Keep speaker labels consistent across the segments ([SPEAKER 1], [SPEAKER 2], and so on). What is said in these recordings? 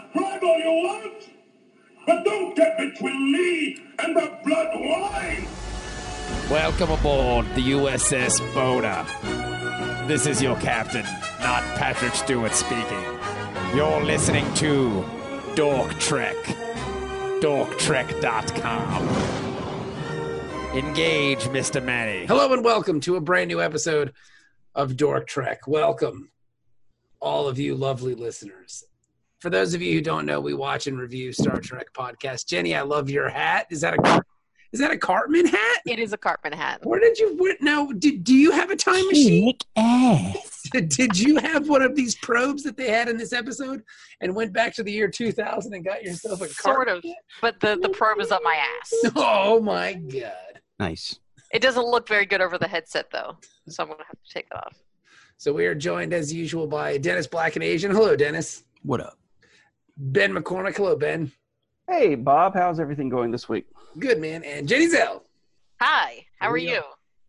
[SPEAKER 1] Have all you want, but don't get between me and the blood wine.
[SPEAKER 2] Welcome aboard the USS Boda. This is your captain, not Patrick Stewart speaking. You're listening to Dork Trek. DorkTrek.com. Engage, Mr. Manny.
[SPEAKER 3] Hello and welcome to a brand new episode of Dork Trek. Welcome, all of you lovely listeners. For those of you who don't know, we watch and review Star Trek podcasts. Jenny, I love your hat. Is that a is that a Cartman hat?
[SPEAKER 4] It is a Cartman hat.
[SPEAKER 3] Where did you where, now? Did do you have a time machine? Did you have one of these probes that they had in this episode and went back to the year 2000 and got yourself a
[SPEAKER 4] Sort
[SPEAKER 3] Cartman?
[SPEAKER 4] of. But the, the probe is up my ass.
[SPEAKER 3] Oh my god!
[SPEAKER 5] Nice.
[SPEAKER 4] It doesn't look very good over the headset, though. So I'm going to have to take it off.
[SPEAKER 3] So we are joined as usual by Dennis Black and Asian. Hello, Dennis.
[SPEAKER 5] What up?
[SPEAKER 3] Ben McCormick. Hello, Ben.
[SPEAKER 5] Hey, Bob, how's everything going this week?
[SPEAKER 3] Good man. And Jenny Zell.
[SPEAKER 4] Hi. How are
[SPEAKER 3] Yeah.
[SPEAKER 4] you?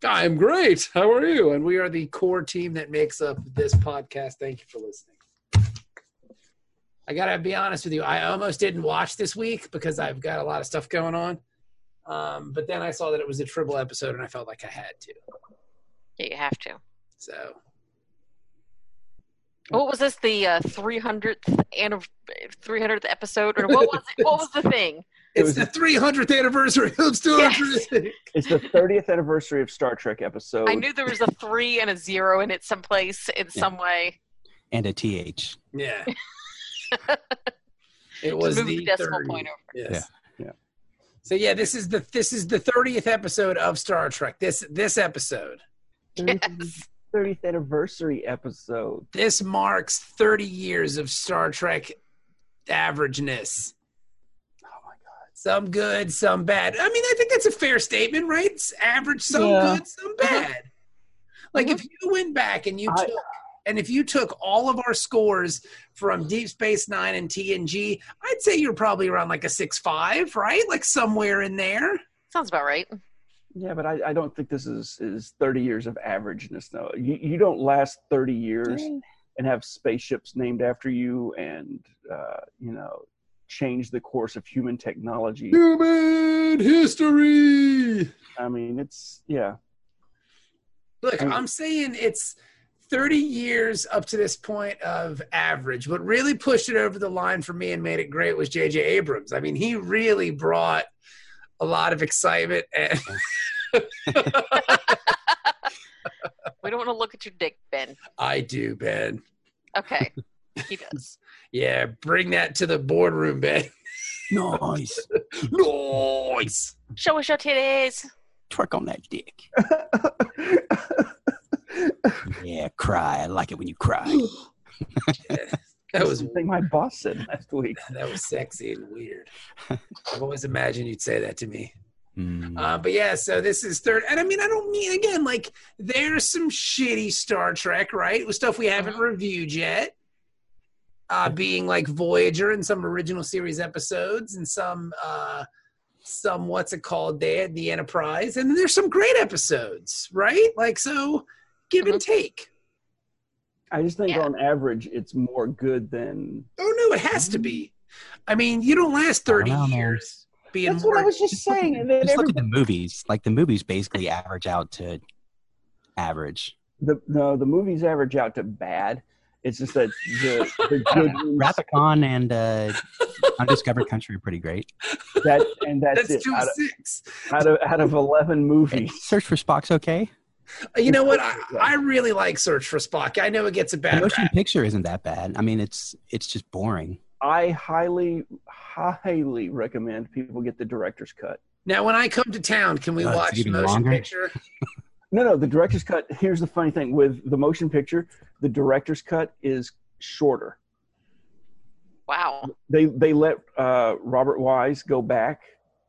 [SPEAKER 3] I'm great. How are you? And we are the core team that makes up this podcast. Thank you for listening. I gotta be honest with you. I almost didn't watch this week because I've got a lot of stuff going on. Um, but then I saw that it was a triple episode, and I felt like I had to.
[SPEAKER 4] Yeah, you have to.
[SPEAKER 3] So
[SPEAKER 4] What was this? The uh, 300th, anni- 300th episode? Or what was it? What was the thing?
[SPEAKER 5] It
[SPEAKER 3] it's
[SPEAKER 5] was-
[SPEAKER 3] the 300th anniversary of Star
[SPEAKER 4] Yes.
[SPEAKER 3] Trek.
[SPEAKER 5] It's the 30th anniversary of Star Trek episode
[SPEAKER 4] I knew there was a three and a zero in it someplace in
[SPEAKER 5] Yeah.
[SPEAKER 4] some way.
[SPEAKER 5] and a TH.
[SPEAKER 3] Yeah. it was
[SPEAKER 4] Move
[SPEAKER 3] the,
[SPEAKER 4] the decimal
[SPEAKER 3] 30th.
[SPEAKER 4] point over.
[SPEAKER 3] Yes.
[SPEAKER 5] Yeah, yeah.
[SPEAKER 3] So yeah, this is the this is the thirtieth episode of Star Trek. This this episode.
[SPEAKER 4] Yes.
[SPEAKER 5] 30th anniversary episode.
[SPEAKER 3] This marks thirty years of Star Trek averageness.
[SPEAKER 5] Oh my god.
[SPEAKER 3] Some good, some bad. I mean, I think that's a fair statement, right? It's average, some
[SPEAKER 5] Yeah. Uh-huh.
[SPEAKER 3] good, some bad. Like if you went back and you
[SPEAKER 5] I-
[SPEAKER 3] took and if you took all of our scores from Deep Space Nine and TNG, I'd say you're probably around like a six five, right? Like somewhere in there.
[SPEAKER 4] Sounds about right.
[SPEAKER 5] Yeah, but I, I don't think this is, is 30 years of averageness though. You you don't last 30 years and have spaceships named after you and uh, you know, change the course of human technology.
[SPEAKER 3] Human history.
[SPEAKER 5] I mean, it's yeah.
[SPEAKER 3] Look,
[SPEAKER 5] I mean-
[SPEAKER 3] I'm saying it's 30 years up to this point of average. What really pushed it over the line for me and made it great was J.J. Abrams. I mean, he really brought a lot of excitement and
[SPEAKER 4] We don't want to look at your dick, Ben.
[SPEAKER 3] I do, Ben.
[SPEAKER 4] Okay. He does.
[SPEAKER 3] Yeah, bring that to the boardroom, Ben.
[SPEAKER 6] Nice.
[SPEAKER 3] Noise.
[SPEAKER 4] Show us your titties.
[SPEAKER 6] Twerk on that dick. Yeah, cry. I like it when you cry.
[SPEAKER 3] That
[SPEAKER 5] That's
[SPEAKER 3] was
[SPEAKER 5] the thing my boss said last week.
[SPEAKER 3] that was sexy and weird. I've always imagined you'd say that to me.
[SPEAKER 2] Hmm.
[SPEAKER 3] Uh, but yeah, so this is third, and I mean, I don't mean again like there's some shitty Star Trek, right? With stuff we
[SPEAKER 5] Mm-hmm.
[SPEAKER 3] haven't reviewed yet, uh, being like Voyager and some original series episodes, and some uh, some what's it called there, the Enterprise, and there's some great episodes, right? Like so, give
[SPEAKER 5] Mm-hmm.
[SPEAKER 3] and take.
[SPEAKER 5] I just think
[SPEAKER 4] Yeah.
[SPEAKER 5] on average, it's more good than.
[SPEAKER 3] Oh no, it has to be. I mean, you don't last thirty
[SPEAKER 6] I don't know, man.
[SPEAKER 3] years being
[SPEAKER 5] That's what I
[SPEAKER 3] more-
[SPEAKER 5] was just saying. And then
[SPEAKER 6] Just look
[SPEAKER 5] every,
[SPEAKER 6] at the movies. Like the movies basically average out to average.
[SPEAKER 5] the no, the movies average out to bad. It's just that the, the good ones,
[SPEAKER 6] Rathacon and uh, Undiscovered Country are pretty great.
[SPEAKER 5] that, and that's,
[SPEAKER 3] That's,
[SPEAKER 5] it.
[SPEAKER 3] two
[SPEAKER 5] Out
[SPEAKER 3] of
[SPEAKER 5] of,
[SPEAKER 3] six.
[SPEAKER 5] out of out of eleven
[SPEAKER 6] Hey,
[SPEAKER 5] movies,
[SPEAKER 6] Search for Spock's okay.
[SPEAKER 3] You know what? I,
[SPEAKER 5] Yeah.
[SPEAKER 3] I really like Search for Spock. I know it gets a
[SPEAKER 6] The
[SPEAKER 3] bad rap.
[SPEAKER 6] motion picture isn't that bad. I mean, it's it's just boring.
[SPEAKER 5] I highly highly recommend people get the director's cut.
[SPEAKER 3] Now, when I come to town, can we
[SPEAKER 6] Oh, it's
[SPEAKER 3] watch
[SPEAKER 6] even
[SPEAKER 3] motion
[SPEAKER 6] longer?
[SPEAKER 3] picture?
[SPEAKER 5] No, no, the director's cut. Here's the funny thing with the motion picture: the director's cut is shorter.
[SPEAKER 4] Wow.
[SPEAKER 5] They they let uh, Robert Wise go back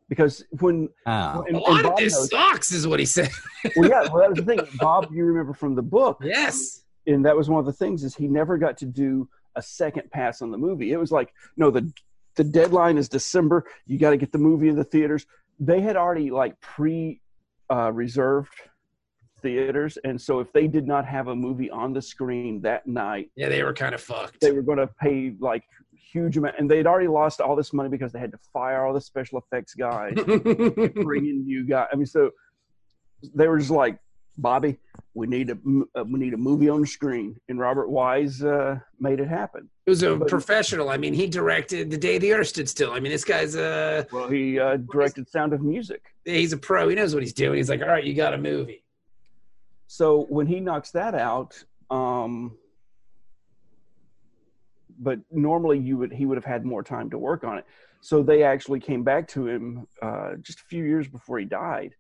[SPEAKER 5] because when
[SPEAKER 6] Oh,
[SPEAKER 5] and-
[SPEAKER 3] A
[SPEAKER 5] and
[SPEAKER 3] lot of
[SPEAKER 5] Bob
[SPEAKER 3] this
[SPEAKER 5] knows-
[SPEAKER 3] sucks, is what he said.
[SPEAKER 5] well, yeah, well, that was the thing. Bob, you remember from the book,
[SPEAKER 3] Yes.
[SPEAKER 5] and that was one of the things is he never got to do a second pass on the movie. It was like, no, the the deadline is December. You got to get the movie in the theaters. They had already like pre uh, reserved theaters, and so if they did not have a movie on the screen that night,
[SPEAKER 3] Yeah, they were kind of fucked.
[SPEAKER 5] they were going to pay like huge amount, and they'd already lost all this money because they had to fire all the special effects guys, bring in new guys. I mean, so they were just like, Bobby, we need a m- uh, we need a movie on the screen, and Robert Wise uh, made it happen.
[SPEAKER 3] He was a
[SPEAKER 5] But-
[SPEAKER 3] professional. I mean, he directed The Day the Earth Stood Still. I mean, this guy's a
[SPEAKER 5] Well, he uh, directed Sound of Music.
[SPEAKER 3] he's a pro. He knows what he's doing. He's like, all right, you got a movie.
[SPEAKER 5] So when he knocks that out, um, but normally you would he would have had more time to work on it. So they actually came back to him uh, just a few years before he died,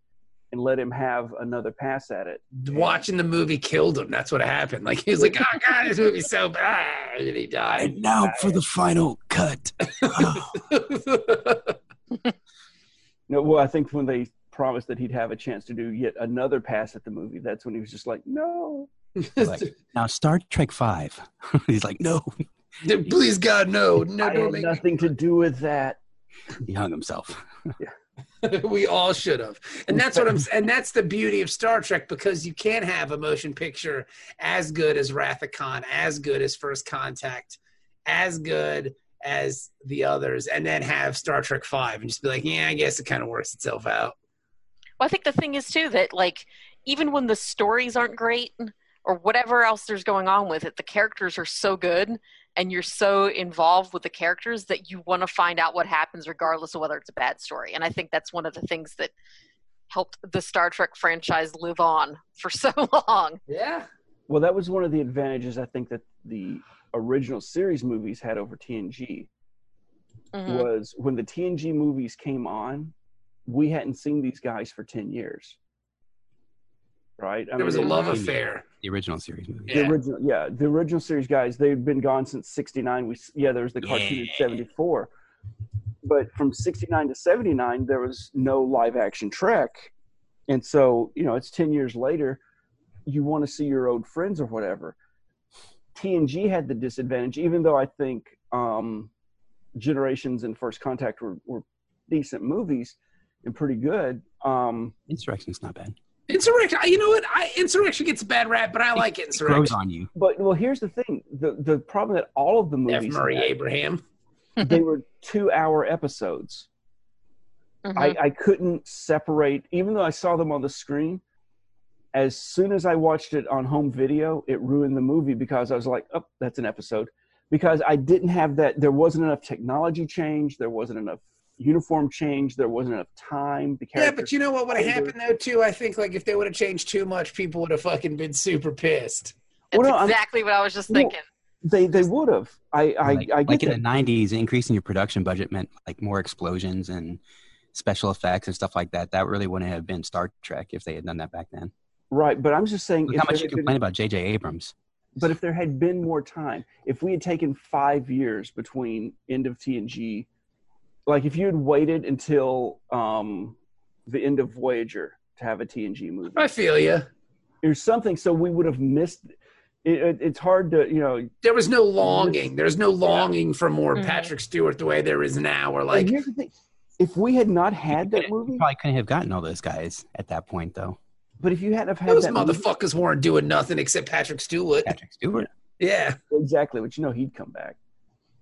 [SPEAKER 5] and let him have another pass at it.
[SPEAKER 3] Watching the movie killed him. That's what happened. Like he was like, oh god, this movie's so bad, and he died.
[SPEAKER 6] And now for the final cut.
[SPEAKER 5] No, well, I think when they promised that he'd have a chance to do yet another pass at the movie, that's when he was just like, "No,
[SPEAKER 6] Like- now Star Trek Five. He's like, no,
[SPEAKER 3] Please God, no, Oh, no,
[SPEAKER 5] I
[SPEAKER 3] don't
[SPEAKER 5] had
[SPEAKER 3] make
[SPEAKER 5] nothing to do with that."
[SPEAKER 6] he hung himself.
[SPEAKER 3] we all should have and that's what i'm and that's the beauty of star trek because you can have a motion picture as good as wrath of khan as good as first contact as good as the others and then have star trek 5 and just be like yeah i guess it kind of works itself out
[SPEAKER 4] Well, I think the thing is too that like even when the stories aren't great or whatever else there's going on with it, the characters are so good and you're so involved with the characters that you want to find out what happens regardless of whether it's a bad story. And I think that's one of the things that helped the Star Trek franchise live on for so long.
[SPEAKER 3] yeah
[SPEAKER 5] Well, that was one of the advantages I think that the original series movies had over TNG.
[SPEAKER 4] Mhm.
[SPEAKER 5] was when the TNG movies came on, we hadn't seen these guys for 10 years. Right? I
[SPEAKER 3] there was a
[SPEAKER 5] mean,
[SPEAKER 3] love affair
[SPEAKER 6] The original series movie.
[SPEAKER 5] The original, yeah, the original series guys, they'd been gone since 69. We, s- yeah, there was the cartoon in
[SPEAKER 6] Yeah.
[SPEAKER 5] 74. But from 69 to 79, there was no live action Trek. And so, you know, it's 10 years later. You want to see your old friends or whatever. TNG had the disadvantage, even though I think um, Generations and First Contact were, were decent movies and pretty good. Um,
[SPEAKER 6] Insurrection's not bad.
[SPEAKER 3] insurrection I- you know what I, insurrection gets a bad rap but i like
[SPEAKER 6] Grows
[SPEAKER 3] insurrection
[SPEAKER 6] on you.
[SPEAKER 5] but, well, here's the thing the, the problem that all of the
[SPEAKER 3] f
[SPEAKER 5] movies.
[SPEAKER 3] murray
[SPEAKER 5] had-
[SPEAKER 3] abraham
[SPEAKER 5] they were two hour episodes.
[SPEAKER 4] Mhm.
[SPEAKER 5] I,
[SPEAKER 6] Mm-hmm.
[SPEAKER 5] I couldn't separate, even though I saw them on the screen. As soon as I watched it on home video, it ruined the movie because I was like, oh, that's an episode. Because I didn't have that, there wasn't enough technology change, there wasn't enough uniform change, there wasn't enough time. The
[SPEAKER 3] yeah
[SPEAKER 5] character,
[SPEAKER 3] but you know what would have happened though too i think like if they would have changed too much people would have fucking been super pissed
[SPEAKER 4] That's
[SPEAKER 5] Well, no, I'm-
[SPEAKER 4] exactly what I was just
[SPEAKER 5] Well,
[SPEAKER 4] thinking.
[SPEAKER 5] they they would have. I I,
[SPEAKER 6] like,
[SPEAKER 5] I get
[SPEAKER 6] like in
[SPEAKER 5] that.
[SPEAKER 6] the 90s increasing your production budget meant like more explosions and special effects and stuff like that that really wouldn't have been star trek if they had done that back then
[SPEAKER 5] right, but I'm just saying.
[SPEAKER 6] Look
[SPEAKER 5] if
[SPEAKER 6] how much
[SPEAKER 5] there
[SPEAKER 6] you
[SPEAKER 5] had been-
[SPEAKER 6] complain about jj abrams
[SPEAKER 5] But if there had been more time, if we had taken five years between end of TNG, like if you had waited until um, the end of Voyager to have a TNG movie
[SPEAKER 3] i feel you
[SPEAKER 5] or something, so we would have missed. It, it, it's hard to, you know.
[SPEAKER 3] there was no longing. There's no longing for more
[SPEAKER 5] Mm-hmm.
[SPEAKER 4] Mhm.
[SPEAKER 3] Patrick Stewart the way there is now. Or
[SPEAKER 5] Like
[SPEAKER 3] like,
[SPEAKER 5] here's the thing: if we had not had that movie,
[SPEAKER 6] probably couldn't have gotten all those guys at that point though
[SPEAKER 5] but if you had have had
[SPEAKER 3] those
[SPEAKER 5] that movie,
[SPEAKER 3] motherfuckers weren't doing nothing except Patrick Stewart.
[SPEAKER 6] patrick stewart
[SPEAKER 3] Yeah,
[SPEAKER 5] exactly, which you know he'd come back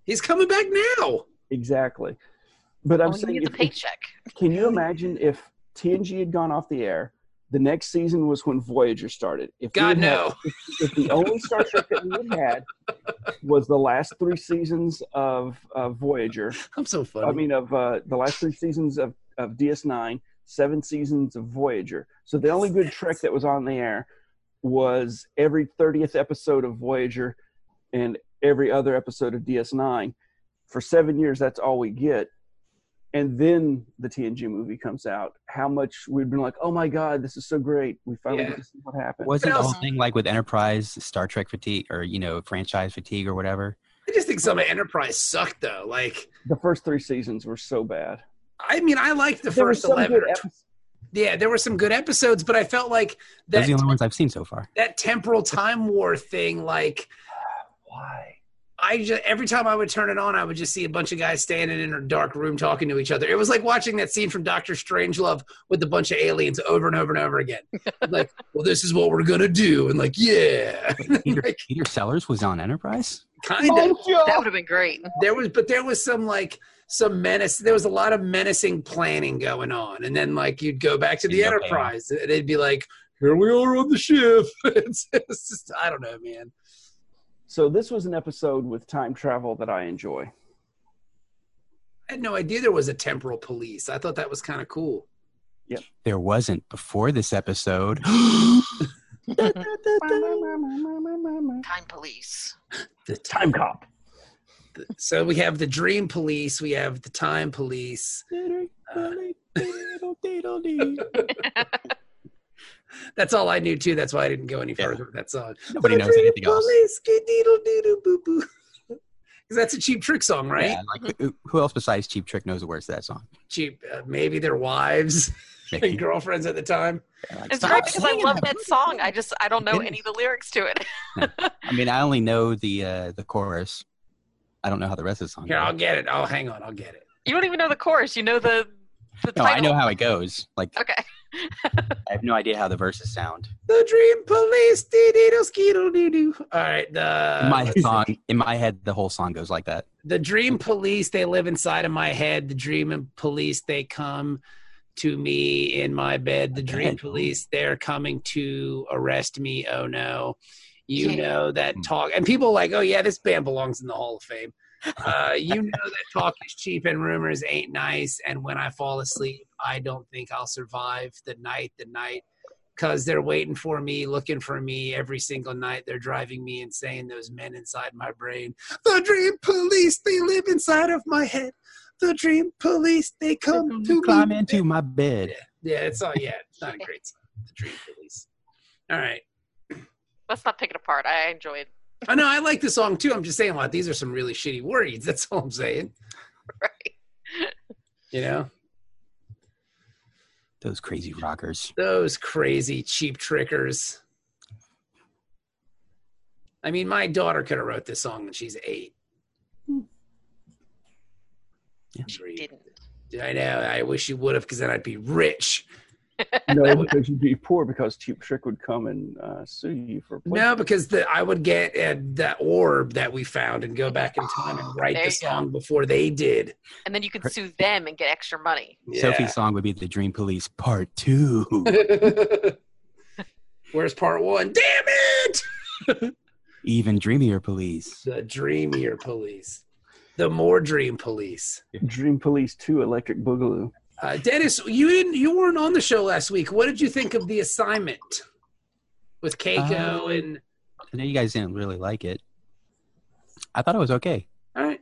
[SPEAKER 3] he's coming back now.
[SPEAKER 5] exactly. But I'm
[SPEAKER 4] Well, he
[SPEAKER 5] saying
[SPEAKER 4] needs a
[SPEAKER 5] if- if
[SPEAKER 4] paycheck.
[SPEAKER 5] Can you imagine if TNG had gone off the air? The next season was when Voyager started. If we
[SPEAKER 3] God
[SPEAKER 5] had-
[SPEAKER 3] no.
[SPEAKER 5] if the only Star Trek that we had had was the last three seasons of uh, Voyager,
[SPEAKER 3] I'm so funny.
[SPEAKER 5] I mean of uh, the last three seasons of, of DS9, seven seasons of Voyager. So the only good Trek that was on the air was every 30th episode of Voyager and every other episode of DS9. For seven years, that's all we get. And then the TNG movie comes out. How much we've been like, oh my God, this is so great. We finally
[SPEAKER 3] Yeah.
[SPEAKER 5] get to see what happened.
[SPEAKER 6] wasn't the whole
[SPEAKER 4] else?
[SPEAKER 6] thing like with enterprise star trek fatigue or you know franchise fatigue or whatever
[SPEAKER 3] I just think some of Enterprise sucked though. Like,
[SPEAKER 5] The first three seasons were so bad.
[SPEAKER 3] I mean, I liked the
[SPEAKER 5] There were
[SPEAKER 3] first
[SPEAKER 5] some
[SPEAKER 3] eleven.
[SPEAKER 5] good
[SPEAKER 3] or tw-
[SPEAKER 5] episodes.
[SPEAKER 3] yeah, there were some good episodes, but I felt like
[SPEAKER 6] those are
[SPEAKER 3] that
[SPEAKER 6] the only ones i've seen so far
[SPEAKER 3] that temporal time war thing. Like,
[SPEAKER 5] Why?
[SPEAKER 3] I just every time I would turn it on, I would just see a bunch of guys standing in a dark room talking to each other. It was like watching that scene from Doctor Strangelove with a bunch of aliens over and over and over again. like, well, this is what we're gonna do, and like, yeah,
[SPEAKER 6] peter,
[SPEAKER 3] Like-
[SPEAKER 6] peter sellers was on enterprise
[SPEAKER 3] kind of.
[SPEAKER 4] That would have been great.
[SPEAKER 3] There was, but there was some like some menace. There was a lot of menacing planning going on, and then like you'd go back to the
[SPEAKER 6] Yeah, okay.
[SPEAKER 3] Enterprise, and they'd be like, "Here we are on the ship." it's, it's just, I don't know, man.
[SPEAKER 5] So this was an episode with time travel that I enjoy.
[SPEAKER 3] I had no idea there was a temporal police. I thought that was kind of cool.
[SPEAKER 6] There wasn't before this episode.
[SPEAKER 4] Time police.
[SPEAKER 3] The
[SPEAKER 5] Time cop.
[SPEAKER 3] so we have the dream police, we have the time police. Uh, that's all I knew too. That's why I didn't go any
[SPEAKER 6] Yeah.
[SPEAKER 3] further with that song.
[SPEAKER 6] Nobody
[SPEAKER 3] The
[SPEAKER 6] knows
[SPEAKER 3] dream
[SPEAKER 6] anything else.
[SPEAKER 3] Police, skididdle doodle boo boo. 'Cause that's a cheap trick song, right?
[SPEAKER 6] Yeah, like, who- who else besides Cheap Trick knows the words to that song?
[SPEAKER 3] Cheap. Uh, maybe their wives and
[SPEAKER 6] Maybe.
[SPEAKER 3] girlfriends at the time.
[SPEAKER 6] Yeah, like,
[SPEAKER 4] It's
[SPEAKER 6] stop
[SPEAKER 4] great because I
[SPEAKER 6] singing
[SPEAKER 4] love that song. I just I don't know
[SPEAKER 6] It
[SPEAKER 4] any of the lyrics to it.
[SPEAKER 6] I mean, I only know the uh, the chorus. I don't know how the rest of the song.
[SPEAKER 3] Here,
[SPEAKER 6] goes.
[SPEAKER 3] I'll get it. Oh, hang on, I'll get it.
[SPEAKER 4] You don't even know the chorus. You know the the
[SPEAKER 6] No, I
[SPEAKER 4] title.
[SPEAKER 6] know how it goes. Like,
[SPEAKER 4] Okay.
[SPEAKER 6] I have no idea how the verses sound.
[SPEAKER 3] The dream police, diddle skiddle doo doo. All right, the
[SPEAKER 6] In my song, in my head, the whole song goes like that.
[SPEAKER 3] the dream police they live inside of my head the dream and police they come to me in my bed the dream
[SPEAKER 6] bed.
[SPEAKER 3] police they're coming to arrest me oh no you
[SPEAKER 4] Yeah.
[SPEAKER 3] know that
[SPEAKER 6] Hmm.
[SPEAKER 3] talk and people like oh yeah this band belongs in the hall of fame uh, you know that talk is cheap and rumors ain't nice and when i fall asleep i don't think i'll survive the night the night because they're waiting for me looking for me every single night they're driving me insane those men inside my brain the dream police, they live inside of my head. The dream police, they come to
[SPEAKER 6] climb
[SPEAKER 3] me.
[SPEAKER 6] into my bed.
[SPEAKER 3] Yeah, it's all, yeah, it's not a great song. The dream police. All right.
[SPEAKER 4] Let's not pick it apart. I enjoyed.
[SPEAKER 3] I know, I like the song too. I'm just saying, like, these are some really shitty words. That's all I'm saying.
[SPEAKER 4] Right.
[SPEAKER 3] You know,
[SPEAKER 6] Those crazy rockers.
[SPEAKER 3] those crazy cheap trickers. I mean, my daughter could have wrote this song when she's eight.
[SPEAKER 6] Yeah.
[SPEAKER 3] Dream.
[SPEAKER 4] Didn't.
[SPEAKER 3] I know. I wish you would have, because then I'd be rich.
[SPEAKER 5] No, because you'd be poor because Cheap Trick would come and uh, sue you for.
[SPEAKER 3] No, because the, I would get uh, that orb that we found and go back in time and write
[SPEAKER 4] Oh, There
[SPEAKER 3] the
[SPEAKER 4] you
[SPEAKER 3] song before they did.
[SPEAKER 4] And then you could sue them and get extra money.
[SPEAKER 6] Sophie's song would be "The Dream Police Part 2.
[SPEAKER 3] Yeah. Where's part one? Damn it!
[SPEAKER 6] Even dreamier police.
[SPEAKER 3] The dreamier police. The more dream police.
[SPEAKER 5] Dream Police Two Electric Boogaloo.
[SPEAKER 3] Uh, Dennis, you didn't you weren't on the show last week. What did you think of the assignment with Keiko
[SPEAKER 6] Um,
[SPEAKER 3] and
[SPEAKER 6] I know you guys didn't really like it. I thought it was okay.
[SPEAKER 3] all right.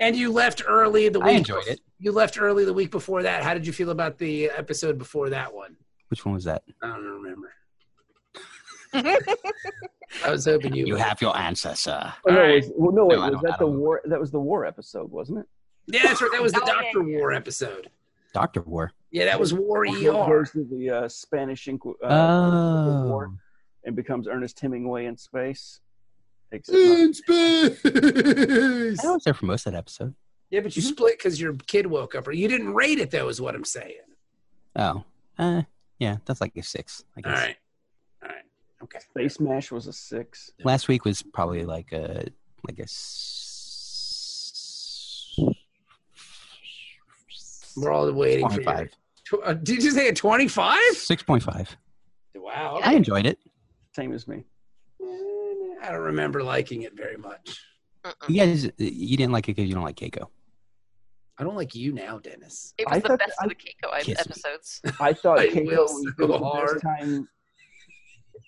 [SPEAKER 3] And you left early the week
[SPEAKER 6] I enjoyed it.
[SPEAKER 3] You left early the week before that. How did you feel about the episode before that one?
[SPEAKER 6] Which one was that?
[SPEAKER 3] I don't remember. I was hoping you.
[SPEAKER 6] You have your answer, sir.
[SPEAKER 5] Oh, no,
[SPEAKER 3] All
[SPEAKER 5] it was, well, no,
[SPEAKER 6] No,
[SPEAKER 5] wait,
[SPEAKER 6] I
[SPEAKER 5] was
[SPEAKER 6] don't- I
[SPEAKER 5] that the
[SPEAKER 6] don't.
[SPEAKER 5] war? That was the war episode, wasn't it?
[SPEAKER 3] Yeah, that's right. That was the
[SPEAKER 4] Oh, yeah,
[SPEAKER 3] Doctor
[SPEAKER 4] yeah.
[SPEAKER 3] War episode.
[SPEAKER 6] Doctor War.
[SPEAKER 3] Yeah, that was War ER.
[SPEAKER 5] goes to the uh, Spanish Inqu- uh, Civil
[SPEAKER 6] Oh,
[SPEAKER 5] War and becomes Ernest Hemingway in space. Except
[SPEAKER 1] Mm.
[SPEAKER 5] not-
[SPEAKER 3] In space.
[SPEAKER 6] I was there for most of that episode.
[SPEAKER 3] Yeah, but
[SPEAKER 5] Mm-hmm.
[SPEAKER 3] you split because your kid woke up. Or you didn't rate it, though, is what I'm saying.
[SPEAKER 6] Oh, uh, yeah, that's like a six. I
[SPEAKER 3] All
[SPEAKER 6] guess.
[SPEAKER 3] right. All right. Okay.
[SPEAKER 5] Space Mash was a six.
[SPEAKER 6] Last week was probably like a like a s-
[SPEAKER 3] We're all waiting for your,
[SPEAKER 6] 25.
[SPEAKER 3] Tw- uh, Did you say a 25?
[SPEAKER 6] 6.5.
[SPEAKER 3] Wow.
[SPEAKER 6] I enjoyed it.
[SPEAKER 5] Same as me.
[SPEAKER 3] I don't remember liking it very much.
[SPEAKER 4] Mm-mm.
[SPEAKER 6] You guys, you didn't like it because you don't like Keiko.
[SPEAKER 3] I don't like you now, Dennis.
[SPEAKER 4] It
[SPEAKER 5] I
[SPEAKER 4] was the
[SPEAKER 5] thought
[SPEAKER 4] best of
[SPEAKER 5] that-
[SPEAKER 4] the Keiko
[SPEAKER 6] Kiss me.
[SPEAKER 4] episodes.
[SPEAKER 5] I thought
[SPEAKER 3] I
[SPEAKER 5] Keiko
[SPEAKER 3] will
[SPEAKER 5] was
[SPEAKER 3] so
[SPEAKER 5] the
[SPEAKER 3] hard.
[SPEAKER 5] best time.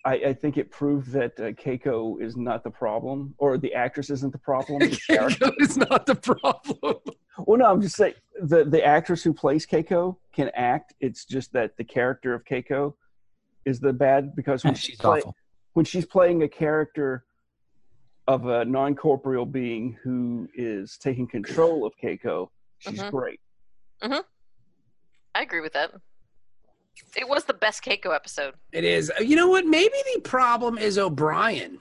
[SPEAKER 5] I, I think it proved that uh, Keiko is not the problem, or the actress isn't the problem. the character-
[SPEAKER 3] it's not the problem.
[SPEAKER 5] well, no, I'm just saying the the actress who plays Keiko can act. It's just that the character of Keiko is the bad because when she's
[SPEAKER 6] She's
[SPEAKER 5] play,
[SPEAKER 6] awful.
[SPEAKER 5] when she's playing a character of a non corporeal being who is taking control of Keiko, she's
[SPEAKER 3] Mm-hmm.
[SPEAKER 4] Mhm.
[SPEAKER 5] great.
[SPEAKER 4] I agree with that. It was the best Keiko episode.
[SPEAKER 3] It is. Uh, You know what? Maybe the problem is O'Brien.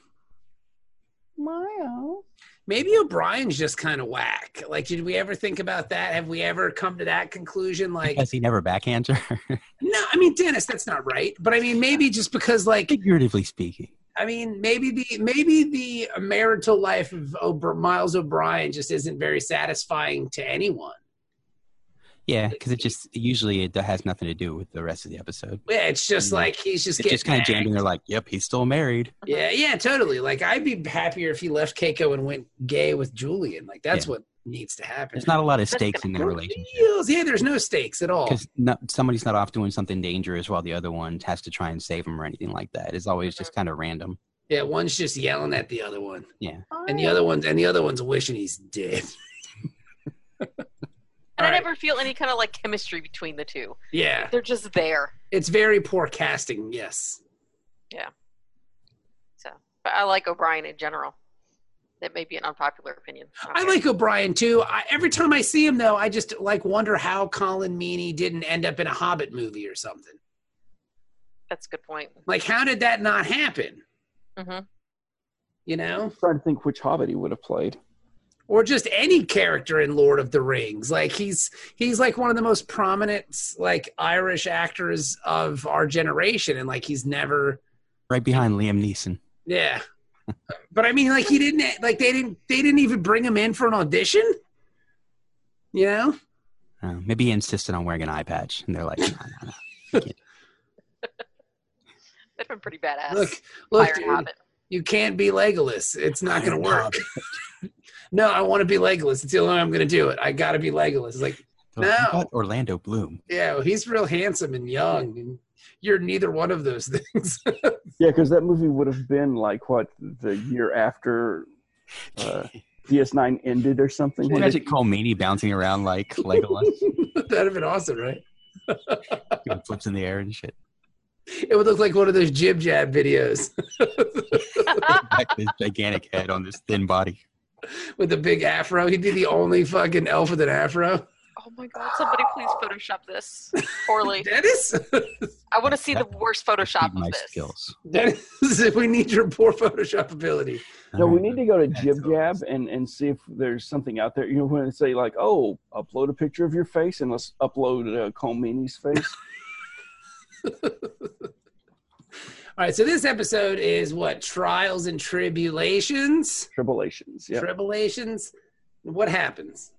[SPEAKER 5] Maya.
[SPEAKER 3] Maybe O'Brien's just kind of whack. Like, did we ever think about that? Have we ever come to that conclusion? Like,
[SPEAKER 6] Because he never backhands her,
[SPEAKER 3] no, I mean, Dennis, that's not right. But I mean, maybe just because, like,
[SPEAKER 6] figuratively speaking.
[SPEAKER 3] I mean, maybe the maybe the marital life of Ober- Miles O'Brien just isn't very satisfying to anyone.
[SPEAKER 6] Yeah, because it just usually it has nothing to do with the rest of the episode.
[SPEAKER 3] Yeah, it's just
[SPEAKER 6] Yeah.
[SPEAKER 3] like he's just
[SPEAKER 6] Mm. It's
[SPEAKER 3] getting
[SPEAKER 6] just kind of jammed in.
[SPEAKER 3] bagged.
[SPEAKER 6] They're like, "Yep, he's still married."
[SPEAKER 3] Yeah, yeah, totally. Like I'd be happier if he left Keiko and went gay with Julian. Like that's
[SPEAKER 6] Yeah.
[SPEAKER 3] what needs to happen.
[SPEAKER 6] There's not a lot of
[SPEAKER 4] That's
[SPEAKER 6] stakes in their
[SPEAKER 3] No
[SPEAKER 6] relationship
[SPEAKER 3] deals. Yeah, there's no stakes at
[SPEAKER 4] Oh.
[SPEAKER 3] all.
[SPEAKER 6] because somebody's not off doing something dangerous while the other one has to try and save him or anything like that. It's always
[SPEAKER 4] Mm-hmm.
[SPEAKER 6] just kind of random.
[SPEAKER 3] Yeah, one's just yelling at the other one, and the
[SPEAKER 4] Fine.
[SPEAKER 3] other one's and the other one's wishing he's dead.
[SPEAKER 4] And I
[SPEAKER 3] Alright.
[SPEAKER 4] never feel any kind of like chemistry between the two.
[SPEAKER 3] Yeah,
[SPEAKER 4] They're just there.
[SPEAKER 3] it's very poor casting. Yes.
[SPEAKER 4] But I like O'Brien in general. That may be an unpopular opinion. don't
[SPEAKER 3] I
[SPEAKER 4] care.
[SPEAKER 3] like O'Brien too. I, every time I see him, though, I just like wonder how Colin Meaney didn't end up in a Hobbit movie or something.
[SPEAKER 4] That's a good point.
[SPEAKER 3] Like, how did that not happen?
[SPEAKER 4] hmm
[SPEAKER 3] You know,
[SPEAKER 5] trying to think which Hobbit he would have played.
[SPEAKER 3] or just any character in Lord of the Rings. Like he's he's like one of the most prominent like Irish actors of our generation, and like he's never
[SPEAKER 6] Right behind Liam Neeson.
[SPEAKER 3] yeah. but I mean, like he didn't like they didn't they didn't even bring him in for an audition. You know,
[SPEAKER 6] Uh, maybe he insisted on wearing an eye patch, and they're like, "No, no, no."
[SPEAKER 4] That'd been pretty badass.
[SPEAKER 3] look look.
[SPEAKER 4] Iron
[SPEAKER 3] dude.
[SPEAKER 4] Hobbit.
[SPEAKER 3] you can't be Legolas. It's not going
[SPEAKER 6] Iron
[SPEAKER 3] to work. no, I want to be Legolas. It's the only way I'm going to do it. I got to be Legolas. It's like,
[SPEAKER 6] They're like, "You
[SPEAKER 3] No.
[SPEAKER 6] got Orlando Bloom.
[SPEAKER 3] yeah, well, he's real handsome and young, and you're neither one of those things.
[SPEAKER 5] Yeah, because that movie would have been like what the year after uh, DS9 ended or something.
[SPEAKER 6] Can you imagine Cole Meany bouncing around like Legolas,
[SPEAKER 3] That'd have been awesome, right?
[SPEAKER 6] doing flips in the air and shit.
[SPEAKER 3] It would look like one of those jib jab videos
[SPEAKER 6] Back this gigantic head on this thin body.
[SPEAKER 3] with the big afro. He'd be the only fucking elf with an afro.
[SPEAKER 4] Oh my god! Somebody please Photoshop this poorly.
[SPEAKER 3] Dennis,
[SPEAKER 4] I want to see the worst Photoshop
[SPEAKER 6] Keep my
[SPEAKER 4] of this.
[SPEAKER 6] skills.
[SPEAKER 3] Dennis, we need your poor Photoshop ability.
[SPEAKER 5] No, we
[SPEAKER 6] Alright.
[SPEAKER 5] need to go to
[SPEAKER 6] That's
[SPEAKER 5] Jib
[SPEAKER 6] all.
[SPEAKER 5] Jab and, and see if there's something out there. You know, when they say like, oh, upload a picture of your face and let's upload uh, Cole Meany's face.
[SPEAKER 3] All right, so this episode is what trials and tribulations,
[SPEAKER 5] Tribulations. Yeah.
[SPEAKER 3] tribulations. What happens?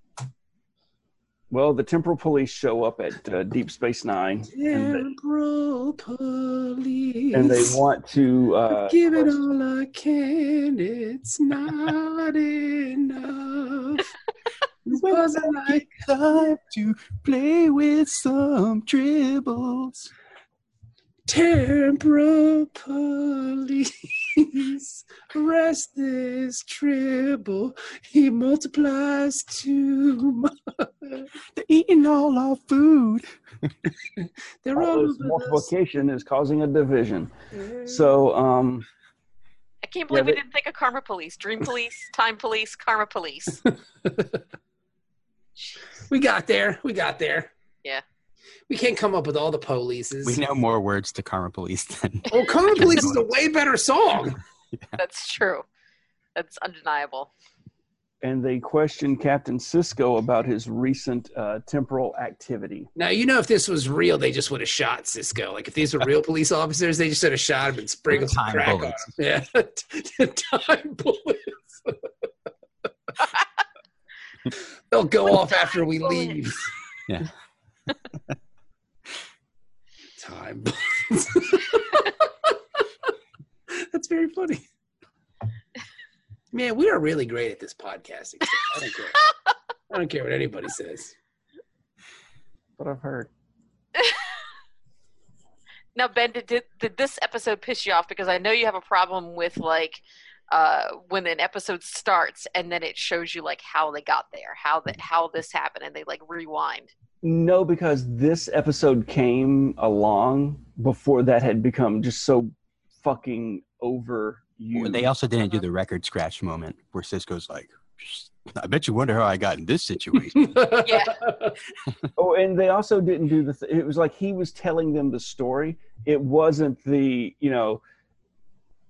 [SPEAKER 5] Well, the temporal police show up at uh, Deep Space Nine and they,
[SPEAKER 3] Temporal police.
[SPEAKER 5] and they want to. Uh,
[SPEAKER 3] Give it all I can. It's not enough. This wasn't like
[SPEAKER 6] time to play with some dribbles.
[SPEAKER 3] temporal police. Arrest this tribble. He multiplies too much.
[SPEAKER 6] They're eating all our food.
[SPEAKER 3] They're all
[SPEAKER 5] all this
[SPEAKER 3] over us.
[SPEAKER 5] multiplication is causing a division. So, um,
[SPEAKER 4] I can't believe
[SPEAKER 5] Yeah,
[SPEAKER 4] we
[SPEAKER 5] they-
[SPEAKER 4] didn't think of Karma Police, Dream Police, Time Police, Karma Police.
[SPEAKER 3] We got there. We got there.
[SPEAKER 4] Yeah.
[SPEAKER 3] We can't come up with all the polices.
[SPEAKER 6] We know more words to Karma Police than
[SPEAKER 3] Well, Common Police is a way better song.
[SPEAKER 4] That's true. That's undeniable.
[SPEAKER 5] and they question Captain Cisco about his recent uh, temporal activity.
[SPEAKER 3] Now you know if this was real, they just would have shot Cisco. Like if these were real police officers, they just would have shot him and sprinkled some
[SPEAKER 6] Time
[SPEAKER 3] crack
[SPEAKER 6] bullets.
[SPEAKER 3] on him. Yeah, time bullets. They'll go off after we
[SPEAKER 4] bullets.
[SPEAKER 3] leave.
[SPEAKER 6] Yeah.
[SPEAKER 3] time bullets. That's very funny. Man, we are really great at this podcasting. stuff. I don't care. I don't care what anybody says.
[SPEAKER 5] What I've heard.
[SPEAKER 4] Now, Ben, did, did did this episode piss you off? Because I know you have a problem with like uh, when an episode starts and then it shows you like how they got there, how that how this happened, and they like rewind.
[SPEAKER 5] No, because this episode came along before that had become just so fucking over you.
[SPEAKER 6] Well, They also didn't
[SPEAKER 4] Uh-huh.
[SPEAKER 6] do the record scratch moment where Cisco's like, I bet you wonder how I got in this situation.
[SPEAKER 4] Yeah.
[SPEAKER 5] oh, and they also didn't do the. Th- it was like he was telling them the story. It wasn't the you know.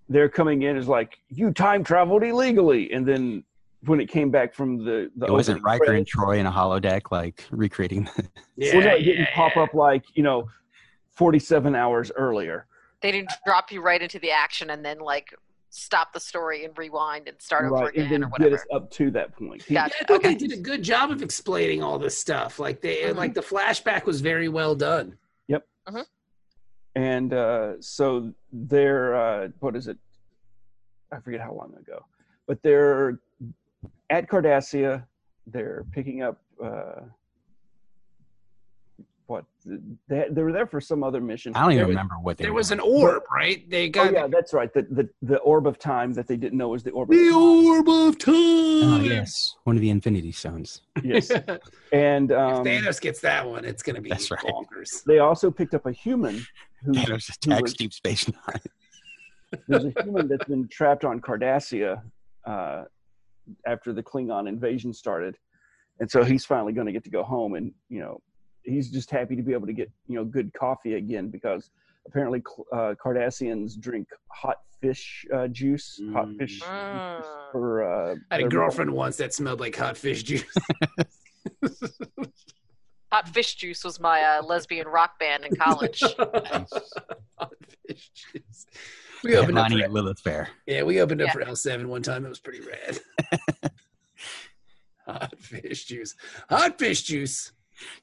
[SPEAKER 5] They're coming in as like you time traveled illegally, and then when it came back from the the
[SPEAKER 6] it wasn't
[SPEAKER 5] opening
[SPEAKER 6] Riker
[SPEAKER 5] credits-
[SPEAKER 6] and Troy in a holodeck, like recreating.
[SPEAKER 3] Yeah,
[SPEAKER 5] well, no, it didn't
[SPEAKER 3] yeah,
[SPEAKER 5] pop
[SPEAKER 3] yeah.
[SPEAKER 5] up like you know, forty-seven hours earlier.
[SPEAKER 4] They didn't drop you right into the action and then like stop the story and rewind and start over
[SPEAKER 5] right,
[SPEAKER 4] again
[SPEAKER 5] and then
[SPEAKER 4] or
[SPEAKER 5] get
[SPEAKER 4] whatever.
[SPEAKER 5] us up to that point. He-
[SPEAKER 4] Got
[SPEAKER 3] Yeah, I
[SPEAKER 4] it.
[SPEAKER 3] thought
[SPEAKER 4] Okay.
[SPEAKER 3] they did a good job of explaining all this stuff. Like they, and, like the flashback was very well done.
[SPEAKER 5] and uh, so they're uh, what is it? I forget how long ago, but they're at Cardassia. They're picking up uh, what they, they were there for some other mission.
[SPEAKER 6] I don't even
[SPEAKER 5] There was-
[SPEAKER 6] remember what they
[SPEAKER 3] There
[SPEAKER 6] were
[SPEAKER 3] was an
[SPEAKER 6] doing.
[SPEAKER 3] orb, right? They
[SPEAKER 5] Oh
[SPEAKER 3] got
[SPEAKER 5] yeah, that's right. The, the the orb of time that they didn't know was the orb. Of
[SPEAKER 3] the
[SPEAKER 5] time.
[SPEAKER 3] orb of time.
[SPEAKER 6] Oh, yes, one of the Infinity Stones.
[SPEAKER 5] Yes, and
[SPEAKER 3] if
[SPEAKER 5] um,
[SPEAKER 3] Thanos gets that one, it's going to be
[SPEAKER 6] That's right.
[SPEAKER 3] bonkers.
[SPEAKER 5] they also picked up a human who
[SPEAKER 6] Thanos
[SPEAKER 5] was-
[SPEAKER 6] attacks Deep Space Nine.
[SPEAKER 5] there's a human that's been trapped on Cardassia uh, after the Klingon invasion started, and so he's finally going to get to go home, and you know, he's just happy to be able to get you know good coffee again because apparently Cl- uh, Cardassians drink hot fish uh, juice, hot
[SPEAKER 3] Mm.
[SPEAKER 5] fish
[SPEAKER 4] Mm.
[SPEAKER 5] for. Uh,
[SPEAKER 3] I had a
[SPEAKER 5] their-
[SPEAKER 3] girlfriend once that smelled like hot fish juice.
[SPEAKER 4] Hot Fish Juice was my uh, lesbian rock band in college.
[SPEAKER 3] hot fish juice. We opened up
[SPEAKER 6] Headlining
[SPEAKER 3] for,
[SPEAKER 6] at Lilith Fair.
[SPEAKER 3] yeah, we opened up
[SPEAKER 4] Yeah.
[SPEAKER 3] for L7 one time. It was pretty rad. hot fish juice. Hot fish juice.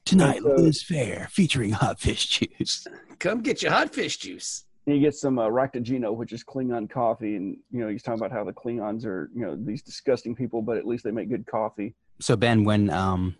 [SPEAKER 6] Tonight,
[SPEAKER 5] so-
[SPEAKER 6] Lilith's Fair featuring hot fish juice.
[SPEAKER 3] Come get your hot fish juice.
[SPEAKER 5] And you get some uh, Ractogino, which is Klingon coffee, and you know he's talking about how the Klingons are you know these disgusting people, but at least they make good coffee.
[SPEAKER 6] So Ben, when um,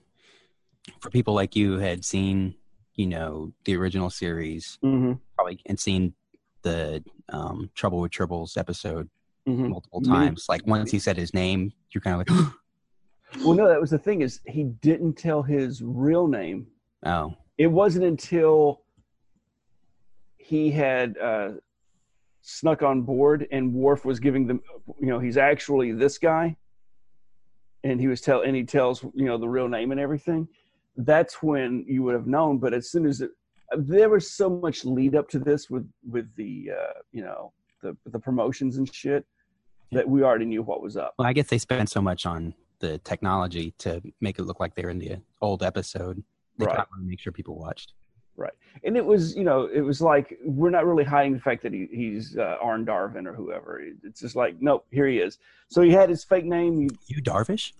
[SPEAKER 6] for people like you who had seen, you know, the original series,
[SPEAKER 5] Mm-hmm.
[SPEAKER 6] probably and seen the um, Trouble with Tribbles episode
[SPEAKER 5] Mm-hmm.
[SPEAKER 6] multiple
[SPEAKER 5] Many-
[SPEAKER 6] times, like once he said his name, you're kind of like,
[SPEAKER 5] Well, no, that was the thing is he didn't tell his real name.
[SPEAKER 6] oh,
[SPEAKER 5] It wasn't until he had uh, snuck on board and Worf was giving them, you know, he's actually this guy, and he was tell and he tells you know the real name and everything. That's when you would have known. But as soon as it, there was so much lead up to this with with the uh, you know the the promotions and shit that we already knew what was up.
[SPEAKER 6] well, I guess they spent so much on the technology to make it look like they were in the old episode. They
[SPEAKER 5] Right.
[SPEAKER 6] probably want to make sure people watched.
[SPEAKER 5] and it was you know it was like we're not really hiding the fact that he, he's uh, Arn Darvin or whoever. It's just like nope, here he is. So he had his fake name. He,
[SPEAKER 6] You Darvish?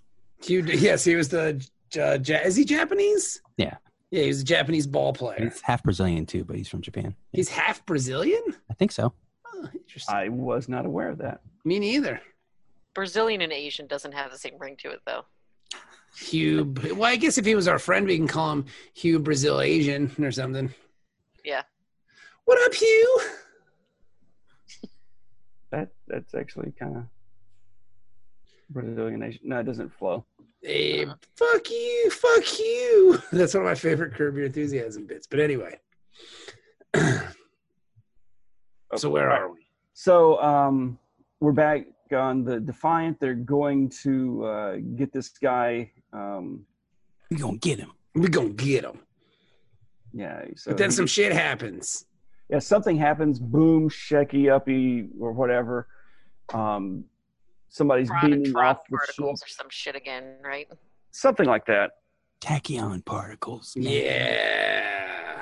[SPEAKER 3] Hugh, yes, he was the. Uh, ja- is he Japanese?
[SPEAKER 6] Yeah.
[SPEAKER 3] Yeah, he was a Japanese ball player.
[SPEAKER 6] He's half Brazilian too, but he's from Japan. Yeah,
[SPEAKER 3] He's half Brazilian?
[SPEAKER 6] I think so.
[SPEAKER 3] Oh, interesting.
[SPEAKER 5] I was not aware of that.
[SPEAKER 3] Me neither.
[SPEAKER 4] Brazilian and Asian doesn't have the same ring to it though.
[SPEAKER 3] Hugh. B- Well, I guess if he was our friend, we can call him Hugh Brazil Asian or something.
[SPEAKER 4] Yeah.
[SPEAKER 3] What up, Hugh?
[SPEAKER 5] That that's actually kind of Brazilian nation. No, it doesn't flow.
[SPEAKER 3] Hey, fuck you, fuck you. That's one of my favorite Curb Your Enthusiasm bits. But anyway. so where are we?
[SPEAKER 5] So um, we're back on the Defiant. They're going to uh, get this guy. Um,
[SPEAKER 6] We gonna get him.
[SPEAKER 3] We gonna get him.
[SPEAKER 5] yeah. So
[SPEAKER 3] But then
[SPEAKER 5] he-
[SPEAKER 3] some shit happens.
[SPEAKER 5] yeah, something happens. Boom, Shecky, Uppy, or whatever. Um, somebody's
[SPEAKER 4] Tron and
[SPEAKER 5] beating
[SPEAKER 4] Tron
[SPEAKER 5] off the ship.
[SPEAKER 4] particles or some shit again, right?
[SPEAKER 5] something like that.
[SPEAKER 6] Tachyon particles. man.
[SPEAKER 3] Yeah.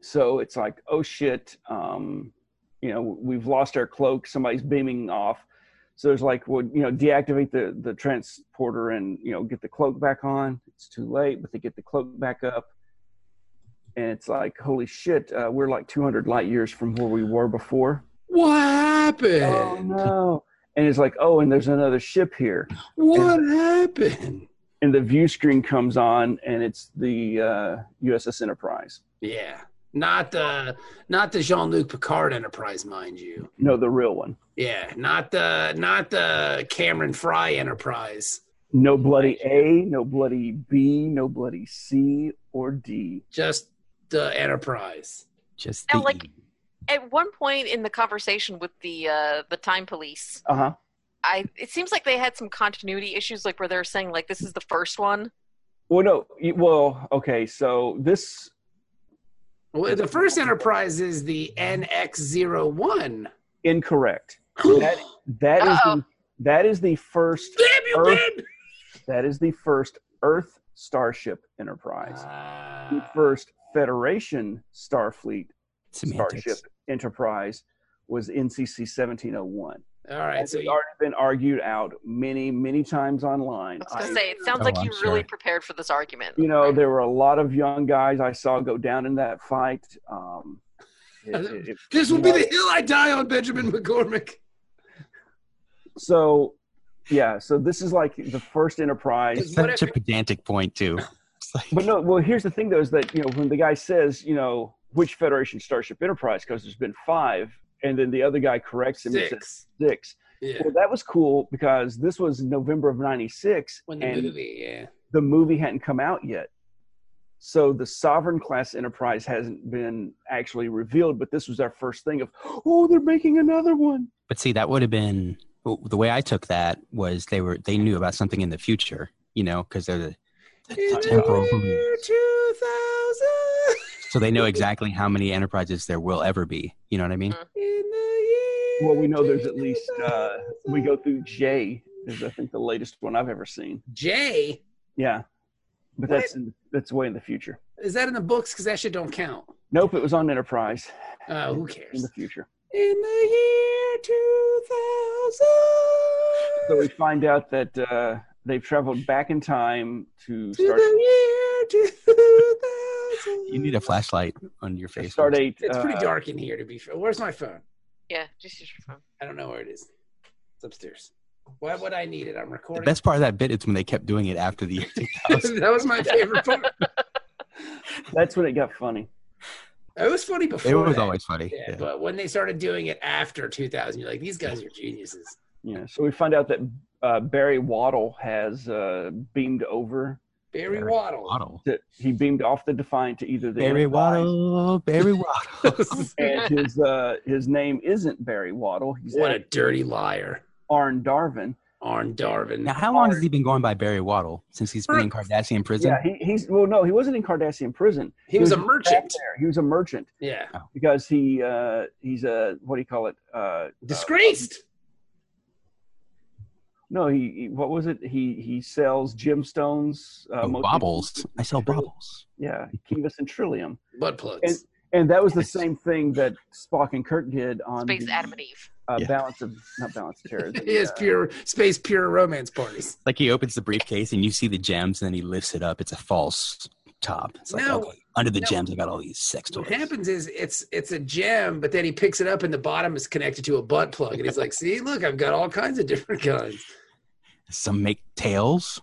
[SPEAKER 5] So it's like, oh shit, um, you know, we've lost our cloak. Somebody's beaming off. So there's like, well, you know, deactivate the the transporter and you know get the cloak back on. It's too late, but they get the cloak back up, and it's like, holy shit, uh, we're like 200 light years from where we were before.
[SPEAKER 3] What happened?
[SPEAKER 5] Oh no! And it's like, oh, and there's another ship here.
[SPEAKER 3] What happened?
[SPEAKER 5] And the view screen comes on, and it's the uh, USS Enterprise.
[SPEAKER 3] Yeah. Not the not the Jean Luc Picard Enterprise, mind you.
[SPEAKER 5] No, the real one.
[SPEAKER 3] Yeah, not the not the Cameron Fry Enterprise.
[SPEAKER 5] No bloody A, no bloody B, no bloody C or D.
[SPEAKER 3] Just the Enterprise.
[SPEAKER 6] Just
[SPEAKER 4] Now,
[SPEAKER 6] the
[SPEAKER 4] like- At one point in the conversation with the uh, the time police,
[SPEAKER 5] Uh huh.
[SPEAKER 4] I it seems like they had some continuity issues, like where they were saying like this is the first one.
[SPEAKER 5] Well, no. y- Well, okay. So this,
[SPEAKER 3] Well, the first Enterprise is the NX01.
[SPEAKER 5] incorrect.
[SPEAKER 3] Damn
[SPEAKER 5] That is
[SPEAKER 4] Uh-oh.
[SPEAKER 5] the, that is the first.
[SPEAKER 3] you,
[SPEAKER 5] Earth-
[SPEAKER 3] Ben!
[SPEAKER 5] That is the first Earth Starship Enterprise. The
[SPEAKER 3] Ah,
[SPEAKER 5] first Federation Starfleet
[SPEAKER 6] Semantics.
[SPEAKER 5] Starship Enterprise was NCC 1701.
[SPEAKER 3] All right.
[SPEAKER 5] it's
[SPEAKER 3] So,
[SPEAKER 5] already
[SPEAKER 3] you-
[SPEAKER 5] been argued out many, many times online.
[SPEAKER 4] I was going
[SPEAKER 5] I-
[SPEAKER 4] to say, it sounds
[SPEAKER 6] Oh,
[SPEAKER 4] like
[SPEAKER 6] I'm
[SPEAKER 4] you really
[SPEAKER 6] sure.
[SPEAKER 4] prepared for this argument.
[SPEAKER 5] you know, there were a lot of young guys I saw go down in that fight. Um, it- it- it-
[SPEAKER 3] this will
[SPEAKER 5] you
[SPEAKER 3] be
[SPEAKER 5] know,
[SPEAKER 3] the hill I die on, Benjamin McCormick.
[SPEAKER 5] so. Yeah, so this is like the first Enterprise
[SPEAKER 3] Because what
[SPEAKER 6] Such a
[SPEAKER 3] if-
[SPEAKER 6] pedantic point too. It's like-
[SPEAKER 5] But no, well, here's the thing though, is that you know when the guy says, you know, which Federation Starship Enterprise, because there's been five, and then the other guy corrects him and says
[SPEAKER 3] Six.
[SPEAKER 5] six.
[SPEAKER 3] Yeah.
[SPEAKER 5] Well, that was cool because this was November of '96,
[SPEAKER 3] When the
[SPEAKER 5] and
[SPEAKER 3] movie, yeah.
[SPEAKER 5] the movie hadn't come out yet, so the Sovereign class Enterprise hasn't been actually revealed. But this was our first thing of, oh, they're making another one.
[SPEAKER 6] But see, that would have been well, the way I took that was they were they knew about something in the future, you know, because they're the,
[SPEAKER 3] In the
[SPEAKER 6] temporal
[SPEAKER 3] year 2000.
[SPEAKER 6] so they know exactly how many enterprises there will ever be. You know what I mean?
[SPEAKER 3] In the year
[SPEAKER 5] Well, we know there's at least uh, we
[SPEAKER 3] 2000.
[SPEAKER 5] go through J is I think the latest one I've ever seen.
[SPEAKER 3] Jay.
[SPEAKER 5] Yeah, but that's in, that's way in the future.
[SPEAKER 3] Is that in the books? Because that shit don't count.
[SPEAKER 5] Nope, it was on Enterprise
[SPEAKER 3] Uh, who
[SPEAKER 5] in
[SPEAKER 3] cares?
[SPEAKER 5] the future.
[SPEAKER 3] In the year 2000.
[SPEAKER 5] So we find out that uh, they've traveled back in time to
[SPEAKER 3] To
[SPEAKER 5] start
[SPEAKER 3] the year 2000.
[SPEAKER 6] You need a flashlight on your
[SPEAKER 5] to
[SPEAKER 6] face.
[SPEAKER 5] start eight.
[SPEAKER 3] It's
[SPEAKER 5] uh,
[SPEAKER 3] pretty dark in here, to be fair. Where's my phone?
[SPEAKER 4] Yeah, just use your phone.
[SPEAKER 3] I don't know where it is. It's upstairs. Why would I need it? I'm
[SPEAKER 6] The
[SPEAKER 3] recording.
[SPEAKER 6] best part of that bit is when they kept doing it after the year 2000.
[SPEAKER 3] that was my favorite part.
[SPEAKER 5] That's when it got funny.
[SPEAKER 3] It was funny before.
[SPEAKER 6] it was
[SPEAKER 3] that.
[SPEAKER 6] always funny.
[SPEAKER 3] Yeah,
[SPEAKER 6] Yeah.
[SPEAKER 3] but when they started doing it after 2000, you're like, these guys are geniuses.
[SPEAKER 5] Yeah. So we find out that uh, Barry Waddle has uh, beamed over.
[SPEAKER 3] Barry, Waddle.
[SPEAKER 6] Waddle.
[SPEAKER 5] To, he beamed off the Defiant to either the
[SPEAKER 6] Barry
[SPEAKER 5] Enterprise,
[SPEAKER 6] Waddle. Barry Waddle.
[SPEAKER 5] and his uh, his name isn't Barry Waddle. He's
[SPEAKER 3] what a dirty liar,
[SPEAKER 5] Arn Darvin.
[SPEAKER 3] Arn Darvin.
[SPEAKER 6] now, how long has he been going by Barry Waddle since he's been in Kardashian prison?
[SPEAKER 5] Yeah, he, he's well, no, he wasn't in Cardassian prison.
[SPEAKER 3] he was a
[SPEAKER 5] just back
[SPEAKER 3] merchant.
[SPEAKER 5] there. He was a merchant
[SPEAKER 3] Yeah,
[SPEAKER 5] because he uh, he's a what do you call it? Uh,
[SPEAKER 3] disgraced.
[SPEAKER 5] No, he, he what was it? He he sells gemstones, uh,
[SPEAKER 6] Oh,
[SPEAKER 5] mostly-
[SPEAKER 6] baubles. I sell baubles.
[SPEAKER 5] Yeah, Kivas and Trillium,
[SPEAKER 3] Butt plugs.
[SPEAKER 5] And- and that was the
[SPEAKER 6] Yes.
[SPEAKER 5] same thing that Spock and Kirk did on
[SPEAKER 4] Space
[SPEAKER 5] the,
[SPEAKER 4] Adam and Eve.
[SPEAKER 5] uh,
[SPEAKER 6] Yeah.
[SPEAKER 5] Balance of not Balance of Terror. the,
[SPEAKER 3] He has
[SPEAKER 5] uh,
[SPEAKER 3] pure space, pure romance parties.
[SPEAKER 6] Like he opens the briefcase and you see the gems, and then he lifts it up. It's a false top. It's like
[SPEAKER 3] No.
[SPEAKER 6] okay, under the
[SPEAKER 3] No.
[SPEAKER 6] gems, I got all these sex toys.
[SPEAKER 3] What happens is it's it's a gem, but then he picks it up and the bottom is connected to a butt plug, and he's like, "See, look, I've got all kinds of different kinds.
[SPEAKER 6] Some make tails.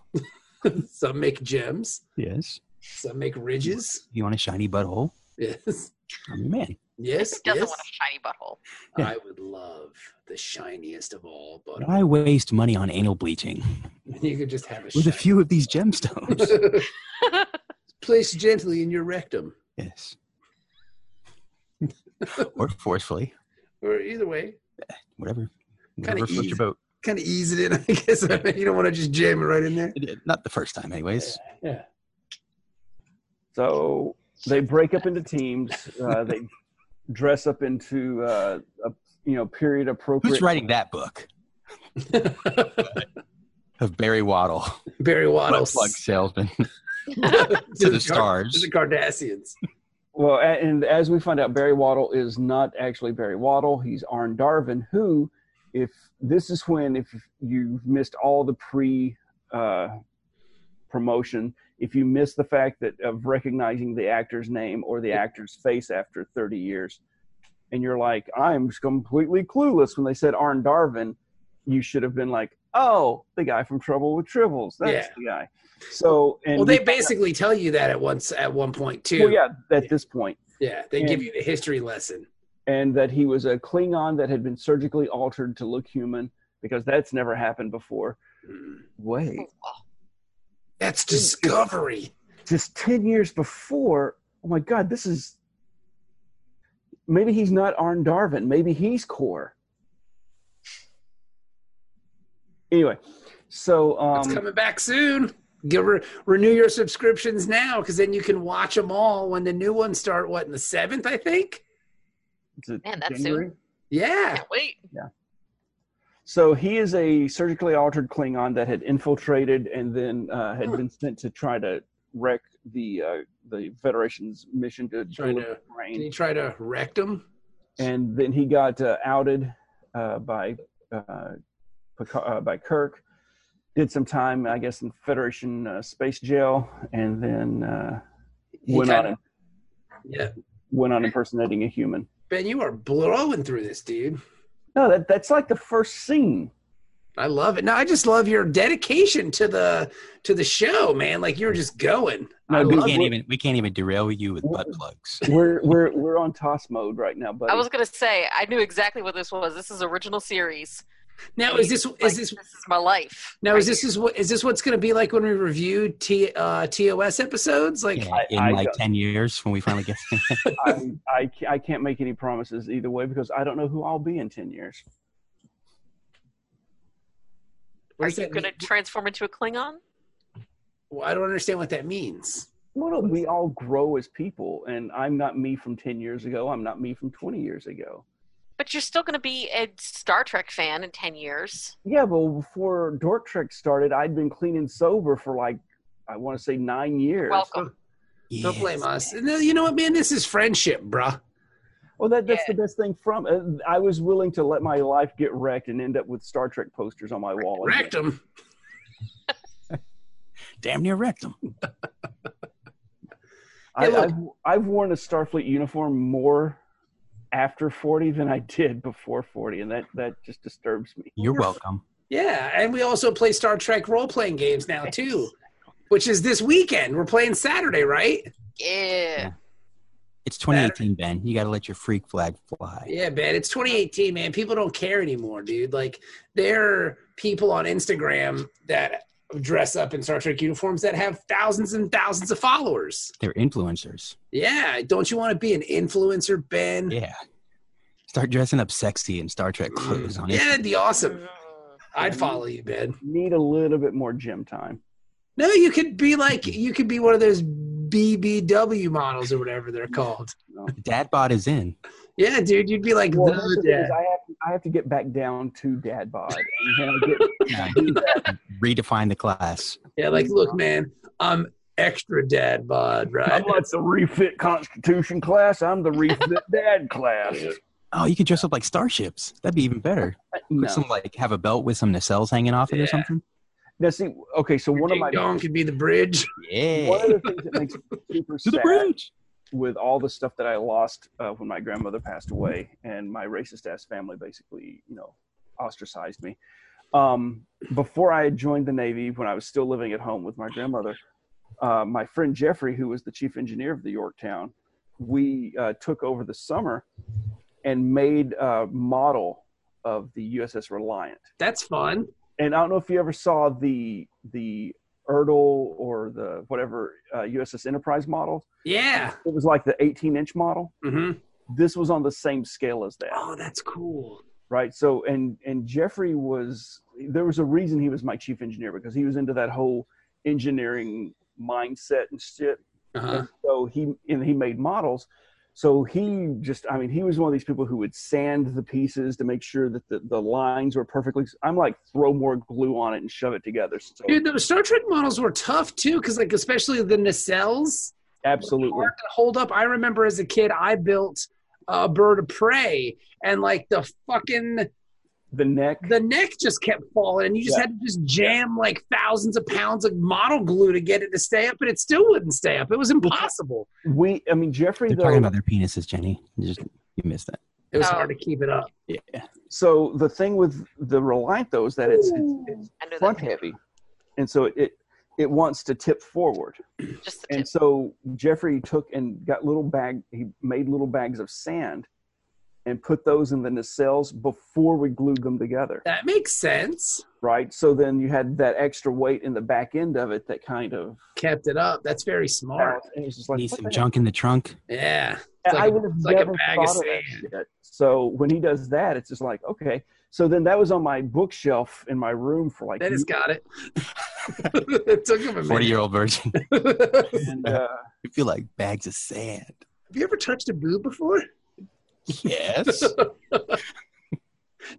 [SPEAKER 3] Some make gems,
[SPEAKER 6] Yes.
[SPEAKER 3] some make ridges.
[SPEAKER 6] You want a shiny butthole?
[SPEAKER 3] Yes,
[SPEAKER 6] I'm your man.
[SPEAKER 3] yes,
[SPEAKER 4] Who doesn't
[SPEAKER 3] yes.
[SPEAKER 4] want a shiny butthole?
[SPEAKER 3] I would love the shiniest of all buttholes.
[SPEAKER 6] Why waste money on anal bleaching
[SPEAKER 3] You could just have a
[SPEAKER 6] with a
[SPEAKER 3] shiny-
[SPEAKER 6] few of these gemstones?
[SPEAKER 3] Place gently in your rectum,
[SPEAKER 6] yes. or forcefully,
[SPEAKER 3] or either way,
[SPEAKER 6] whatever. Whatever floats
[SPEAKER 3] easy.
[SPEAKER 6] your boat.
[SPEAKER 3] kind of ease it in. I guess I mean, you don't want to just jam it right in there.
[SPEAKER 6] Not the first time, anyways.
[SPEAKER 3] Yeah.
[SPEAKER 5] So they break up into teams. Uh, they dress up into uh, a you know period appropriate.
[SPEAKER 6] Who's writing that book of Barry Waddle,
[SPEAKER 3] Barry Waddle
[SPEAKER 6] butt plug salesman
[SPEAKER 3] to
[SPEAKER 6] the
[SPEAKER 3] to
[SPEAKER 6] stars?
[SPEAKER 3] the Cardassians.
[SPEAKER 5] Well, a- and as we find out, Barry Waddle is not actually Barry Waddle. He's Arn Darvin, who, if this is when, if you've missed all the pre uh, promotion, if you miss the fact that of recognizing the actor's name or the actor's face after 30 years, and you're like, I'm completely clueless when they said Arn Darvin, you should have been like, oh, the guy from Trouble with Tribbles. That's
[SPEAKER 3] Yeah.
[SPEAKER 5] the guy. So, and
[SPEAKER 3] Well, they
[SPEAKER 5] we found out-
[SPEAKER 3] basically tell you that at once at one point too.
[SPEAKER 5] well, yeah, at this point.
[SPEAKER 3] Yeah, They give you the history lesson.
[SPEAKER 5] and that he was a Klingon that had been surgically altered to look human because that's never happened before.
[SPEAKER 3] Mm.
[SPEAKER 5] Wait,
[SPEAKER 3] That's discovery.
[SPEAKER 5] just 10 years before, oh my God, this is. Maybe he's not Arn Darvin. Maybe he's Core. Anyway, so. Um,
[SPEAKER 3] it's coming back soon. Give her, renew your subscriptions now because then you can watch them all when the new ones start. What in the seventh? I think.
[SPEAKER 5] is it
[SPEAKER 4] Man, that's
[SPEAKER 5] January?
[SPEAKER 4] soon.
[SPEAKER 3] Yeah.
[SPEAKER 4] Can't wait.
[SPEAKER 5] So he is a surgically altered Klingon that had infiltrated and then uh, had been sent to try to wreck the uh, the Federation's mission to
[SPEAKER 3] Trying
[SPEAKER 5] deliver
[SPEAKER 3] to-
[SPEAKER 5] grain.
[SPEAKER 3] Did he try to wreck him?
[SPEAKER 5] and then he got uh, outed uh, by uh, Pica- uh, by Kirk. Did some time, I guess, in Federation uh, space jail, and then uh,
[SPEAKER 3] He
[SPEAKER 5] went
[SPEAKER 3] kinda-
[SPEAKER 5] on
[SPEAKER 3] Yeah.
[SPEAKER 5] went on impersonating a human.
[SPEAKER 3] Ben, you are blowing through this, dude.
[SPEAKER 5] No, that that's like the first scene.
[SPEAKER 3] I love it. No, I just love your dedication to the to the show, man. Like you're just going. I
[SPEAKER 5] No,
[SPEAKER 6] We
[SPEAKER 5] dude,
[SPEAKER 3] love
[SPEAKER 6] can't
[SPEAKER 5] what-
[SPEAKER 6] even we can't even derail you with butt plugs.
[SPEAKER 5] We're we're we're on toss mode right now, buddy.
[SPEAKER 4] I was gonna say I knew exactly what this was. This is original series.
[SPEAKER 3] Now is this
[SPEAKER 4] Like,
[SPEAKER 3] is this
[SPEAKER 4] this is my life?
[SPEAKER 3] now
[SPEAKER 4] right
[SPEAKER 3] is this
[SPEAKER 4] here.
[SPEAKER 3] is what is this what's going to be like when we review T uh, TOS episodes? Like
[SPEAKER 6] Yeah, in
[SPEAKER 5] I
[SPEAKER 6] like
[SPEAKER 5] got-
[SPEAKER 6] ten years when we finally get.
[SPEAKER 5] I, I ca- I can't make any promises either way because I don't know who I'll be in ten years.
[SPEAKER 3] what
[SPEAKER 4] Are
[SPEAKER 3] does
[SPEAKER 4] you
[SPEAKER 3] that
[SPEAKER 4] gonna
[SPEAKER 3] mean?
[SPEAKER 4] transform into a Klingon?
[SPEAKER 3] Well, I don't understand what that means.
[SPEAKER 5] Well, we all grow as people, and I'm not me from ten years ago. I'm not me from twenty years ago.
[SPEAKER 4] But you're still gonna be a Star Trek fan in ten years.
[SPEAKER 5] Yeah, but before Dork Trek started, I'd been clean and sober for like I want to say nine years.
[SPEAKER 4] Welcome.
[SPEAKER 3] Don't blame
[SPEAKER 6] Yes.
[SPEAKER 3] us. And then, you know what, man? This is friendship, bruh.
[SPEAKER 5] Well, that, that's the best thing from. Uh, I was willing to let my life get wrecked and end up with Star Trek posters on my wall.
[SPEAKER 3] Wrecked him.
[SPEAKER 6] Damn near wrecked them.
[SPEAKER 3] Yeah,
[SPEAKER 5] I,
[SPEAKER 3] look.
[SPEAKER 5] I've, I've worn a Starfleet uniform more after 40 than I did before 40, and that, that just disturbs me.
[SPEAKER 6] You're welcome.
[SPEAKER 3] Yeah, and we also play Star Trek role playing games now too, which is this weekend. We're playing Saturday, right?
[SPEAKER 4] Yeah.
[SPEAKER 6] It's 2018, Ben. You got to let your freak flag fly.
[SPEAKER 3] Yeah, man. It's 2018, man. People don't care anymore, dude. Like there are people on Instagram that dress up in Star Trek uniforms that have thousands and thousands of followers.
[SPEAKER 6] They're influencers.
[SPEAKER 3] Yeah, don't you want to be an influencer, Ben?
[SPEAKER 6] Yeah. Start dressing up sexy in Star Trek clothes on
[SPEAKER 3] Mm. Yeah,
[SPEAKER 6] it.
[SPEAKER 3] that'd be awesome.
[SPEAKER 4] Mm.
[SPEAKER 3] I'd follow you, Ben.
[SPEAKER 5] Need a little bit more gym time.
[SPEAKER 3] No, you could be like you could be one of those BBW models or whatever they're called.
[SPEAKER 6] Dad bod is in.
[SPEAKER 3] Yeah, dude, you'd be like
[SPEAKER 5] Well, that's
[SPEAKER 3] the
[SPEAKER 5] the thing
[SPEAKER 3] dad.
[SPEAKER 5] is I, have, I have to get back down to dad bod. And then I get,
[SPEAKER 6] Redefine the class.
[SPEAKER 3] Yeah, like look, man, I'm extra dad bod, right?
[SPEAKER 5] I'm like the refit constitution class. I'm the refit dad class.
[SPEAKER 6] Oh, you could dress up like starships. That'd be even better. Put
[SPEAKER 5] No.
[SPEAKER 6] Some like have a belt with some nacelles hanging off it
[SPEAKER 3] Yeah.
[SPEAKER 6] or something.
[SPEAKER 5] Now, see, okay, so one of
[SPEAKER 3] Ding
[SPEAKER 5] my
[SPEAKER 3] dong could be the bridge.
[SPEAKER 6] Yeah.
[SPEAKER 5] one of the things that makes me super
[SPEAKER 6] to the
[SPEAKER 5] sad
[SPEAKER 6] bridge.
[SPEAKER 5] with all the stuff that I lost uh, when my grandmother passed away, and my racist ass family basically, you know, ostracized me. Um, before I had joined the Navy, when I was still living at home with my grandmother, uh, my friend Jeffrey, who was the chief engineer of the Yorktown, we uh, took over the summer and made a model of the USS Reliant.
[SPEAKER 3] That's fun.
[SPEAKER 5] And I don't know if you ever saw the the Ertl or the whatever uh, USS Enterprise model.
[SPEAKER 3] Yeah.
[SPEAKER 5] It was like the 18 inch model
[SPEAKER 3] hmm
[SPEAKER 5] this was on the same scale as that
[SPEAKER 3] Oh, that's cool.
[SPEAKER 5] right so and and jeffrey was there was a reason he was my chief engineer because he was into that whole engineering mindset and shit
[SPEAKER 3] Uh-huh.
[SPEAKER 5] and so he and he made models so he just i mean he was one of these people who would sand the pieces to make sure that the, the lines were perfectly i'm like throw more glue on it and shove it together so
[SPEAKER 3] Dude, those Star Trek models were tough too, because like especially the nacelles
[SPEAKER 5] absolutely
[SPEAKER 3] hard to hold up. I remember as a kid, I built a bird of prey, and like the fucking
[SPEAKER 5] the neck
[SPEAKER 3] the neck just kept falling, and you just
[SPEAKER 5] Yeah.
[SPEAKER 3] had to just jam like thousands of pounds of model glue to get it to stay up, and it still wouldn't stay up. It was impossible.
[SPEAKER 5] we i mean jeffrey
[SPEAKER 6] They're talking
[SPEAKER 5] though
[SPEAKER 6] about their penises, Jenny. You just you missed that.
[SPEAKER 3] It was
[SPEAKER 4] Oh.
[SPEAKER 3] hard to keep it up.
[SPEAKER 6] Yeah.
[SPEAKER 5] so the thing with the reliant though is that it's, it's, it's
[SPEAKER 4] I knew
[SPEAKER 5] front
[SPEAKER 4] that.
[SPEAKER 5] heavy, and so it- it it wants to tip forward.
[SPEAKER 4] Just the tip.
[SPEAKER 5] And so Jeffrey took and got little bag. He made little bags of sand, and put those in the nacelles before we glued them together.
[SPEAKER 3] That makes sense.
[SPEAKER 5] Right. So then you had that extra weight in the back end of it that kind of.
[SPEAKER 3] Kept it up. That's very smart.
[SPEAKER 5] and it was just like
[SPEAKER 6] Need
[SPEAKER 5] what
[SPEAKER 6] some
[SPEAKER 5] the
[SPEAKER 6] junk in the trunk.
[SPEAKER 3] Yeah.
[SPEAKER 5] heck?
[SPEAKER 3] It's like
[SPEAKER 5] I
[SPEAKER 3] a-
[SPEAKER 5] would have
[SPEAKER 3] like a
[SPEAKER 5] never
[SPEAKER 3] bag of
[SPEAKER 5] thought of that
[SPEAKER 3] sand.
[SPEAKER 5] shit. So when he does that, it's just like okay. So then that was on my bookshelf in my room for like
[SPEAKER 3] That has got it. it took him a
[SPEAKER 6] Forty
[SPEAKER 3] minute.
[SPEAKER 6] year old version.
[SPEAKER 3] Have
[SPEAKER 5] and, uh,
[SPEAKER 6] you feel like bags of sand.
[SPEAKER 3] you ever touched a boob before?
[SPEAKER 6] Yes.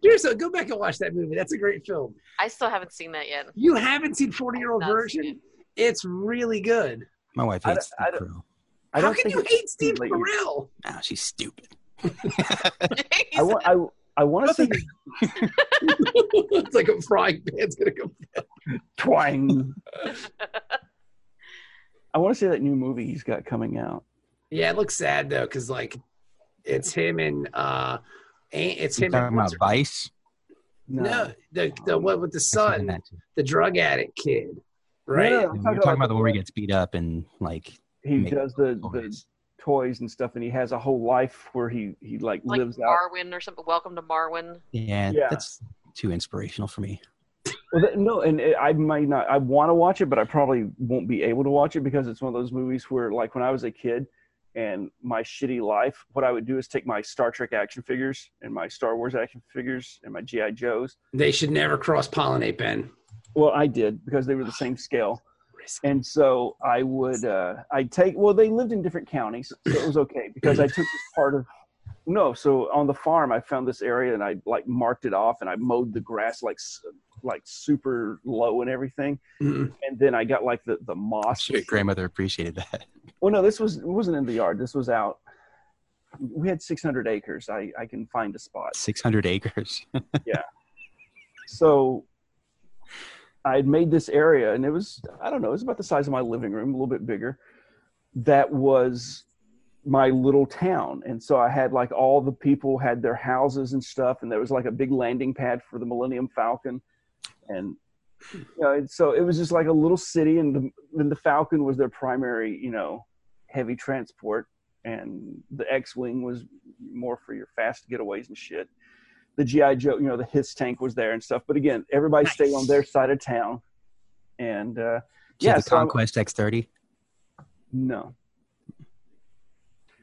[SPEAKER 3] Dude, so go back and watch that movie. That's a great film.
[SPEAKER 4] I still haven't seen that yet.
[SPEAKER 3] You haven't seen 40 year old
[SPEAKER 4] I've not
[SPEAKER 3] version?
[SPEAKER 4] seen
[SPEAKER 3] It's really good.
[SPEAKER 6] My wife
[SPEAKER 5] I
[SPEAKER 6] hates
[SPEAKER 5] don't- I
[SPEAKER 6] Steve Carell.
[SPEAKER 5] I
[SPEAKER 3] How
[SPEAKER 5] don't
[SPEAKER 3] can
[SPEAKER 5] think
[SPEAKER 3] you
[SPEAKER 5] it's
[SPEAKER 3] hate Steve
[SPEAKER 5] like-
[SPEAKER 3] Carell?
[SPEAKER 6] Oh, she's stupid.
[SPEAKER 5] I want. I, I want to see
[SPEAKER 3] it's like a frying pan's gonna go.
[SPEAKER 5] twang. I want to see that new movie he's got coming out.
[SPEAKER 3] Yeah, it looks sad though, because like it's him and uh, a- it's
[SPEAKER 6] You
[SPEAKER 3] him and
[SPEAKER 6] talking about Vice?
[SPEAKER 5] No,
[SPEAKER 3] no, the the one with the son, the drug addict kid, right?
[SPEAKER 5] No, no, no, I'm
[SPEAKER 6] We're talking about the one where he gets beat up and like.
[SPEAKER 5] he
[SPEAKER 6] Make-
[SPEAKER 5] does the, the
[SPEAKER 6] toys.
[SPEAKER 5] toys and stuff, and he has a whole life where he he like,
[SPEAKER 4] like
[SPEAKER 5] lives out.
[SPEAKER 4] Marwin or something. Welcome to Marwin.
[SPEAKER 6] Yeah,
[SPEAKER 5] Yeah.
[SPEAKER 6] that's too inspirational for me.
[SPEAKER 5] Well, that, no, and it, I might not. I want to watch it, but I probably won't be able to watch it because it's one of those movies where, like, when I was a kid and my shitty life, what I would do is take my Star Trek action figures and my Star Wars action figures and my GI Joes.
[SPEAKER 3] They should never cross pollinate, Ben.
[SPEAKER 5] Well, I did because they were the same scale.
[SPEAKER 3] Risk.
[SPEAKER 5] and so I would uh, I take well they lived in different counties so it was okay because I took this part of no so on the farm I found this area and I like marked it off and I mowed the grass like s- like super low and everything
[SPEAKER 3] Mm.
[SPEAKER 5] and then I got like the the moss
[SPEAKER 6] Sure, grandmother appreciated that.
[SPEAKER 5] well no this was it wasn't in the yard this was out we had 600 acres I I can find a spot
[SPEAKER 6] Six hundred acres.
[SPEAKER 5] so I had made this area, and it was I don't know, it was about the size of my living room, a little bit bigger. That was my little town, and so I had like all the people had their houses and stuff, and there was like a big landing pad for the Millennium Falcon, and you know, and so it was just like a little city, and the and the Falcon was their primary, you know, heavy transport, and the X-wing was more for your fast getaways and shit the GI Joe, you know, the his tank was there and stuff. But again, everybody stayed on their side of town, and uh,
[SPEAKER 6] She had
[SPEAKER 5] Yeah,
[SPEAKER 6] the
[SPEAKER 5] so I'm-
[SPEAKER 6] Conquest X thirty.
[SPEAKER 5] no,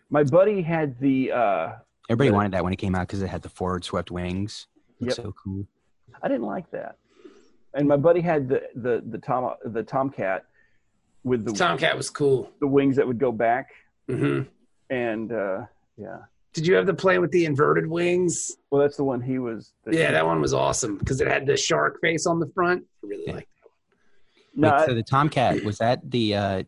[SPEAKER 5] my buddy had the. Uh,
[SPEAKER 6] Everybody
[SPEAKER 5] Yeah.
[SPEAKER 6] wanted that when it came out because it had the forward swept wings. Looks
[SPEAKER 5] Yep.
[SPEAKER 6] so cool.
[SPEAKER 5] I didn't like that, and my buddy had the the the tom the tomcat with the
[SPEAKER 3] Tomcat was cool.
[SPEAKER 5] the wings that would go back,
[SPEAKER 3] hmm
[SPEAKER 6] Mm-hmm.
[SPEAKER 5] and uh, yeah,
[SPEAKER 3] Did you have the play with the inverted wings?
[SPEAKER 5] well, that's the one he was. that-
[SPEAKER 3] Yeah, that one was awesome because it had the shark face on the front. I really
[SPEAKER 6] Yeah.
[SPEAKER 3] liked
[SPEAKER 5] no,
[SPEAKER 6] Wait,
[SPEAKER 5] I-
[SPEAKER 6] so the Tomcat was that the uh,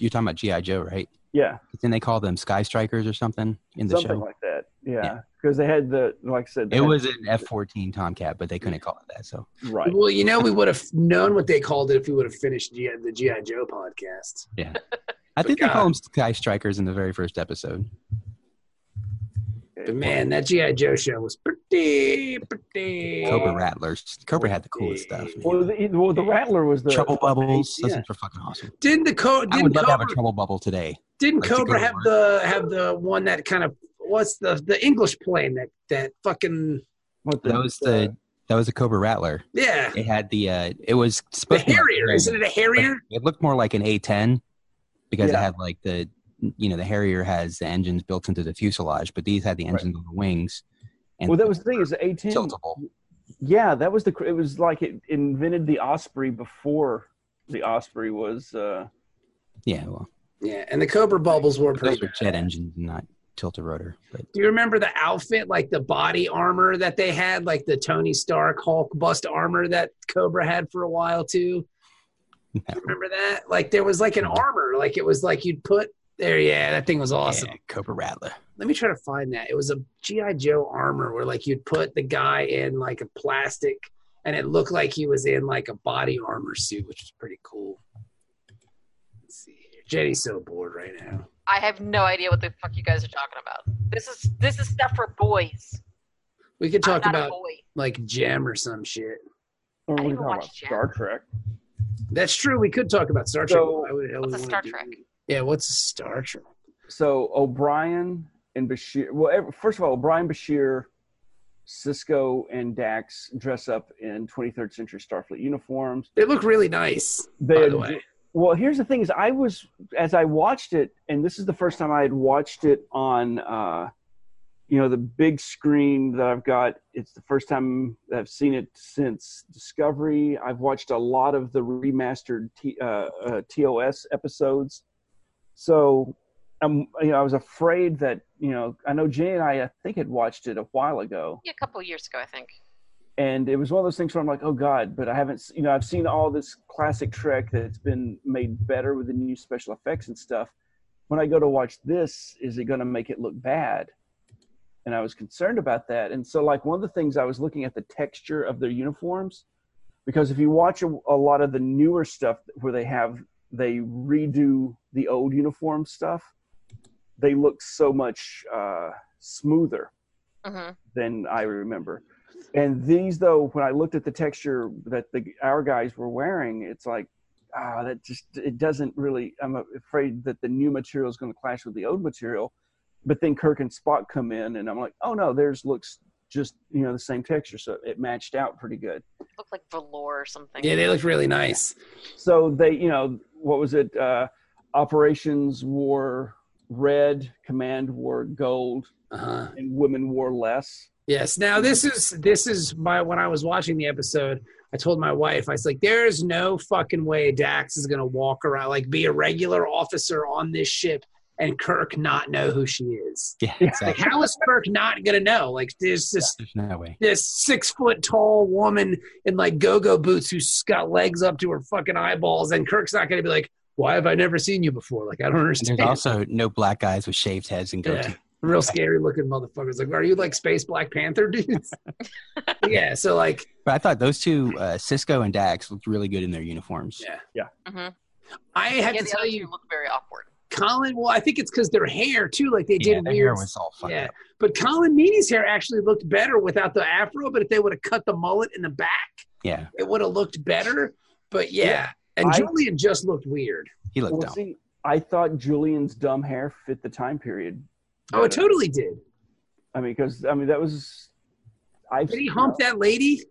[SPEAKER 6] you're talking about GI Joe, right?
[SPEAKER 5] yeah,
[SPEAKER 6] Then they call them Sky Strikers or something in the
[SPEAKER 5] something
[SPEAKER 6] show.
[SPEAKER 5] like that. Yeah,
[SPEAKER 6] Yeah.
[SPEAKER 5] because they had the like I said, they
[SPEAKER 6] It
[SPEAKER 5] had-
[SPEAKER 6] was an F fourteen Tomcat, but they couldn't call it that. So
[SPEAKER 5] right.
[SPEAKER 3] Well, you know, we would have known what they called it if we would have finished G- the GI Joe podcast.
[SPEAKER 6] I
[SPEAKER 3] But
[SPEAKER 6] think they
[SPEAKER 3] God.
[SPEAKER 6] call them Sky Strikers in the very first episode.
[SPEAKER 3] But man, that GI Joe show was pretty, pretty.
[SPEAKER 6] Cobra Rattlers. Cobra had the coolest stuff. man.
[SPEAKER 5] Well, the, well, the Rattler was the
[SPEAKER 6] trouble bubbles. Those
[SPEAKER 5] yeah.
[SPEAKER 6] things were fucking awesome.
[SPEAKER 3] Didn't the co-
[SPEAKER 6] I
[SPEAKER 3] didn't
[SPEAKER 6] would love to
[SPEAKER 3] Cobra,
[SPEAKER 6] have a trouble bubble today.
[SPEAKER 3] didn't
[SPEAKER 6] like to go
[SPEAKER 3] Cobra
[SPEAKER 6] to
[SPEAKER 3] have
[SPEAKER 6] one.
[SPEAKER 3] the have the one that kind of what's the the English plane that that fucking
[SPEAKER 5] what
[SPEAKER 6] That was the that was a Cobra Rattler.
[SPEAKER 3] yeah
[SPEAKER 6] It had the uh, it was
[SPEAKER 3] the
[SPEAKER 6] supposed to be like
[SPEAKER 3] Harrier
[SPEAKER 6] a-
[SPEAKER 3] isn't it a Harrier?
[SPEAKER 6] It looked more like an A10 because
[SPEAKER 5] Yeah.
[SPEAKER 6] it had like the, you know, the Harrier has the engines built into the fuselage, but these had the engines on the wings. And
[SPEAKER 5] uh, well, that was the thing is the A ten.
[SPEAKER 6] tiltable.
[SPEAKER 5] Yeah, that was the. cr- It was like it invented the Osprey before the Osprey was. Uh,
[SPEAKER 6] Yeah, well,
[SPEAKER 3] Yeah, and the Cobra bubbles were
[SPEAKER 6] but those
[SPEAKER 3] pretty.
[SPEAKER 6] were jet engines, not tiltrotor. But
[SPEAKER 3] Do you remember the outfit, like the body armor that they had, like the Tony Stark Hulk bust armor that Cobra had for a while too?
[SPEAKER 6] No.
[SPEAKER 3] Remember that? Like there was like an armor, like it was like you'd put there. Yeah, that thing was awesome.
[SPEAKER 6] yeah, Cobra Rattler.
[SPEAKER 3] Let me try to find that. It was a GI Joe armor where like you'd put the guy in like a plastic, and it looked like he was in like a body armor suit, which was pretty cool. Let's see here. Jenny's so bored right now.
[SPEAKER 4] I have no idea what the fuck you guys are talking about. This is this is stuff for boys.
[SPEAKER 3] We could talk
[SPEAKER 4] I'm not
[SPEAKER 3] about
[SPEAKER 4] a boy.
[SPEAKER 3] like Gem or some shit.
[SPEAKER 5] or
[SPEAKER 4] I
[SPEAKER 5] we
[SPEAKER 4] even
[SPEAKER 5] talking about
[SPEAKER 4] watched
[SPEAKER 5] Star Trek.
[SPEAKER 3] That's true. We could talk about Star Trek.
[SPEAKER 5] So-
[SPEAKER 3] Why would- I
[SPEAKER 4] What's
[SPEAKER 3] would
[SPEAKER 4] a
[SPEAKER 3] wanna
[SPEAKER 4] Star
[SPEAKER 3] do
[SPEAKER 4] Trek?
[SPEAKER 3] that. Yeah, what's a Star Trek?
[SPEAKER 5] So O'Brien and Bashir. Well, ev- first of all, O'Brien, Bashir, Cisco, and Dax dress up in 23rd century Starfleet uniforms.
[SPEAKER 3] They look really nice.
[SPEAKER 5] They
[SPEAKER 3] by the
[SPEAKER 5] ad-
[SPEAKER 3] way,
[SPEAKER 5] Well, here's the thing: is I was as I watched it, and this is the first time I had watched it on, uh, you know, the big screen that I've got. It's the first time that I've seen it since Discovery. I've watched a lot of the remastered T, uh, uh, TOS episodes, so I'm, you know, I was afraid that you know, I know Jay and I, I think had watched it a while ago,
[SPEAKER 4] Yeah, a couple years ago, I think.
[SPEAKER 5] and it was one of those things where I'm like, oh god, but I haven't, s- you know, I've seen all this classic Trek that's been made better with the new special effects and stuff. When I go to watch this, is it going to make it look bad? And I was concerned about that. And so, like one of the things I was looking at the texture of their uniforms, because if you watch a, a lot of the newer stuff where they have they redo the old uniform stuff, they look so much uh, smoother
[SPEAKER 4] hmm
[SPEAKER 5] than I remember. And these, though, when I looked at the texture that the our guys were wearing, it's like, ah, that just it doesn't really. I'm afraid that the new material is going to clash with the old material. But then Kirk and Spock come in, and I'm like, oh no, theirs looks just you know the same texture, so it matched out pretty good.
[SPEAKER 4] Look like velour or something.
[SPEAKER 3] Yeah, they looked really nice.
[SPEAKER 5] So they, you know, what was it? Uh, operations wore red, command wore gold,
[SPEAKER 3] Uh huh.
[SPEAKER 5] and women wore less.
[SPEAKER 3] Yes. Now this is this is my when I was watching the episode, I told my wife, I was like, there is no fucking way Dax is gonna walk around like be a regular officer on this ship and Kirk not know who she is.
[SPEAKER 6] Yeah,
[SPEAKER 5] Yeah.
[SPEAKER 3] Like,
[SPEAKER 6] exactly.
[SPEAKER 3] how is Kirk not gonna know? Like there's this
[SPEAKER 6] There's no way.
[SPEAKER 3] this six foot tall woman in like go go boots who's got legs up to her fucking eyeballs, and Kirk's not gonna be like, Why have I never seen you before? Like I don't
[SPEAKER 6] And there's
[SPEAKER 3] understand.
[SPEAKER 6] also no black guys with shaved heads and
[SPEAKER 3] Yeah.
[SPEAKER 6] goatees.
[SPEAKER 3] Real scary looking motherfuckers. Like, are you like Space Black Panther dudes? yeah. So like
[SPEAKER 6] But I thought those two, uh, Cisco and Dax, looked really good in their uniforms.
[SPEAKER 3] Yeah.
[SPEAKER 4] hmm
[SPEAKER 3] I have
[SPEAKER 4] yeah,
[SPEAKER 3] to
[SPEAKER 4] the
[SPEAKER 3] tell
[SPEAKER 4] other
[SPEAKER 3] you,
[SPEAKER 4] two look very awkward.
[SPEAKER 3] Colin. Well, I think it's because their hair too. Like they
[SPEAKER 6] Yeah,
[SPEAKER 3] did
[SPEAKER 6] their
[SPEAKER 3] weird.
[SPEAKER 6] hair was all fucked
[SPEAKER 3] yeah,
[SPEAKER 6] up.
[SPEAKER 3] but Colin Meany's hair actually looked better without the afro. But if they would have cut the mullet in the back,
[SPEAKER 6] Yeah,
[SPEAKER 3] it would have looked better. But yeah,
[SPEAKER 5] Yeah.
[SPEAKER 3] and
[SPEAKER 5] I-
[SPEAKER 3] Julian just looked weird.
[SPEAKER 6] he looked
[SPEAKER 5] Well,
[SPEAKER 6] dumb.
[SPEAKER 5] see, I thought Julian's dumb hair fit the time period.
[SPEAKER 3] Oh, it
[SPEAKER 5] better.
[SPEAKER 3] totally did.
[SPEAKER 5] I mean, because I mean that was, I
[SPEAKER 3] Did he hump that lady?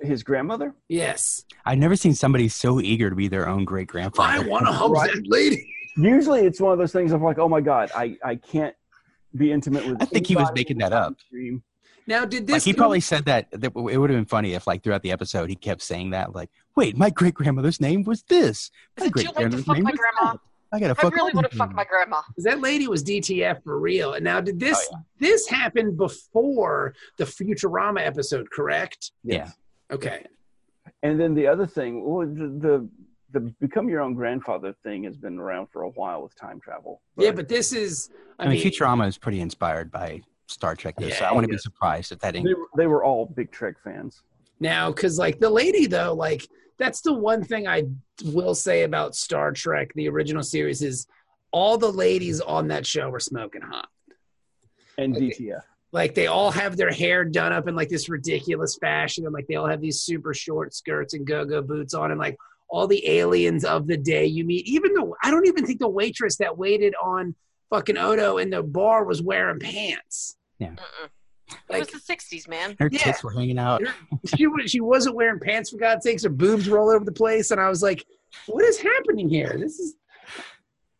[SPEAKER 5] his grandmother.
[SPEAKER 3] Yes.
[SPEAKER 6] I've never seen somebody so eager to be their own great
[SPEAKER 3] I
[SPEAKER 6] grandfather.
[SPEAKER 3] want to hump
[SPEAKER 5] Right.
[SPEAKER 3] that lady.
[SPEAKER 5] Usually, it's one of those things of like, oh my god, I I can't be intimate with.
[SPEAKER 6] I think he was
[SPEAKER 5] anybody
[SPEAKER 6] making
[SPEAKER 5] in the
[SPEAKER 6] that up.
[SPEAKER 5] time stream.
[SPEAKER 3] Now, did this?
[SPEAKER 6] Like he
[SPEAKER 3] dude-
[SPEAKER 6] probably said that, that it would have been funny if, like, throughout the episode, he kept saying that, like, "Wait, my great grandmother's name was this. My
[SPEAKER 4] Is it too late to
[SPEAKER 6] great-grandmother's
[SPEAKER 4] fuck
[SPEAKER 6] name
[SPEAKER 4] my
[SPEAKER 6] was
[SPEAKER 4] grandma?
[SPEAKER 6] that. I gotta
[SPEAKER 4] I
[SPEAKER 6] fuck.
[SPEAKER 4] really
[SPEAKER 6] all
[SPEAKER 4] would have
[SPEAKER 6] these
[SPEAKER 4] fucked my
[SPEAKER 6] women."
[SPEAKER 4] grandma.
[SPEAKER 3] that lady was DTF for real. And now, did this?
[SPEAKER 6] Oh,
[SPEAKER 3] This happened before the Futurama episode, correct?
[SPEAKER 6] Yeah.
[SPEAKER 3] Okay.
[SPEAKER 5] And then the other thing, well, the, the the become your own grandfather thing has been around for a while with time travel.
[SPEAKER 3] Yeah, but this is. I,
[SPEAKER 6] I mean,
[SPEAKER 3] mean,
[SPEAKER 6] Futurama is pretty inspired by Star Trek, though, so I
[SPEAKER 3] Yeah,
[SPEAKER 6] wouldn't be surprised if that.
[SPEAKER 5] they
[SPEAKER 6] Ain't,
[SPEAKER 5] were, they were all big Trek fans.
[SPEAKER 3] now because like the lady though like that's the one thing i will say about star trek the original series is all the ladies on that show were smoking hot
[SPEAKER 5] And
[SPEAKER 3] Okay.
[SPEAKER 5] DTF.
[SPEAKER 3] like they all have their hair done up in like this ridiculous fashion and like they all have these super short skirts and go-go boots on and like all the aliens of the day you meet even though i don't even think the waitress that waited on fucking odo in the bar was wearing pants
[SPEAKER 4] Mm-mm. It
[SPEAKER 3] like
[SPEAKER 4] was the '60s, man.
[SPEAKER 6] her
[SPEAKER 3] yeah.
[SPEAKER 6] tits were hanging out.
[SPEAKER 3] she was she wasn't wearing pants for God's sakes. Her boobs were all over the place, and I was like, "What is happening here? This is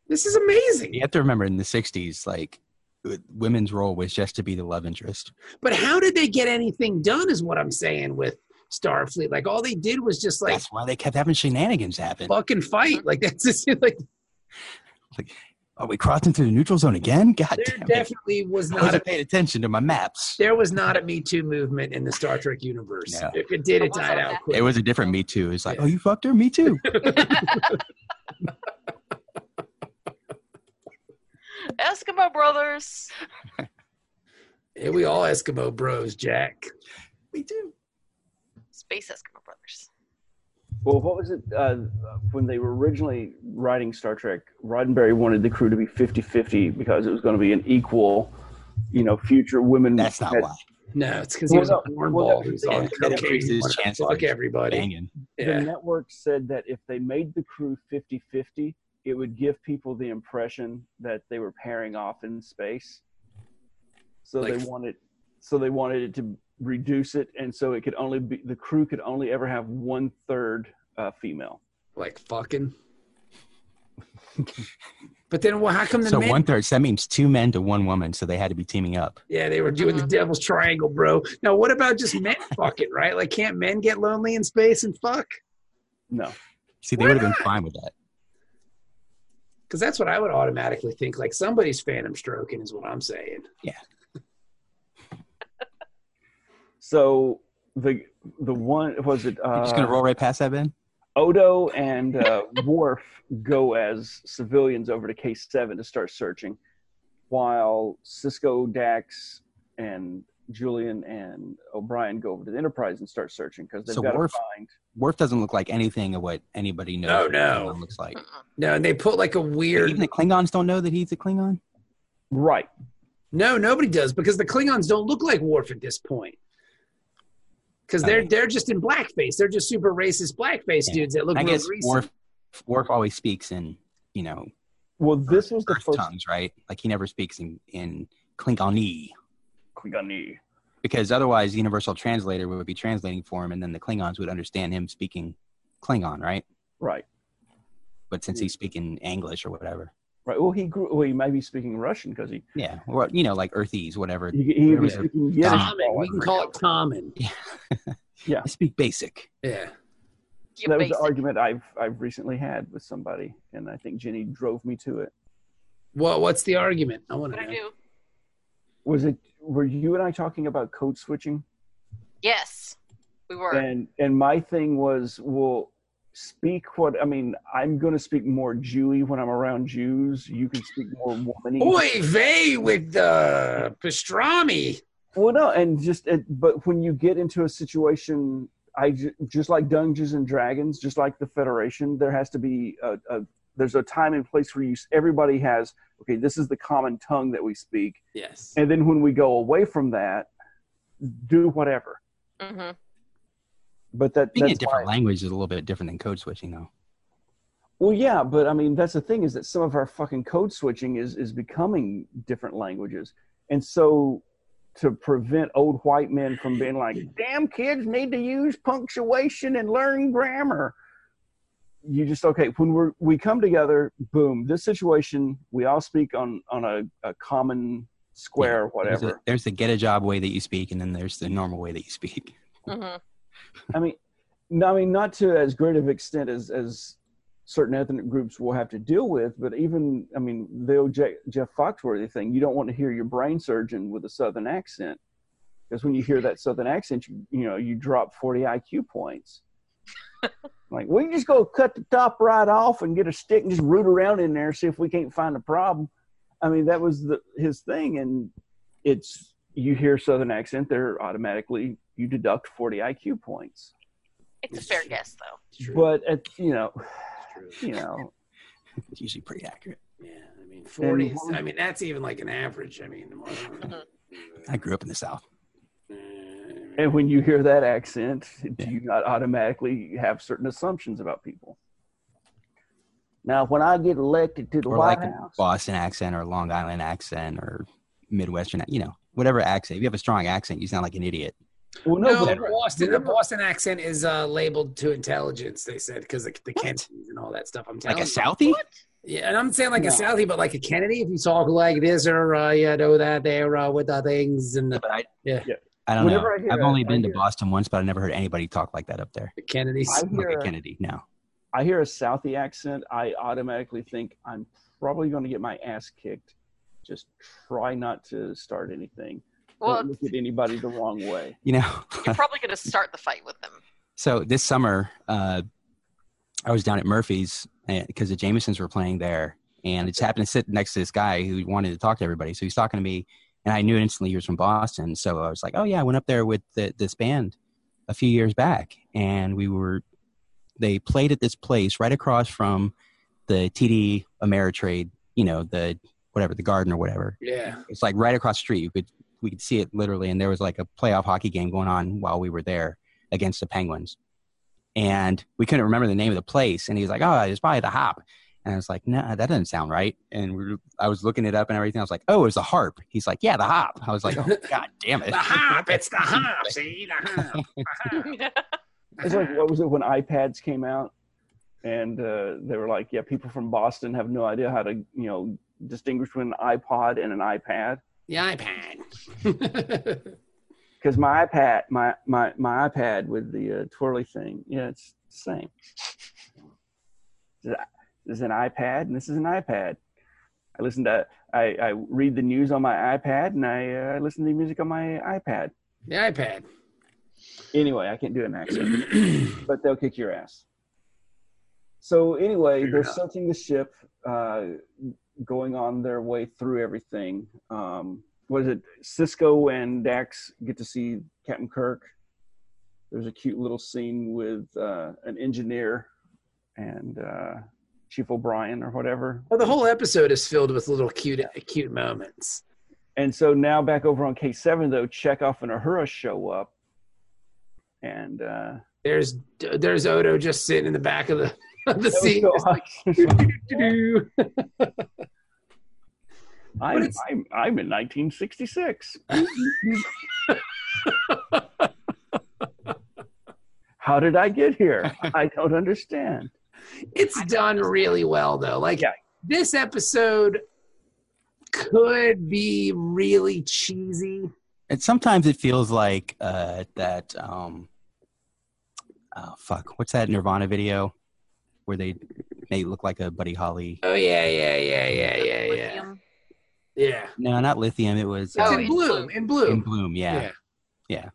[SPEAKER 3] this is amazing."
[SPEAKER 6] You have to remember in the '60s, like, w- women's role was just to be the love interest.
[SPEAKER 3] But how did they get anything done? Is what I'm saying with Starfleet. Like all they did was just like
[SPEAKER 6] That's why they kept having shenanigans happen.
[SPEAKER 3] fucking fight. Like that's just like
[SPEAKER 6] Are we crossing through the neutral zone again? God
[SPEAKER 3] there
[SPEAKER 6] damn it.
[SPEAKER 3] definitely was
[SPEAKER 6] I
[SPEAKER 3] not a,
[SPEAKER 6] wasn't paying attention to my maps.
[SPEAKER 3] there was not a Me Too movement in the Star Trek universe.
[SPEAKER 6] No.
[SPEAKER 3] If it did,
[SPEAKER 4] It
[SPEAKER 3] it died
[SPEAKER 4] wasn't
[SPEAKER 3] out
[SPEAKER 4] that-
[SPEAKER 3] quick.
[SPEAKER 6] It was a different Me Too. It's like,
[SPEAKER 3] Yeah.
[SPEAKER 6] oh, you fucked her? Me Too.
[SPEAKER 4] Eskimo brothers.
[SPEAKER 3] Yeah, we all Eskimo bros, Jack.
[SPEAKER 6] Me Too.
[SPEAKER 4] Space Eskimo brothers.
[SPEAKER 5] Well, what was it uh, when they were originally writing Star Trek? Roddenberry wanted the crew to be 50-50 because it was going to be an equal, you know, future women.
[SPEAKER 6] That's not
[SPEAKER 5] had-
[SPEAKER 6] why.
[SPEAKER 3] No, it's because he
[SPEAKER 5] Well,
[SPEAKER 3] was a
[SPEAKER 5] no, well,
[SPEAKER 3] cornball
[SPEAKER 5] no,
[SPEAKER 3] who's on
[SPEAKER 6] yeah, that
[SPEAKER 3] cocaine.
[SPEAKER 6] increases
[SPEAKER 3] He wanted to
[SPEAKER 6] chances of
[SPEAKER 3] Fuck everybody.
[SPEAKER 6] Banging.
[SPEAKER 5] The
[SPEAKER 3] Yeah.
[SPEAKER 5] network said that if they made the crew 50-50, it would give people the impression that they were pairing off in space. So they
[SPEAKER 3] Like-
[SPEAKER 5] wanted, so they wanted it to reduce it, and so it could only be the crew could only ever have one third uh, female.
[SPEAKER 3] like fucking. but then, well, how come the
[SPEAKER 6] So
[SPEAKER 3] men?
[SPEAKER 6] one third, so that means two men to one woman. So they had to be teaming up.
[SPEAKER 3] yeah, they were doing the
[SPEAKER 4] Mhm.
[SPEAKER 3] devil's triangle, bro. Now, what about just men fucking? Right? Like, can't men get lonely in space and fuck?
[SPEAKER 5] No,
[SPEAKER 6] See, they
[SPEAKER 3] Why
[SPEAKER 6] would have been fine with that.
[SPEAKER 3] Because that's what I would automatically think. Like somebody's phantom stroking is what I'm saying.
[SPEAKER 5] So the the one was it
[SPEAKER 6] You're
[SPEAKER 5] uh,
[SPEAKER 6] just gonna roll right past that, Ben.
[SPEAKER 5] Odo and uh, Worf go as civilians over to Case Seven to start searching, while Cisco, Dax, and Julian and O'Brien go over to the Enterprise and start searching because they've
[SPEAKER 6] So
[SPEAKER 5] got to
[SPEAKER 6] Worf-
[SPEAKER 5] find.
[SPEAKER 6] Worf doesn't look like anything of what anybody knows.
[SPEAKER 3] No,
[SPEAKER 6] what
[SPEAKER 3] no.
[SPEAKER 6] Klingon looks like.
[SPEAKER 3] No, and they put like a
[SPEAKER 6] Even
[SPEAKER 3] weird.
[SPEAKER 6] the Klingons don't know that he's a Klingon.
[SPEAKER 5] Right.
[SPEAKER 3] No, nobody does because the Klingons don't look like Worf at this point. Because they're
[SPEAKER 6] Okay.
[SPEAKER 3] they're just in blackface. They're just super racist blackface
[SPEAKER 6] Yeah.
[SPEAKER 3] dudes that look
[SPEAKER 6] I
[SPEAKER 3] real
[SPEAKER 6] guess
[SPEAKER 3] greasy.
[SPEAKER 6] Worf, Worf always speaks in you know
[SPEAKER 5] Well, this was the
[SPEAKER 6] Earth
[SPEAKER 5] first.
[SPEAKER 6] tongues, right? Like he never speaks in in Klingonese.
[SPEAKER 5] Klingon-y.
[SPEAKER 6] because otherwise universal translator would be translating for him and then the klingons would understand him speaking klingon right
[SPEAKER 5] Right.
[SPEAKER 6] but since
[SPEAKER 3] Hmm.
[SPEAKER 6] he's speaking english or whatever
[SPEAKER 5] Right. Well, he grew. Well, he may be speaking Russian because he
[SPEAKER 6] yeah or you know like earthies whatever
[SPEAKER 5] he, he
[SPEAKER 6] Whatever
[SPEAKER 5] was
[SPEAKER 6] the-
[SPEAKER 5] speaking Yiddish.
[SPEAKER 6] Yeah.
[SPEAKER 3] common. We can call it common.
[SPEAKER 6] i speak basic
[SPEAKER 3] Yeah.
[SPEAKER 4] You
[SPEAKER 5] that was the
[SPEAKER 4] basic-
[SPEAKER 5] argument I've I've recently had with somebody, and I think Jenny drove me to it.
[SPEAKER 3] What what's the argument? I want
[SPEAKER 4] what
[SPEAKER 3] to
[SPEAKER 4] I
[SPEAKER 3] know.
[SPEAKER 4] do.
[SPEAKER 5] Was it were you and I talking about code switching?
[SPEAKER 4] Yes, we were.
[SPEAKER 5] And and my thing was, well, speak what I mean. I'm going to speak more Jewy when I'm around Jews. You can speak more womany.
[SPEAKER 3] Oy vey with the pastrami.
[SPEAKER 5] Well, no, and just it, but when you get into a situation, I ju- just like Dungeons and Dragons, just like the Federation, there has to be a, a there's a time and place where you s- everybody has okay. This is the common tongue that we speak,
[SPEAKER 3] Yes.
[SPEAKER 5] and then when we go away from that, do whatever.
[SPEAKER 4] hmm
[SPEAKER 5] But that
[SPEAKER 6] speaking a
[SPEAKER 5] that's
[SPEAKER 6] different
[SPEAKER 5] why-
[SPEAKER 6] language is a little bit different than code switching though
[SPEAKER 5] Well, yeah, but I mean that's the thing is that some of our fucking code switching is is becoming different languages, and so to prevent old white men from being like, "Damn kids need to use punctuation and learn grammar," you just okay when we're we come together, boom, this situation we all speak on on a, a common square, or
[SPEAKER 6] there's,
[SPEAKER 5] whatever.
[SPEAKER 6] a, there's the get a job way that you speak and then there's the normal way that you speak
[SPEAKER 4] hmm
[SPEAKER 5] I mean, no, I mean not to as great of extent as as certain ethnic groups will have to deal with, but even I mean the old Je- Jeff Foxworthy thing, you don't want to hear your brain surgeon with a southern accent because when you hear that southern accent, you you know you drop forty IQ points. like we can just go cut the top right off and get a stick and just root around in there, see if we can't find a problem. I mean that was the his thing, and it's you hear southern accent, they're automatically you deduct forty IQ points
[SPEAKER 4] It's a fair guess, though.
[SPEAKER 3] It's true.
[SPEAKER 5] but at, you know,
[SPEAKER 3] It's true.
[SPEAKER 5] you know,
[SPEAKER 6] it's usually pretty accurate
[SPEAKER 3] Yeah, I mean, 40 is,
[SPEAKER 5] one-
[SPEAKER 3] I mean, that's even like an average. I mean, more-
[SPEAKER 6] i grew up in the south
[SPEAKER 3] Uh,
[SPEAKER 5] and when you hear that accent,
[SPEAKER 6] Yeah.
[SPEAKER 5] do you not automatically have certain assumptions about people? Now, when I get elected to the
[SPEAKER 6] or
[SPEAKER 5] White
[SPEAKER 6] like a
[SPEAKER 5] House,
[SPEAKER 6] boston accent or long island accent or midwestern ac- you know whatever accent if you have a strong accent you sound like an idiot
[SPEAKER 5] well,
[SPEAKER 3] no,
[SPEAKER 5] no,
[SPEAKER 3] the
[SPEAKER 5] but-
[SPEAKER 3] Boston, the Boston accent is uh, labeled to intelligence. They said because the, the
[SPEAKER 6] What?
[SPEAKER 3] Kennedys and all that stuff. I'm telling
[SPEAKER 6] like a
[SPEAKER 3] you.
[SPEAKER 6] southie
[SPEAKER 3] Yeah, and I'm saying like
[SPEAKER 5] No.
[SPEAKER 3] a Southie, but like a Kennedy. If you talk like this or uh, you know that there uh, with the things and the,
[SPEAKER 6] but I,
[SPEAKER 3] Yeah.
[SPEAKER 5] Yeah.
[SPEAKER 6] I don't
[SPEAKER 5] Whenever I
[SPEAKER 6] know.
[SPEAKER 5] hear
[SPEAKER 6] I've
[SPEAKER 5] a-
[SPEAKER 6] only
[SPEAKER 5] I
[SPEAKER 6] been to
[SPEAKER 5] hear-
[SPEAKER 6] Boston once, but I never heard anybody talk like that up there.
[SPEAKER 3] the Kennedys.
[SPEAKER 5] I
[SPEAKER 6] Like
[SPEAKER 5] hear
[SPEAKER 6] a Kennedy, no.
[SPEAKER 5] I hear a Southie accent, I automatically think I'm probably going to get my ass kicked. Just try not to start anything.
[SPEAKER 4] Well,
[SPEAKER 5] Don't look at anybody the wrong way.
[SPEAKER 6] You know,
[SPEAKER 4] you're probably going to start the fight with them.
[SPEAKER 6] so this summer, uh, I was down at Murphy's because the Jamesons were playing there, and it's happened to sit next to this guy who wanted to talk to everybody. So he's talking to me, and I knew instantly he was from Boston. So I was like, "Oh yeah, I went up there with the, this band a few years back, and we were they played at this place right across from the TD Ameritrade, you know, the whatever the Garden or whatever,
[SPEAKER 3] Yeah,
[SPEAKER 6] it's like right across the street. You could we could see it literally, and there was like a playoff hockey game going on while we were there against the Penguins, and we couldn't remember the name of the place. And he was like, "Oh, it's probably the Hop," and I was like, "No, that doesn't sound right." And we were, I was looking it up and everything. I was like, "Oh, it was the Harp." He's like, "Yeah, the Hop." I was like, "Oh, god damn it!"
[SPEAKER 3] the hop. It's the hop. See the hop. the hop, the
[SPEAKER 5] It's like
[SPEAKER 3] hop.
[SPEAKER 5] what was it when iPads came out, and uh, they were like, yeah, people from Boston have no idea how to you know distinguish between an iPod and an iPad
[SPEAKER 3] the iPad.
[SPEAKER 5] because my iPad, my my my iPad with the uh, twirly thing, yeah, it's the same. This is an iPad, and this is an iPad. I listen to, I, I read the news on my iPad, and I uh, listen to music on my iPad.
[SPEAKER 3] the iPad.
[SPEAKER 5] Anyway, I can't do an accent, but they'll kick your ass. So anyway,
[SPEAKER 3] Fair
[SPEAKER 5] they're
[SPEAKER 3] enough.
[SPEAKER 5] searching the ship, uh, going on their way through everything. Um, what is it? Cisco and Dax get to see Captain Kirk. There's a cute little scene with uh, an engineer and uh, Chief O'Brien or whatever.
[SPEAKER 3] Well, the whole episode is filled with little cute, cute moments.
[SPEAKER 5] And so now back over on K7 though, Chekhov and Uhura show up, and uh,
[SPEAKER 3] There's there's Odo just sitting in the back of the of the
[SPEAKER 5] that was
[SPEAKER 3] seat.
[SPEAKER 5] so
[SPEAKER 3] It's like,
[SPEAKER 5] awesome.
[SPEAKER 3] "Doo-doo-doo-doo."
[SPEAKER 5] I'm,
[SPEAKER 3] it's-
[SPEAKER 5] I'm I'm in 1966. How did I get here? I don't understand.
[SPEAKER 3] it's done really well though. Like
[SPEAKER 5] Yeah.
[SPEAKER 3] this episode could be really cheesy.
[SPEAKER 6] And sometimes it feels like uh, that. Um, oh fuck! What's that Nirvana video where they they look like a Buddy Holly?
[SPEAKER 3] Oh yeah, yeah, yeah, yeah, yeah, yeah,
[SPEAKER 4] Lithium.
[SPEAKER 3] yeah.
[SPEAKER 6] No, not Lithium. It was
[SPEAKER 4] Oh,
[SPEAKER 3] It's
[SPEAKER 6] uh,
[SPEAKER 3] in
[SPEAKER 4] in
[SPEAKER 3] bloom.
[SPEAKER 4] Bloom.
[SPEAKER 3] In
[SPEAKER 6] in
[SPEAKER 3] bloom.
[SPEAKER 6] Bloom. Yeah,
[SPEAKER 3] Yeah.
[SPEAKER 6] yeah.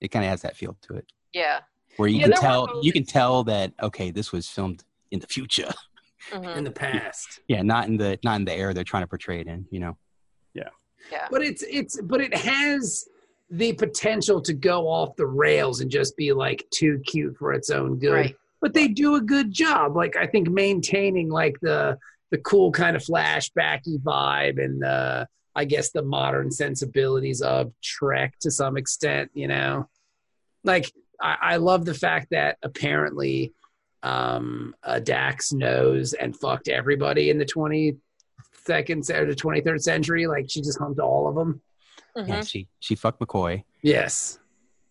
[SPEAKER 6] It kind of has that feel to it,
[SPEAKER 4] Yeah.
[SPEAKER 6] where you
[SPEAKER 4] Yeah,
[SPEAKER 6] can
[SPEAKER 4] there were
[SPEAKER 6] tell you
[SPEAKER 4] moments-
[SPEAKER 6] can tell that okay, this was filmed in the future.
[SPEAKER 4] Mhm.
[SPEAKER 3] In the past.
[SPEAKER 6] Yeah, not in the not in the era they're trying to portray it in. You know.
[SPEAKER 3] but it's it's but it has the potential to go off the rails and just be like too cute for its own good
[SPEAKER 4] Right.
[SPEAKER 3] but they do a good job like i think maintaining like the the cool kind of flashbacky vibe and the i guess the modern sensibilities of trek to some extent you know like i, I love the fact that apparently um uh, dax knows and fucked everybody in the 22nd or the 23rd century like she just humped all of them
[SPEAKER 4] Mhm.
[SPEAKER 6] Yeah, she she fucked McCoy.
[SPEAKER 3] Yes.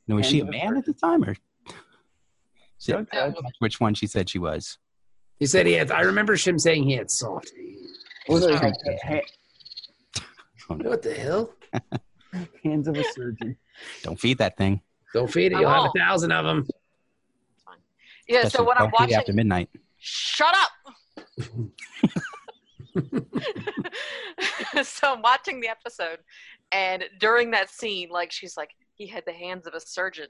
[SPEAKER 6] Now, was
[SPEAKER 5] And
[SPEAKER 6] she a
[SPEAKER 5] the
[SPEAKER 6] man at the time, or she,
[SPEAKER 5] Don't judge.
[SPEAKER 6] which one she said she was?
[SPEAKER 3] He said he had, I remember him saying he had soft hands.
[SPEAKER 5] What are they, like, the ha-
[SPEAKER 6] Oh, no.
[SPEAKER 3] What the hell?
[SPEAKER 5] hands of a surgeon.
[SPEAKER 6] Don't feed that thing.
[SPEAKER 3] Don't feed it. You'll have a thousand of them.
[SPEAKER 4] Yeah. So
[SPEAKER 6] Especially
[SPEAKER 4] when I'm
[SPEAKER 6] don't feed
[SPEAKER 4] watching,
[SPEAKER 6] after midnight,
[SPEAKER 4] shut up. so I'm watching the episode, and during that scene, like she's like, he had the hands of a surgeon,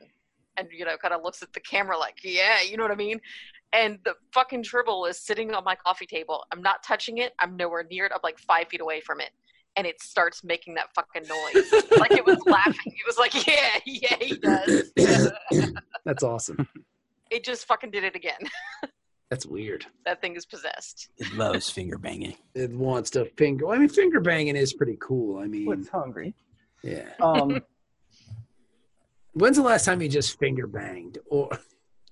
[SPEAKER 4] and you know, kind of looks at the camera like, yeah, you know what I mean. And the fucking dribble is sitting on my coffee table. I'm not touching it. I'm nowhere near it. I'm like five feet away from it, and it starts making that fucking noise, like it was laughing. It was like, yeah, yeah, he does.
[SPEAKER 3] That's awesome.
[SPEAKER 4] it just fucking did it again.
[SPEAKER 3] That's weird.
[SPEAKER 4] that thing is possessed.
[SPEAKER 6] it loves finger banging.
[SPEAKER 3] It wants to finger. I mean, finger banging is pretty cool. I mean,
[SPEAKER 5] What's hungry?
[SPEAKER 3] yeah.
[SPEAKER 5] Um,
[SPEAKER 3] When's the last time you just finger banged? Or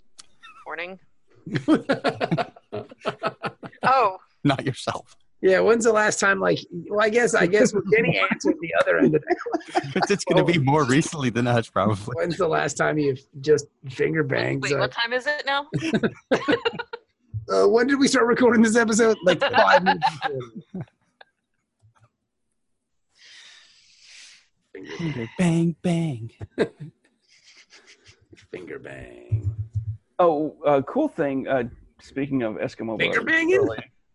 [SPEAKER 4] Morning.
[SPEAKER 3] yeah,
[SPEAKER 4] Oh,
[SPEAKER 6] Not yourself.
[SPEAKER 3] when's the last time? Like, well, I guess I guess we're getting answered the other end of that.
[SPEAKER 6] it's going to be more recently than us, probably.
[SPEAKER 3] When's the last time you just finger banged?
[SPEAKER 4] wait, what time is it now?
[SPEAKER 3] uh, when did we start recording this episode? Like five minutes. Finger,
[SPEAKER 6] Finger bang bang.
[SPEAKER 3] finger bang.
[SPEAKER 5] oh, uh, cool thing. Uh, speaking of Eskimo
[SPEAKER 3] Finger
[SPEAKER 5] brothers
[SPEAKER 3] banging?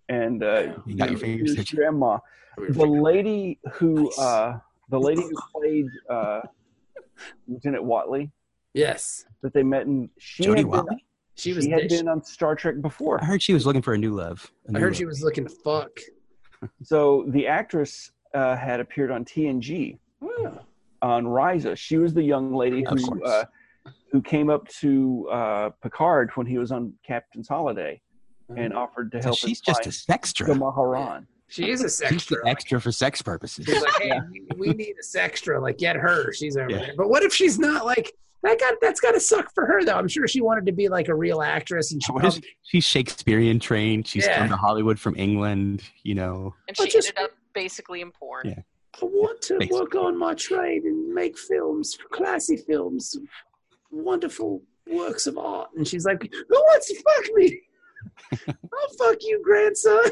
[SPEAKER 5] and uh,
[SPEAKER 6] You got your fingers.
[SPEAKER 5] his grandma, the lady who uh, the lady who played uh, Lieutenant Watley
[SPEAKER 3] Yes.
[SPEAKER 5] that they met in she
[SPEAKER 6] Jody
[SPEAKER 5] had been-
[SPEAKER 6] Watley.
[SPEAKER 3] She was
[SPEAKER 5] she had
[SPEAKER 3] dish-
[SPEAKER 5] been on Star Trek before.
[SPEAKER 6] I heard she was looking for a new love. A
[SPEAKER 3] I
[SPEAKER 6] new
[SPEAKER 3] heard she
[SPEAKER 6] love.
[SPEAKER 3] was looking to fuck.
[SPEAKER 5] So the actress uh, had appeared on TNG on Risa. She was the young lady
[SPEAKER 6] Of
[SPEAKER 5] who
[SPEAKER 6] course.
[SPEAKER 5] uh, who came up to uh, Picard when he was on Captain's Holiday and offered to
[SPEAKER 6] Mm-hmm. So
[SPEAKER 5] help
[SPEAKER 6] she's
[SPEAKER 5] him
[SPEAKER 6] just a
[SPEAKER 5] find
[SPEAKER 6] sextra.
[SPEAKER 5] Gamaharan.
[SPEAKER 3] She is a
[SPEAKER 6] She's
[SPEAKER 3] sextra.
[SPEAKER 6] the extra for sex purposes.
[SPEAKER 3] She's like, hey, we- we need a sextra. Like, get her. She's over
[SPEAKER 6] Yeah.
[SPEAKER 3] there. But what if she's not like that? Got that's got to suck for her though. I'm sure she wanted to be like a real actress, and she
[SPEAKER 6] What is-
[SPEAKER 3] probably-
[SPEAKER 6] She's Shakespearean trained. She's
[SPEAKER 3] Yeah.
[SPEAKER 6] come to Hollywood from England. You know,
[SPEAKER 4] And
[SPEAKER 3] Well,
[SPEAKER 4] she
[SPEAKER 3] just-
[SPEAKER 4] ended up basically in porn.
[SPEAKER 6] Yeah.
[SPEAKER 3] I want to
[SPEAKER 6] Thanks.
[SPEAKER 3] work on my trade and make films, classy films, wonderful works of art. And she's like, Who wants to fuck me? I'll fuck you, grandson.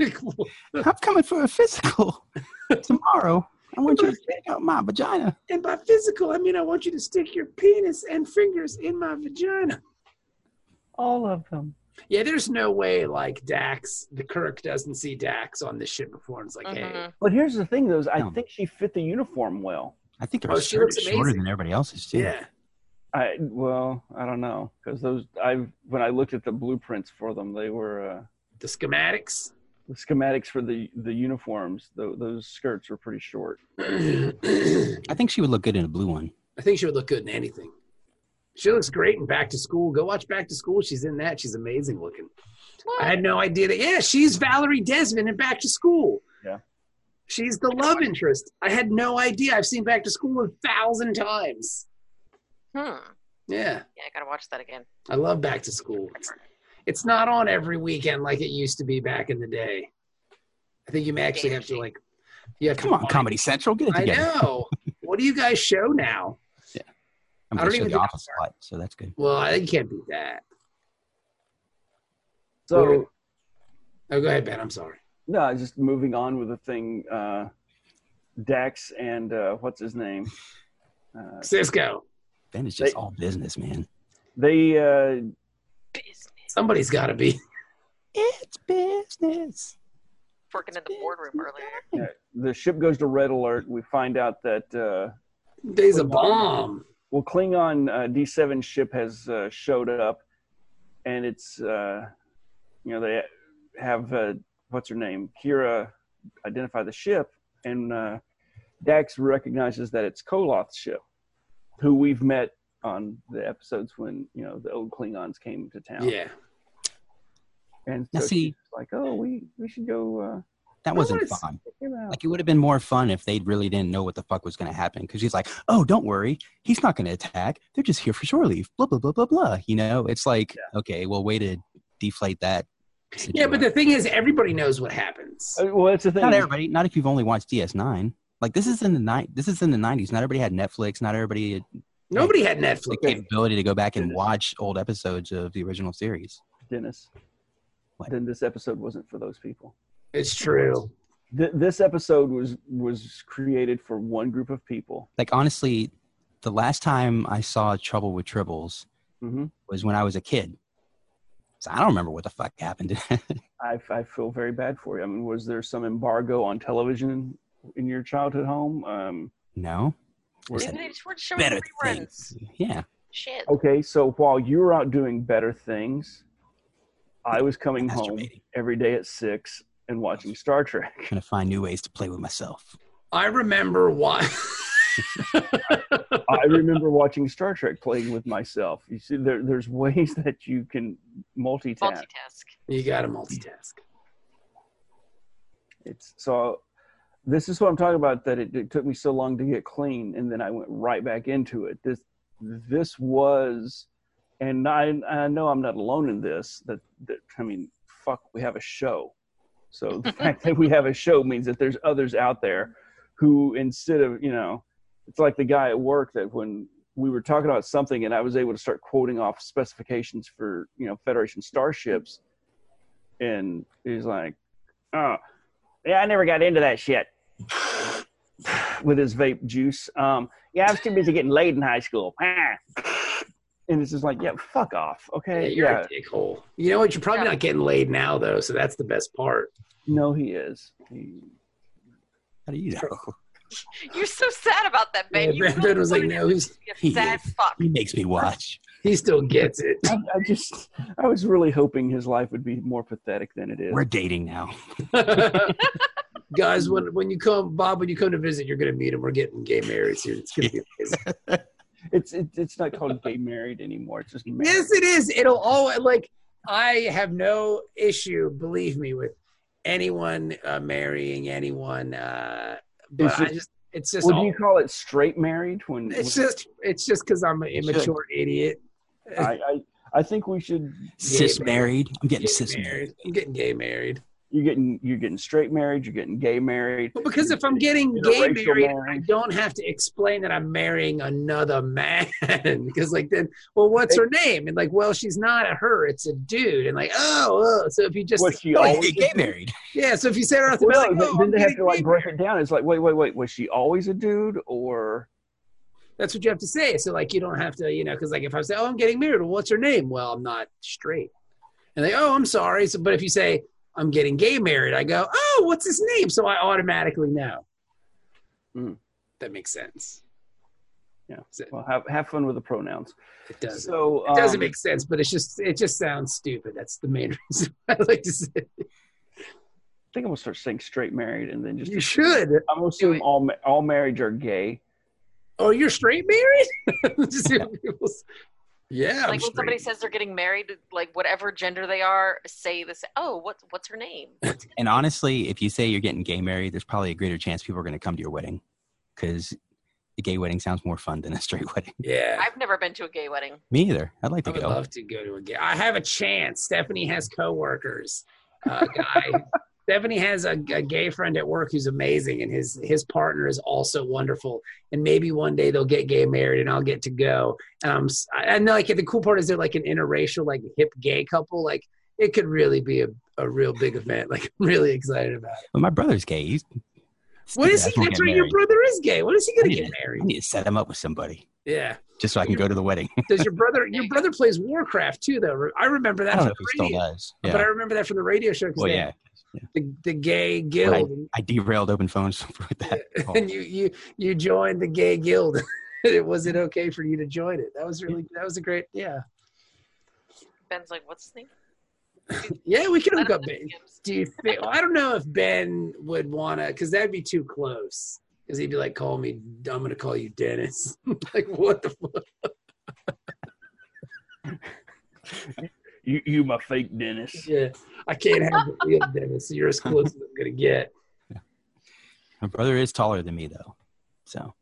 [SPEAKER 3] Like, what?
[SPEAKER 6] I'm coming for a physical tomorrow. I want you to check out my vagina.
[SPEAKER 3] and by physical, I mean I want you to stick your penis and fingers in my vagina.
[SPEAKER 5] All of them.
[SPEAKER 3] Yeah, there's no way like Dax, the Kirk doesn't see Dax on this shit before and it's like, hey,
[SPEAKER 4] Mhm.
[SPEAKER 5] But here's the thing, though, is I
[SPEAKER 6] Um,
[SPEAKER 5] think she fit the uniform well.
[SPEAKER 6] I think her
[SPEAKER 3] Oh, she
[SPEAKER 6] skirt
[SPEAKER 3] looks
[SPEAKER 6] is shorter
[SPEAKER 3] amazing.
[SPEAKER 6] Mm-hmm. than everybody else's too.
[SPEAKER 3] yeah.
[SPEAKER 5] I well, I don't know because those I when I looked at the blueprints for them, they were uh,
[SPEAKER 3] The schematics.
[SPEAKER 5] the schematics for the the uniforms. Tho- those skirts were pretty short.
[SPEAKER 3] I
[SPEAKER 6] I think she would look good in a blue one.
[SPEAKER 3] think she would look good in anything. She looks great in Back to School. Go watch Back to School. She's in that. She's amazing looking. I had no idea that. Yeah, she's Valerie Desmond in Back to School.
[SPEAKER 5] Yeah.
[SPEAKER 3] She's the love interest. I had no idea. I've seen Back to School a thousand times.
[SPEAKER 4] Hmm.
[SPEAKER 3] Yeah,
[SPEAKER 4] Yeah, I gotta watch that again.
[SPEAKER 3] I love Back to School. It's, it's not on every weekend like it used to be back in the day. I think you may actually have to like. You have to
[SPEAKER 6] Come on,
[SPEAKER 3] find-
[SPEAKER 6] Comedy Central, get it
[SPEAKER 3] I
[SPEAKER 6] together.
[SPEAKER 3] know. what do you guys show now?
[SPEAKER 6] I'm
[SPEAKER 3] I don't
[SPEAKER 6] gonna show
[SPEAKER 3] even
[SPEAKER 6] the
[SPEAKER 3] think-
[SPEAKER 6] office a lot, so that's good.
[SPEAKER 3] Well, I you can't beat that.
[SPEAKER 5] So
[SPEAKER 3] Where- Oh, go ahead, Ben. I'm sorry.
[SPEAKER 5] no, just moving on with the thing. Uh, Dax and uh, what's his name? Uh,
[SPEAKER 3] Cisco.
[SPEAKER 6] Ben is just
[SPEAKER 5] They-
[SPEAKER 6] all business, man.
[SPEAKER 5] they uh,
[SPEAKER 4] Business.
[SPEAKER 3] Somebody's got to be.
[SPEAKER 6] It's business.
[SPEAKER 4] Working in the boardroom earlier.
[SPEAKER 5] the ship goes to red alert. We find out that uh,
[SPEAKER 3] There's a bomb.
[SPEAKER 5] well, Klingon uh, D7 ship has uh, showed up, and it's uh, you know they have uh, what's her name Kira identify the ship, and uh, Dax recognizes that it's Koloth's ship, who we've met on the episodes when you know the old Klingons came to town.
[SPEAKER 3] Yeah.
[SPEAKER 5] and
[SPEAKER 6] Now
[SPEAKER 5] so
[SPEAKER 6] see-
[SPEAKER 5] she's like, oh, we we should go uh,
[SPEAKER 6] That wasn't
[SPEAKER 3] it's-
[SPEAKER 6] fun.
[SPEAKER 5] check him out.
[SPEAKER 6] Like it would have been more fun if they really didn't know what the fuck was going to happen. Because he's like, "Oh, don't worry, he's not going to attack. They're just here for shore leave." Blah blah blah blah blah. You know, it's like, okay, well, way to deflate that.
[SPEAKER 3] Yeah, but
[SPEAKER 6] situation.
[SPEAKER 3] the thing is, everybody knows what happens.
[SPEAKER 5] Uh, well, that's the thing.
[SPEAKER 6] not everybody. Not if you've only watched DS9. Like this is in the night. This is in the 90s. Not everybody had Netflix. Not everybody had
[SPEAKER 3] Nobody had
[SPEAKER 6] the
[SPEAKER 3] Netflix.
[SPEAKER 6] capability to go back and watch old episodes of the original series.
[SPEAKER 5] Dennis.
[SPEAKER 6] What?
[SPEAKER 5] Then this episode wasn't for those people.
[SPEAKER 3] It's true.
[SPEAKER 5] Th- this episode was was created for one group of people.
[SPEAKER 6] Like honestly, the last time I saw Trouble with Tribbles
[SPEAKER 5] hmm
[SPEAKER 6] was when I was a kid. So I don't remember what the fuck happened.
[SPEAKER 5] I, I feel very bad for you. I mean, was there some embargo on television in your childhood home? Um,
[SPEAKER 6] no.
[SPEAKER 5] were-
[SPEAKER 6] Is it-
[SPEAKER 4] They just weren't showing
[SPEAKER 6] Better
[SPEAKER 4] reruns.
[SPEAKER 6] things. Yeah.
[SPEAKER 4] Shit.
[SPEAKER 5] okay, so while you were out doing better things, I was coming home
[SPEAKER 6] Masturbating.
[SPEAKER 5] every day at six and watching Star Trek.
[SPEAKER 6] Gonna find new ways to play with myself.
[SPEAKER 3] I remember why.
[SPEAKER 5] I remember watching Star Trek, playing with myself. You see, there, there's ways that you can multitask.
[SPEAKER 4] Multitask.
[SPEAKER 3] you got to multitask.
[SPEAKER 5] It's so. This is what I'm talking about. That it, it took me so long to get clean, and then I went right back into it. This, this was, and I, I know I'm not alone in this. That, that I mean, fuck, we have a show. So the fact that we have a show means that there's others out there who, instead of you know, it's like the guy at work that when we were talking about something and I was able to start quoting off specifications for you know Federation starships, and he's like, oh. Yeah, I never got into that shit. With his vape juice. Um, yeah, I was too busy getting laid in high school. Ah. And it's just like, yeah, fuck off.
[SPEAKER 3] Yeah,
[SPEAKER 5] Okay.
[SPEAKER 3] you're
[SPEAKER 5] Yeah.
[SPEAKER 3] a dickhole. You know what? You're probably not getting laid now, though. So that's the best part.
[SPEAKER 5] No, he is. He,
[SPEAKER 6] How do you know?
[SPEAKER 4] You're so sad about that, Ben.
[SPEAKER 3] Yeah,
[SPEAKER 4] You
[SPEAKER 3] ben,
[SPEAKER 4] really
[SPEAKER 3] ben was like,
[SPEAKER 4] wanted
[SPEAKER 3] no, he's,
[SPEAKER 4] to be
[SPEAKER 6] He
[SPEAKER 4] a sad
[SPEAKER 6] is.
[SPEAKER 4] fuck.
[SPEAKER 6] He makes me watch.
[SPEAKER 3] he still gets it.
[SPEAKER 5] I, I just, I was really hoping his life would be more pathetic than it is.
[SPEAKER 6] We're dating now.
[SPEAKER 3] Guys, when when you come, Bob, when you come to visit, you're gonna meet him. We're getting gay married soon. It's gonna be amazing.
[SPEAKER 5] It's, it, it's not called gay married anymore. It's just married.
[SPEAKER 3] Yes, it is. It'll all like I have no issue, believe me, with anyone uh, marrying anyone. Uh, but
[SPEAKER 5] It's
[SPEAKER 3] I
[SPEAKER 5] just-
[SPEAKER 3] just, it's just,
[SPEAKER 5] Well, do
[SPEAKER 3] all-
[SPEAKER 5] you call it straight married? When
[SPEAKER 3] it's just, it's just because I'm an immature idiot.
[SPEAKER 5] I, I, I think we should.
[SPEAKER 6] Cis
[SPEAKER 3] man.
[SPEAKER 6] married. I'm getting
[SPEAKER 3] Getting
[SPEAKER 6] cis married.
[SPEAKER 3] married. I'm getting gay married.
[SPEAKER 5] You're getting, you're getting straight married. You're getting gay married.
[SPEAKER 3] Well, because if I'm
[SPEAKER 5] You're
[SPEAKER 3] getting gay
[SPEAKER 5] interracial
[SPEAKER 3] married, I
[SPEAKER 5] marriage.
[SPEAKER 3] don't have to explain that I'm marrying another man. because like then, well, what's her name? And like, well, she's not a her; it's a dude. And like, oh, oh. so if you just
[SPEAKER 5] Was she
[SPEAKER 6] Oh,
[SPEAKER 5] always
[SPEAKER 6] you get gay married.
[SPEAKER 3] yeah, so if you say her,
[SPEAKER 5] Well,
[SPEAKER 3] like,
[SPEAKER 5] but
[SPEAKER 3] oh,
[SPEAKER 5] then
[SPEAKER 3] I'm
[SPEAKER 5] they have
[SPEAKER 3] getting
[SPEAKER 5] to
[SPEAKER 3] gay
[SPEAKER 5] like break it down. It's like, wait, wait, wait. Was she always a dude, or
[SPEAKER 3] That's what you have to say. So like you don't have to, you know, because like if I say, "Oh, I'm getting married," well, what's her name? Well, I'm not straight. And they, "Oh, I'm sorry." So, but if you say, "I'm getting gay married," I go, "Oh, what's his name?" So I automatically know.
[SPEAKER 5] Mm.
[SPEAKER 3] That makes sense.
[SPEAKER 5] Yeah.
[SPEAKER 3] So-
[SPEAKER 5] Well, have, have fun with the pronouns.
[SPEAKER 3] It does. not
[SPEAKER 5] So
[SPEAKER 3] it doesn't
[SPEAKER 5] um,
[SPEAKER 3] make sense, but it's just it just sounds stupid. That's the main reason I like to say. it.
[SPEAKER 5] I think I'm gonna start saying straight married, and then just
[SPEAKER 3] You should.
[SPEAKER 5] I'm gonna
[SPEAKER 3] it.
[SPEAKER 5] assume all ma- all marriage are gay.
[SPEAKER 3] Oh, you're straight married? Just see what people s- yeah. I'm
[SPEAKER 4] like when somebody
[SPEAKER 3] straight.
[SPEAKER 4] says they're getting married, like whatever gender they are, say this. Oh, what's what's her name?
[SPEAKER 6] And honestly, if you say you're getting gay married, there's probably a greater chance people are going to come to your wedding because a gay wedding sounds more fun than a straight wedding.
[SPEAKER 3] yeah.
[SPEAKER 4] I've never been to a gay wedding.
[SPEAKER 6] Me either. I'd like
[SPEAKER 3] I
[SPEAKER 6] to
[SPEAKER 3] would
[SPEAKER 6] go.
[SPEAKER 3] love to go to a gay. I have a chance. Stephanie has coworkers. Uh, guy. Stephanie has a, a gay friend at work who's amazing, and his his partner is also wonderful. And maybe one day they'll get gay married, and I'll get to go. And I'm s- I- and like the cool part is they're like an interracial, like hip gay couple. Like it could really be a, a real big event. Like I'm really excited about. it.
[SPEAKER 6] But my brother's gay. He's
[SPEAKER 3] What is
[SPEAKER 6] That's
[SPEAKER 3] he?
[SPEAKER 6] what
[SPEAKER 3] That's
[SPEAKER 6] get
[SPEAKER 3] right. Your
[SPEAKER 6] married.
[SPEAKER 3] brother is gay. What is he gonna
[SPEAKER 6] Yeah.
[SPEAKER 3] get
[SPEAKER 6] I
[SPEAKER 3] married?
[SPEAKER 6] need to set him up with somebody
[SPEAKER 3] Yeah.
[SPEAKER 6] just so I can go to the wedding.
[SPEAKER 3] Does your brother? Your brother plays Warcraft too, though. I remember
[SPEAKER 6] I
[SPEAKER 3] that.
[SPEAKER 6] don't
[SPEAKER 3] From the
[SPEAKER 6] know if he still
[SPEAKER 3] radio.
[SPEAKER 6] does. Yeah.
[SPEAKER 3] But I remember that from the radio show because
[SPEAKER 6] well, yeah.
[SPEAKER 3] the, the gay guild,
[SPEAKER 6] I derailed open phones with that. call.
[SPEAKER 3] and you you you joined the gay guild. It was
[SPEAKER 6] Mm-hmm.
[SPEAKER 3] it okay for you to join it? That was really that was a great yeah
[SPEAKER 4] Ben's like, what's his name?
[SPEAKER 3] yeah we could
[SPEAKER 4] I
[SPEAKER 3] hook
[SPEAKER 4] don't
[SPEAKER 3] up.
[SPEAKER 4] know.
[SPEAKER 3] Ben. Do you think? well, I don't know if Ben would wanna because that'd be too close. Because he'd be like, "Call me. I'm gonna call you Dennis." like what the fuck?
[SPEAKER 5] You you my fake Dennis.
[SPEAKER 3] Yeah, I can't have the real Dennis. You're as close as I'm gonna get.
[SPEAKER 6] My brother is taller than me, though. So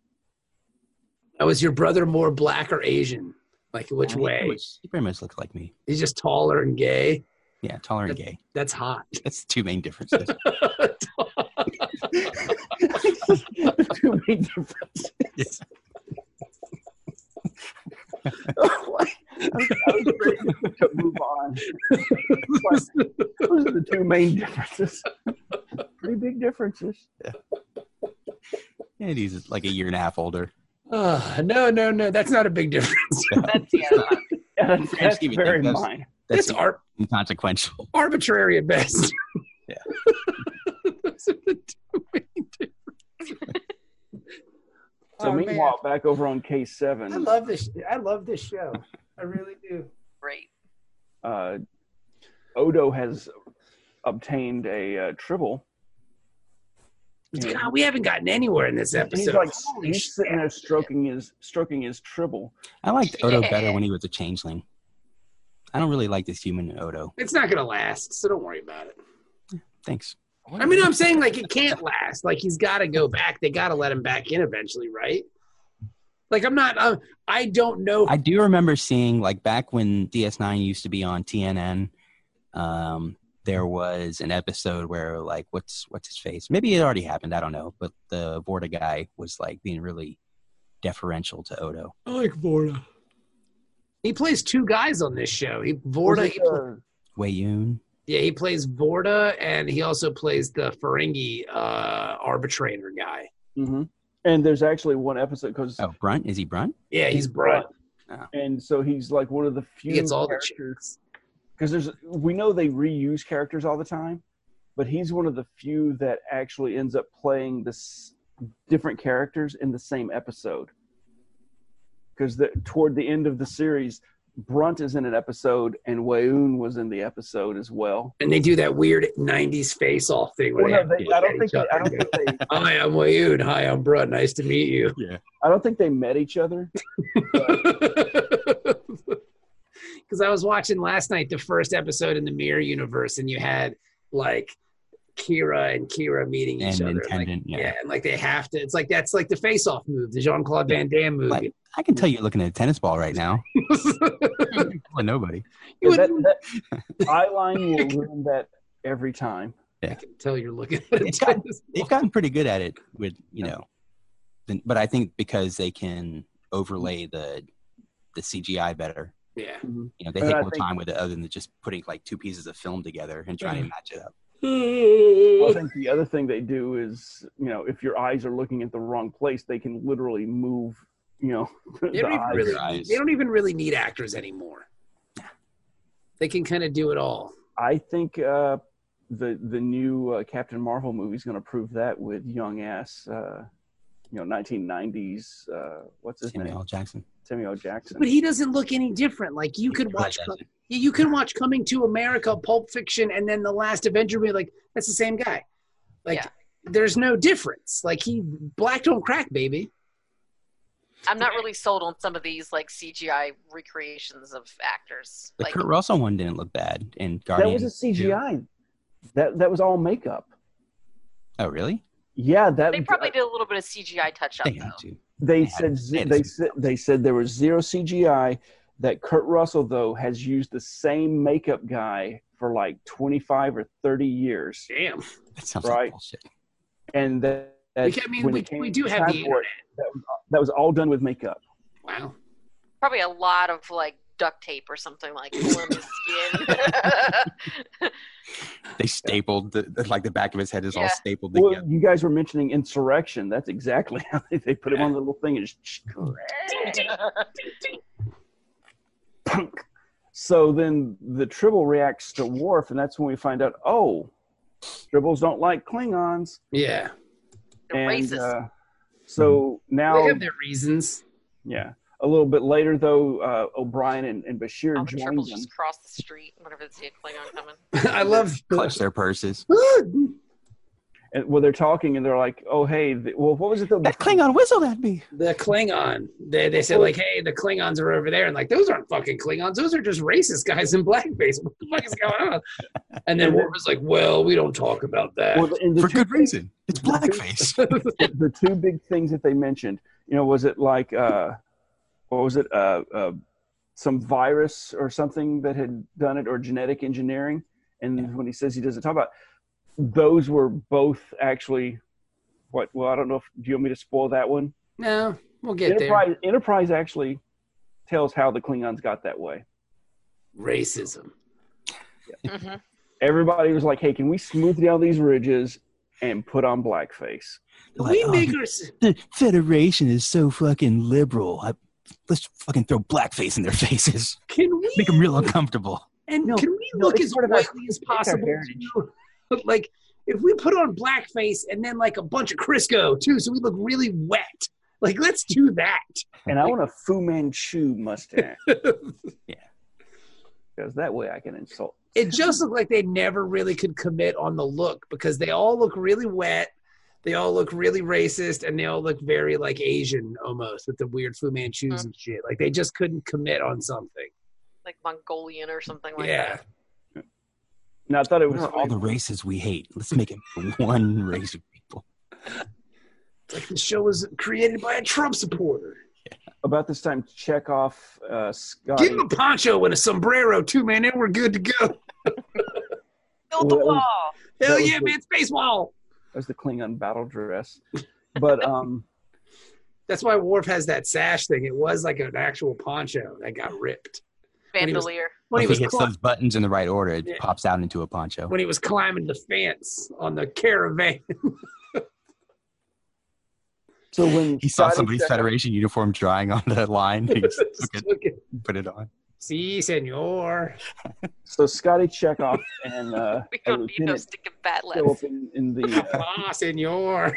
[SPEAKER 3] Now, was your brother more black or Asian? Like which
[SPEAKER 6] He pretty
[SPEAKER 3] way?
[SPEAKER 6] much- He pretty much looks like me.
[SPEAKER 3] He's just taller and gay.
[SPEAKER 6] Yeah, taller and gay.
[SPEAKER 3] That's hot.
[SPEAKER 6] That's the two main differences.
[SPEAKER 5] Two big differences. What? I was ready to move on. Those are the two main differences. Pretty big differences.
[SPEAKER 6] and he's like a year and a half older.
[SPEAKER 3] Uh, no, no, no. That's not a big difference.
[SPEAKER 4] That's yeah. not-
[SPEAKER 5] Yeah, that's,
[SPEAKER 6] Grand
[SPEAKER 5] that's
[SPEAKER 6] scheme of
[SPEAKER 5] very
[SPEAKER 6] things, that's-
[SPEAKER 5] mine.
[SPEAKER 6] That's
[SPEAKER 3] That's ar-
[SPEAKER 6] inconsequential.
[SPEAKER 3] arbitrary at best.
[SPEAKER 6] Yeah.
[SPEAKER 3] Those are the two main differences.
[SPEAKER 5] So
[SPEAKER 3] Oh, man.
[SPEAKER 5] meanwhile, back over on case
[SPEAKER 3] I
[SPEAKER 5] seven,
[SPEAKER 3] love this. I love this show. I really do.
[SPEAKER 4] Great.
[SPEAKER 5] uh, Odo has obtained a uh, triple. Yeah.
[SPEAKER 3] God, we haven't gotten anywhere in this
[SPEAKER 5] He's
[SPEAKER 3] episode.
[SPEAKER 5] like
[SPEAKER 3] Holy
[SPEAKER 5] he's sitting
[SPEAKER 3] shit.
[SPEAKER 5] there stroking his stroking his tribble.
[SPEAKER 6] I liked Odo
[SPEAKER 4] Yeah.
[SPEAKER 6] better when he was a changeling. I don't really like this human Odo.
[SPEAKER 3] It's not gonna last, so don't worry about it.
[SPEAKER 6] Thanks.
[SPEAKER 3] I mean, I'm saying like it can't last. Like he's got to go back. They got to let him back in eventually, right? Like I'm not. Uh, I don't know.
[SPEAKER 6] I do remember seeing like back when DS9 used to be on TNN. Um, there was an episode where like what's what's his face? Maybe it already happened. I don't know. But the Vorta guy was like being really deferential to Odo.
[SPEAKER 3] I like Vorta. He plays two guys on this show. He
[SPEAKER 5] Was
[SPEAKER 3] Vorta.
[SPEAKER 5] it,
[SPEAKER 3] he pl-
[SPEAKER 5] uh,
[SPEAKER 6] Wayoon.
[SPEAKER 3] yeah, he plays Vorta, and he also plays the Ferengi uh, arbitrator guy. Mm-hmm.
[SPEAKER 5] mhm. And there's actually one episode because,
[SPEAKER 6] Oh, Brunt? Is he Brunt?
[SPEAKER 3] Yeah, he's Brunt.
[SPEAKER 5] and so he's like one of the few
[SPEAKER 3] He gets all the
[SPEAKER 5] characters because there's we know they reuse characters all the time, but he's one of the few that actually ends up playing this different characters in the same episode. Because the, toward the end of the series, Brunt is in an episode and Wayoon was in the episode as well.
[SPEAKER 3] And they do that weird '90s face-off thing where
[SPEAKER 5] Well,
[SPEAKER 3] they have
[SPEAKER 5] no, they,
[SPEAKER 3] to
[SPEAKER 5] I
[SPEAKER 3] look
[SPEAKER 5] don't
[SPEAKER 3] at
[SPEAKER 5] think
[SPEAKER 3] each
[SPEAKER 5] they,
[SPEAKER 3] other
[SPEAKER 5] I
[SPEAKER 3] and
[SPEAKER 5] don't
[SPEAKER 3] go,
[SPEAKER 5] think they
[SPEAKER 3] Hi, I'm Wayoon. Hi, I'm Brunt. Nice to meet you.
[SPEAKER 5] I don't think they met each other.
[SPEAKER 3] Because I was watching last night the first episode in the Mirror Universe, and you had like Kira and Kira meeting each
[SPEAKER 6] And
[SPEAKER 3] other. like,
[SPEAKER 6] Intendant, yeah.
[SPEAKER 3] and like they have to. It's like that's like the Face Off move, the Jean Claude Van Damme movie.
[SPEAKER 6] I can tell you're looking at a tennis ball right now. Well, nobody.
[SPEAKER 3] you
[SPEAKER 5] That,
[SPEAKER 3] wouldn't
[SPEAKER 5] that eye line will ruin that every time.
[SPEAKER 3] I can tell you're looking at
[SPEAKER 6] It's
[SPEAKER 3] it.
[SPEAKER 6] got- They've gotten pretty good at it with you know, the, but I think because they can overlay the the CGI better.
[SPEAKER 3] yeah.
[SPEAKER 6] You know, they
[SPEAKER 5] And
[SPEAKER 6] take
[SPEAKER 5] I
[SPEAKER 6] more
[SPEAKER 5] think-
[SPEAKER 6] time with it other than just putting like two pieces of film together and trying to match it up.
[SPEAKER 5] I think the other thing they do is, you know, if your eyes are looking at the wrong place, they can literally move, you know, the
[SPEAKER 3] They don't, even
[SPEAKER 5] eyes.
[SPEAKER 3] really,
[SPEAKER 6] eyes.
[SPEAKER 3] they don't even really need actors anymore. They can kind of do it all.
[SPEAKER 5] I think uh, the the new uh, Captain Marvel movie is going to prove that with young ass uh, you know 1990s. Uh, what's his
[SPEAKER 6] Samuel
[SPEAKER 5] name?
[SPEAKER 6] L. Jackson.
[SPEAKER 5] Samuel Jackson.
[SPEAKER 3] But he doesn't look any different. Like you could watch,
[SPEAKER 6] Probably
[SPEAKER 3] you could watch Coming to America, Pulp Fiction, and then the Last Avenger. Be like, that's the same guy. Like
[SPEAKER 4] Yeah.
[SPEAKER 3] there's no difference. Like he black don't crack, baby.
[SPEAKER 4] I'm not really sold on some of these like CGI recreations of actors.
[SPEAKER 6] The
[SPEAKER 4] Like,
[SPEAKER 6] Kurt Russell one didn't look bad in
[SPEAKER 5] that
[SPEAKER 6] Guardian.
[SPEAKER 5] was a CGI. That that was all makeup.
[SPEAKER 6] Oh, really?
[SPEAKER 5] Yeah, that
[SPEAKER 4] they probably did a little bit of CGI touch up
[SPEAKER 6] They
[SPEAKER 4] though.
[SPEAKER 6] had to.
[SPEAKER 5] they
[SPEAKER 6] They had
[SPEAKER 5] said
[SPEAKER 6] to
[SPEAKER 5] ze-
[SPEAKER 6] say
[SPEAKER 5] they
[SPEAKER 6] this.
[SPEAKER 5] said they said there was zero CGI. That Kurt Russell though has used the same makeup guy for like 25 or 30 years,
[SPEAKER 3] Damn.
[SPEAKER 6] That sounds
[SPEAKER 5] Right.
[SPEAKER 6] like bullshit.
[SPEAKER 5] and that.
[SPEAKER 3] We can- I mean,
[SPEAKER 5] when
[SPEAKER 3] we-
[SPEAKER 5] it came
[SPEAKER 3] we do have
[SPEAKER 5] time
[SPEAKER 3] the
[SPEAKER 5] for it, that, was, that was all done with makeup.
[SPEAKER 3] Wow.
[SPEAKER 4] Probably a lot of like duct tape or something like pulling his skin.
[SPEAKER 6] They stapled the, the- like the back of his head is all
[SPEAKER 4] Yeah.
[SPEAKER 6] stapled
[SPEAKER 5] Well,
[SPEAKER 6] together.
[SPEAKER 5] you guys were mentioning insurrection. That's exactly how they, they put him on the little thing and just punk. So then the Tribble reacts to Worf, and that's when we find out, oh, Tribbles don't like Klingons.
[SPEAKER 3] Yeah.
[SPEAKER 4] They're
[SPEAKER 5] and
[SPEAKER 4] racist.
[SPEAKER 5] uh, so now,
[SPEAKER 3] They have their reasons.
[SPEAKER 5] yeah. A little bit later, though, uh, O'Brien and, and Bashir
[SPEAKER 3] Oh,
[SPEAKER 4] All the
[SPEAKER 5] join
[SPEAKER 4] triples
[SPEAKER 5] them.
[SPEAKER 4] just cross the street whenever they see a Klingon coming.
[SPEAKER 3] I love.
[SPEAKER 6] Clutch their purses.
[SPEAKER 5] And, well, they're talking, and they're like, "Oh, hey, th- well, what was it that
[SPEAKER 6] That Klingon whistled at me.
[SPEAKER 3] the Klingon. They, they said like, hey, the Klingons are over there, and like those aren't fucking Klingons. Those are just racist guys in blackface. What the fuck is going on? And then Worf was like, well, we don't talk about that.
[SPEAKER 5] Well, and the
[SPEAKER 6] For
[SPEAKER 5] two
[SPEAKER 6] good
[SPEAKER 5] big-
[SPEAKER 6] reason. It's blackface.
[SPEAKER 5] the, the two big things that they mentioned, you know, was it like, uh, what was it, uh, uh, some virus or something that had done it, or genetic engineering? And when he says he doesn't talk about, those were both actually. What? Well, I don't know if do you want me to spoil that one.
[SPEAKER 3] no, we'll get there.
[SPEAKER 5] Enterprise, Enterprise actually tells how the Klingons got that way.
[SPEAKER 3] Racism.
[SPEAKER 4] hmm
[SPEAKER 5] Everybody was like, "Hey, can we smooth down these ridges and put on blackface?"
[SPEAKER 6] Like,
[SPEAKER 3] we
[SPEAKER 5] um,
[SPEAKER 6] oh,
[SPEAKER 3] make
[SPEAKER 6] the-
[SPEAKER 3] our
[SPEAKER 6] the Federation is so fucking liberal. I, let's fucking throw blackface in their faces.
[SPEAKER 3] can we
[SPEAKER 6] Make them real uncomfortable.
[SPEAKER 3] and
[SPEAKER 5] No,
[SPEAKER 3] can we
[SPEAKER 5] no,
[SPEAKER 3] look
[SPEAKER 5] it's
[SPEAKER 3] as
[SPEAKER 5] part of our-
[SPEAKER 3] whitely as
[SPEAKER 5] our
[SPEAKER 3] possible?
[SPEAKER 5] heritage.
[SPEAKER 3] too? like if we put on blackface and then like a bunch of Crisco too, so we look really wet. Like let's do that.
[SPEAKER 5] And I want a Fu Manchu mustache.
[SPEAKER 6] Yeah.
[SPEAKER 5] Because that way I can insult.
[SPEAKER 3] it just looked like they never really could commit on the look because they all look really wet they all look really racist and they all look very like asian almost with the weird fu manchus and shit like they just couldn't commit on something
[SPEAKER 4] Like Mongolian or something like
[SPEAKER 3] yeah
[SPEAKER 5] No, I thought it was
[SPEAKER 6] What are all the races we hate? Let's make it one race of people.
[SPEAKER 3] It's like the show was created by a trump supporter
[SPEAKER 5] about this time. Check off uh, Scotty.
[SPEAKER 3] give him a poncho and a sombrero too man and we're good to go
[SPEAKER 4] that. Build the
[SPEAKER 5] Well,
[SPEAKER 4] wall.
[SPEAKER 3] hell
[SPEAKER 5] was
[SPEAKER 3] yeah
[SPEAKER 5] the-
[SPEAKER 3] man space wall
[SPEAKER 5] That was the Klingon battle dress. But um,
[SPEAKER 3] that's why Worf has that sash thing. It was like an actual poncho that got ripped when he was-
[SPEAKER 4] Bandolier.
[SPEAKER 3] when he
[SPEAKER 6] if
[SPEAKER 3] was
[SPEAKER 6] he hits
[SPEAKER 3] cli-
[SPEAKER 6] those buttons in the right order, it
[SPEAKER 3] Yeah.
[SPEAKER 6] pops out into a poncho.
[SPEAKER 3] when he was climbing the fence on the caravan.
[SPEAKER 5] so when
[SPEAKER 6] He saw
[SPEAKER 5] Scotty
[SPEAKER 6] somebody's
[SPEAKER 5] checked-
[SPEAKER 6] Federation uniform drawing on the line. He just took it
[SPEAKER 3] Look at-
[SPEAKER 6] and put it on.
[SPEAKER 3] Si, senor.
[SPEAKER 5] so Scotty Chekhov and uh,
[SPEAKER 4] We
[SPEAKER 5] a
[SPEAKER 4] don't need no
[SPEAKER 5] lieutenant
[SPEAKER 4] sticking bat
[SPEAKER 5] show up
[SPEAKER 4] left.
[SPEAKER 5] in, in the uh,
[SPEAKER 3] Ah, senor.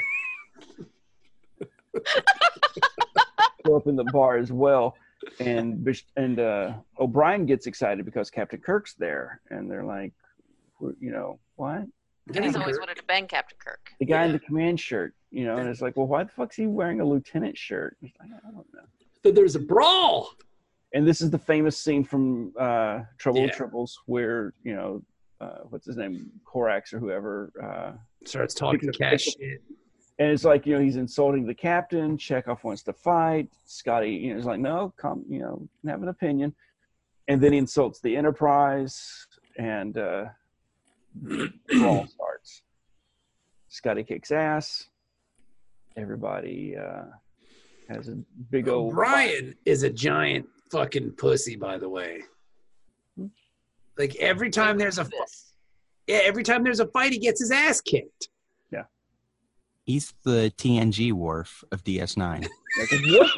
[SPEAKER 5] show up in the bar as well. And Bish- and uh, O'Brien gets excited because Captain Kirk's there, and they're like, we're- you know, what?
[SPEAKER 4] And he's always wanted to bang Captain Kirk.
[SPEAKER 5] the guy in the command shirt, you know, and it's like, well, why the fuck's he wearing a lieutenant shirt? He's like, I don't know.
[SPEAKER 3] That there's a brawl.
[SPEAKER 5] And this is the famous scene from uh, Trouble with
[SPEAKER 3] Yeah.
[SPEAKER 5] Tribbles where, you know, uh, what's his name, Korax or whoever, uh,
[SPEAKER 3] Starts talking cash shit.
[SPEAKER 5] and it's like, you know, he's insulting the captain. Chekhov wants to fight. Scotty, you know, is like, no, come, you know, have an opinion. And then he insults the Enterprise, and uh, brawl starts. Scotty kicks ass. Everybody uh, has a big old
[SPEAKER 3] Brian is a giant fucking pussy, by the way. Like every time there's a
[SPEAKER 4] This.
[SPEAKER 3] yeah, every time there's a fight, he gets his ass kicked.
[SPEAKER 6] He's the TNG wharf of DS9.
[SPEAKER 5] Like, what?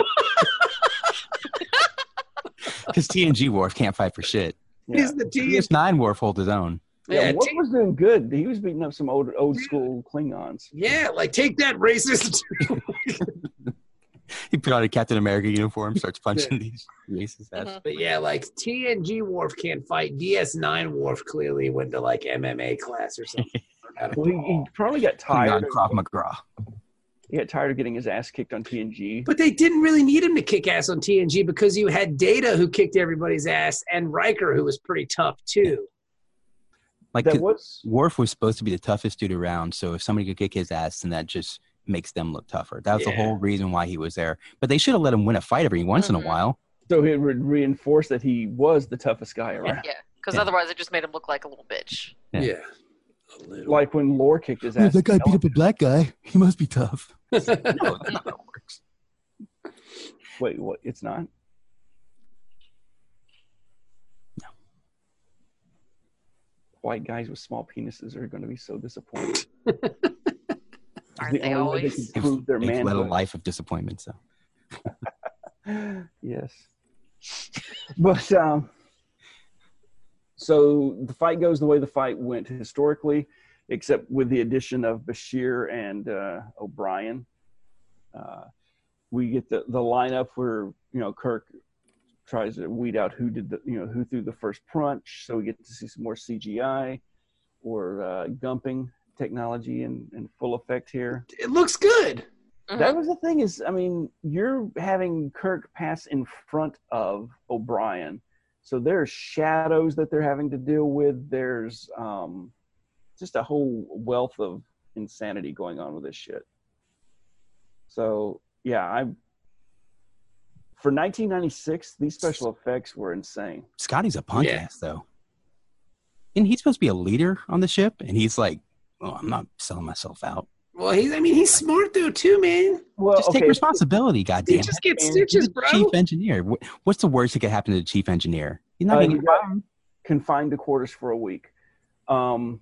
[SPEAKER 6] Because TNG wharf can't fight for shit.
[SPEAKER 5] Yeah.
[SPEAKER 3] He's the
[SPEAKER 6] DS9 wharf holds his own.
[SPEAKER 5] Yeah,
[SPEAKER 3] Yeah,
[SPEAKER 5] Warp
[SPEAKER 3] take-
[SPEAKER 5] was doing good. He was beating up some old old school Klingons.
[SPEAKER 3] yeah, like take that racist.
[SPEAKER 6] He put on a Captain America uniform, starts punching these racist ass.
[SPEAKER 4] Mhm.
[SPEAKER 3] But yeah, like TNG Worf can't fight. DS9 Worf clearly went to like MMA class or something. Learned how to
[SPEAKER 5] Well, he, he
[SPEAKER 3] brawl.
[SPEAKER 5] probably got
[SPEAKER 6] Klingon
[SPEAKER 5] tired.
[SPEAKER 6] Krav McGraw.
[SPEAKER 5] He got tired of getting his ass kicked on TNG.
[SPEAKER 3] but they didn't really need him to kick ass on TNG because you had Data who kicked everybody's ass and Riker who was pretty tough too.
[SPEAKER 6] Like
[SPEAKER 5] That was
[SPEAKER 6] Worf was supposed to be the toughest dude around, so if somebody could kick his ass, then that just makes them look tougher. That was the
[SPEAKER 3] Yeah.
[SPEAKER 6] whole reason why he was there. But they should have let him win a fight every once in
[SPEAKER 3] Mm-hmm.
[SPEAKER 4] Mhm.
[SPEAKER 6] a while.
[SPEAKER 5] so it would reinforce that he was the toughest guy around.
[SPEAKER 4] Yeah, because
[SPEAKER 6] Yeah.
[SPEAKER 4] otherwise it just made him look like a little bitch.
[SPEAKER 6] Yeah.
[SPEAKER 3] A little.
[SPEAKER 5] Like when Lore kicked his ass.
[SPEAKER 6] a black guy. He must be tough. No, that's not how it works.
[SPEAKER 5] Wait, what? It's not.
[SPEAKER 6] No.
[SPEAKER 5] White guys with small penises are going to be so disappointed.
[SPEAKER 4] Aren't they always?
[SPEAKER 5] can prove their
[SPEAKER 6] They've led a
[SPEAKER 5] manhood.
[SPEAKER 6] life of disappointment. So
[SPEAKER 5] yes. But um, so the fight goes the way the fight went historically, except with the addition of Bashir and uh, O'Brien. Uh, we get the, the lineup where you know Kirk tries to weed out who did the you know who threw the first punch, so we get to see some more CGI or uh, gumping technology in, in full effect here.
[SPEAKER 3] it looks good.
[SPEAKER 6] Mm-hmm.
[SPEAKER 5] That was the thing is, I mean, you're having Kirk pass in front of O'Brien, so there's shadows that they're having to deal with. There's um, just a whole wealth of insanity going on with this shit. So yeah, I for 1996, these special effects were insane.
[SPEAKER 6] Scotty's a punk
[SPEAKER 3] Yeah.
[SPEAKER 6] ass though. And he's supposed to be a leader on the ship, and he's like, "Oh, I'm not selling myself out.
[SPEAKER 3] Well, he's I mean he's smart though too, man.
[SPEAKER 5] Well,
[SPEAKER 6] Just take responsibility,
[SPEAKER 3] Oh, He
[SPEAKER 6] goddamn."
[SPEAKER 3] just gets
[SPEAKER 5] man.
[SPEAKER 3] stitches, bro.
[SPEAKER 6] Chief engineer. Wh- What's the worst that could happen to the chief engineer? He's not
[SPEAKER 5] Uh,
[SPEAKER 6] gonna
[SPEAKER 5] you
[SPEAKER 6] get
[SPEAKER 5] got confined to quarters for a week. Um,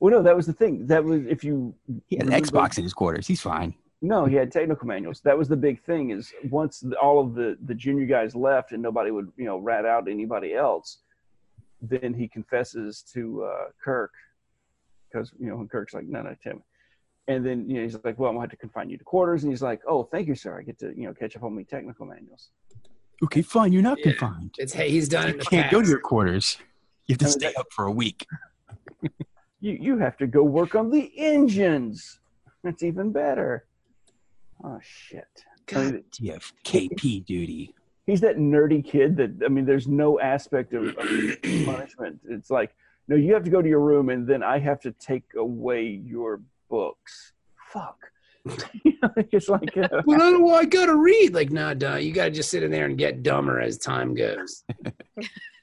[SPEAKER 5] well, no, that was the thing. That was if you
[SPEAKER 6] He had an
[SPEAKER 5] remember-
[SPEAKER 6] Xbox in his quarters. He's fine.
[SPEAKER 5] No, he had technical manuals. That was the big thing. Is once the, all of the the junior guys left and nobody would you know rat out anybody else, then he confesses to uh, Kirk because you know when Kirk's like, no, no, Tim, and then you know he's like, well, I'm gonna have to confine you to quarters, and he's like, oh, thank you, sir, I get to you know catch up on my technical manuals.
[SPEAKER 6] Okay, fine. You're not
[SPEAKER 3] Yeah.
[SPEAKER 6] confined.
[SPEAKER 3] It's hey, he's done it
[SPEAKER 6] You
[SPEAKER 3] in the
[SPEAKER 6] can't go to
[SPEAKER 3] past.
[SPEAKER 6] your quarters. You have to
[SPEAKER 5] I mean,
[SPEAKER 6] stay up for a week.
[SPEAKER 5] You you have to go work on the engines. That's even better. Oh shit. I mean,
[SPEAKER 3] God,
[SPEAKER 6] You have KP duty.
[SPEAKER 5] he's that nerdy kid that I mean, there's no aspect of, of punishment. It's like, no, you have to go to your room, and then I have to take away your books. Fuck. You know, it's like, uh,
[SPEAKER 3] well, no, well, I gotta read. Like, nah, duh, you gotta just sit in there and get dumber as time goes.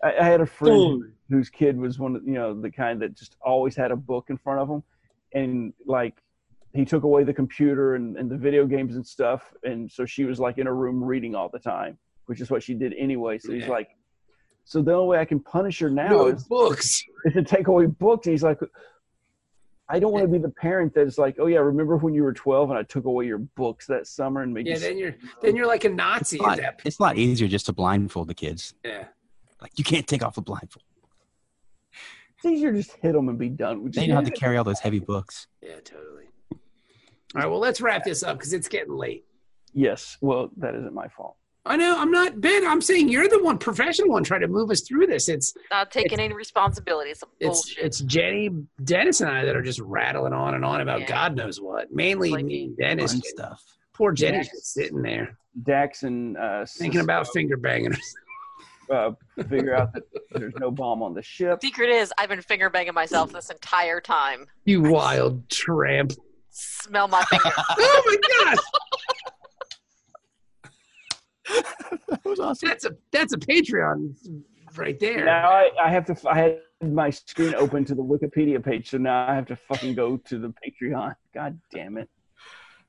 [SPEAKER 5] I, I had a friend who, whose kid was one of you know the kind that just always had a book in front of him, and like. He took away the computer and, and the video games and stuff, and so she was like in a room reading all the time, which is what she did anyway. So he's
[SPEAKER 3] Yeah.
[SPEAKER 5] like, so the only way I can punish her now
[SPEAKER 3] No
[SPEAKER 5] is
[SPEAKER 3] books.
[SPEAKER 5] to take away books. And he's like, I don't want to be the parent that's like, oh yeah, remember when you were twelve and I took away your books that summer and made
[SPEAKER 3] Yeah,
[SPEAKER 5] you.
[SPEAKER 3] then you're then you're like a Nazi at
[SPEAKER 6] But
[SPEAKER 3] that point.
[SPEAKER 6] it's a lot easier just to blindfold the kids.
[SPEAKER 3] Yeah.
[SPEAKER 6] Like you can't take off a blindfold.
[SPEAKER 5] It's easier to just hit them and be done. Just,
[SPEAKER 6] They don't have to carry all those heavy books.
[SPEAKER 3] Yeah, totally. All right, well, let's wrap this up because it's getting late.
[SPEAKER 5] Yes, well, that isn't my fault.
[SPEAKER 3] I know I'm not Ben. I'm saying you're the one professional one trying to move us through this. It's
[SPEAKER 4] Mm-hmm. Not taking any responsibility. It's some
[SPEAKER 3] it's
[SPEAKER 4] bullshit.
[SPEAKER 3] it's Jenny, Dennis, and I that are just rattling on and on about
[SPEAKER 4] Yeah.
[SPEAKER 3] God knows what. Mainly
[SPEAKER 4] Like-
[SPEAKER 3] me and Dennis.
[SPEAKER 6] Fun stuff.
[SPEAKER 3] Poor Jenny's
[SPEAKER 5] Yeah.
[SPEAKER 3] just sitting there
[SPEAKER 5] Dax and uh,
[SPEAKER 3] thinking
[SPEAKER 5] Cisco,
[SPEAKER 3] about finger banging.
[SPEAKER 5] uh, figure out that there's no bomb on the ship.
[SPEAKER 4] Secret is, I've been finger banging myself this entire time.
[SPEAKER 3] you wild tramp!
[SPEAKER 4] Smell my finger.
[SPEAKER 3] Oh my gosh,
[SPEAKER 6] That was awesome.
[SPEAKER 3] that's a that's a Patreon right there.
[SPEAKER 5] Now I, I have to. f- I had my screen open to the Wikipedia page, so now I have to fucking go to the Patreon. God damn it!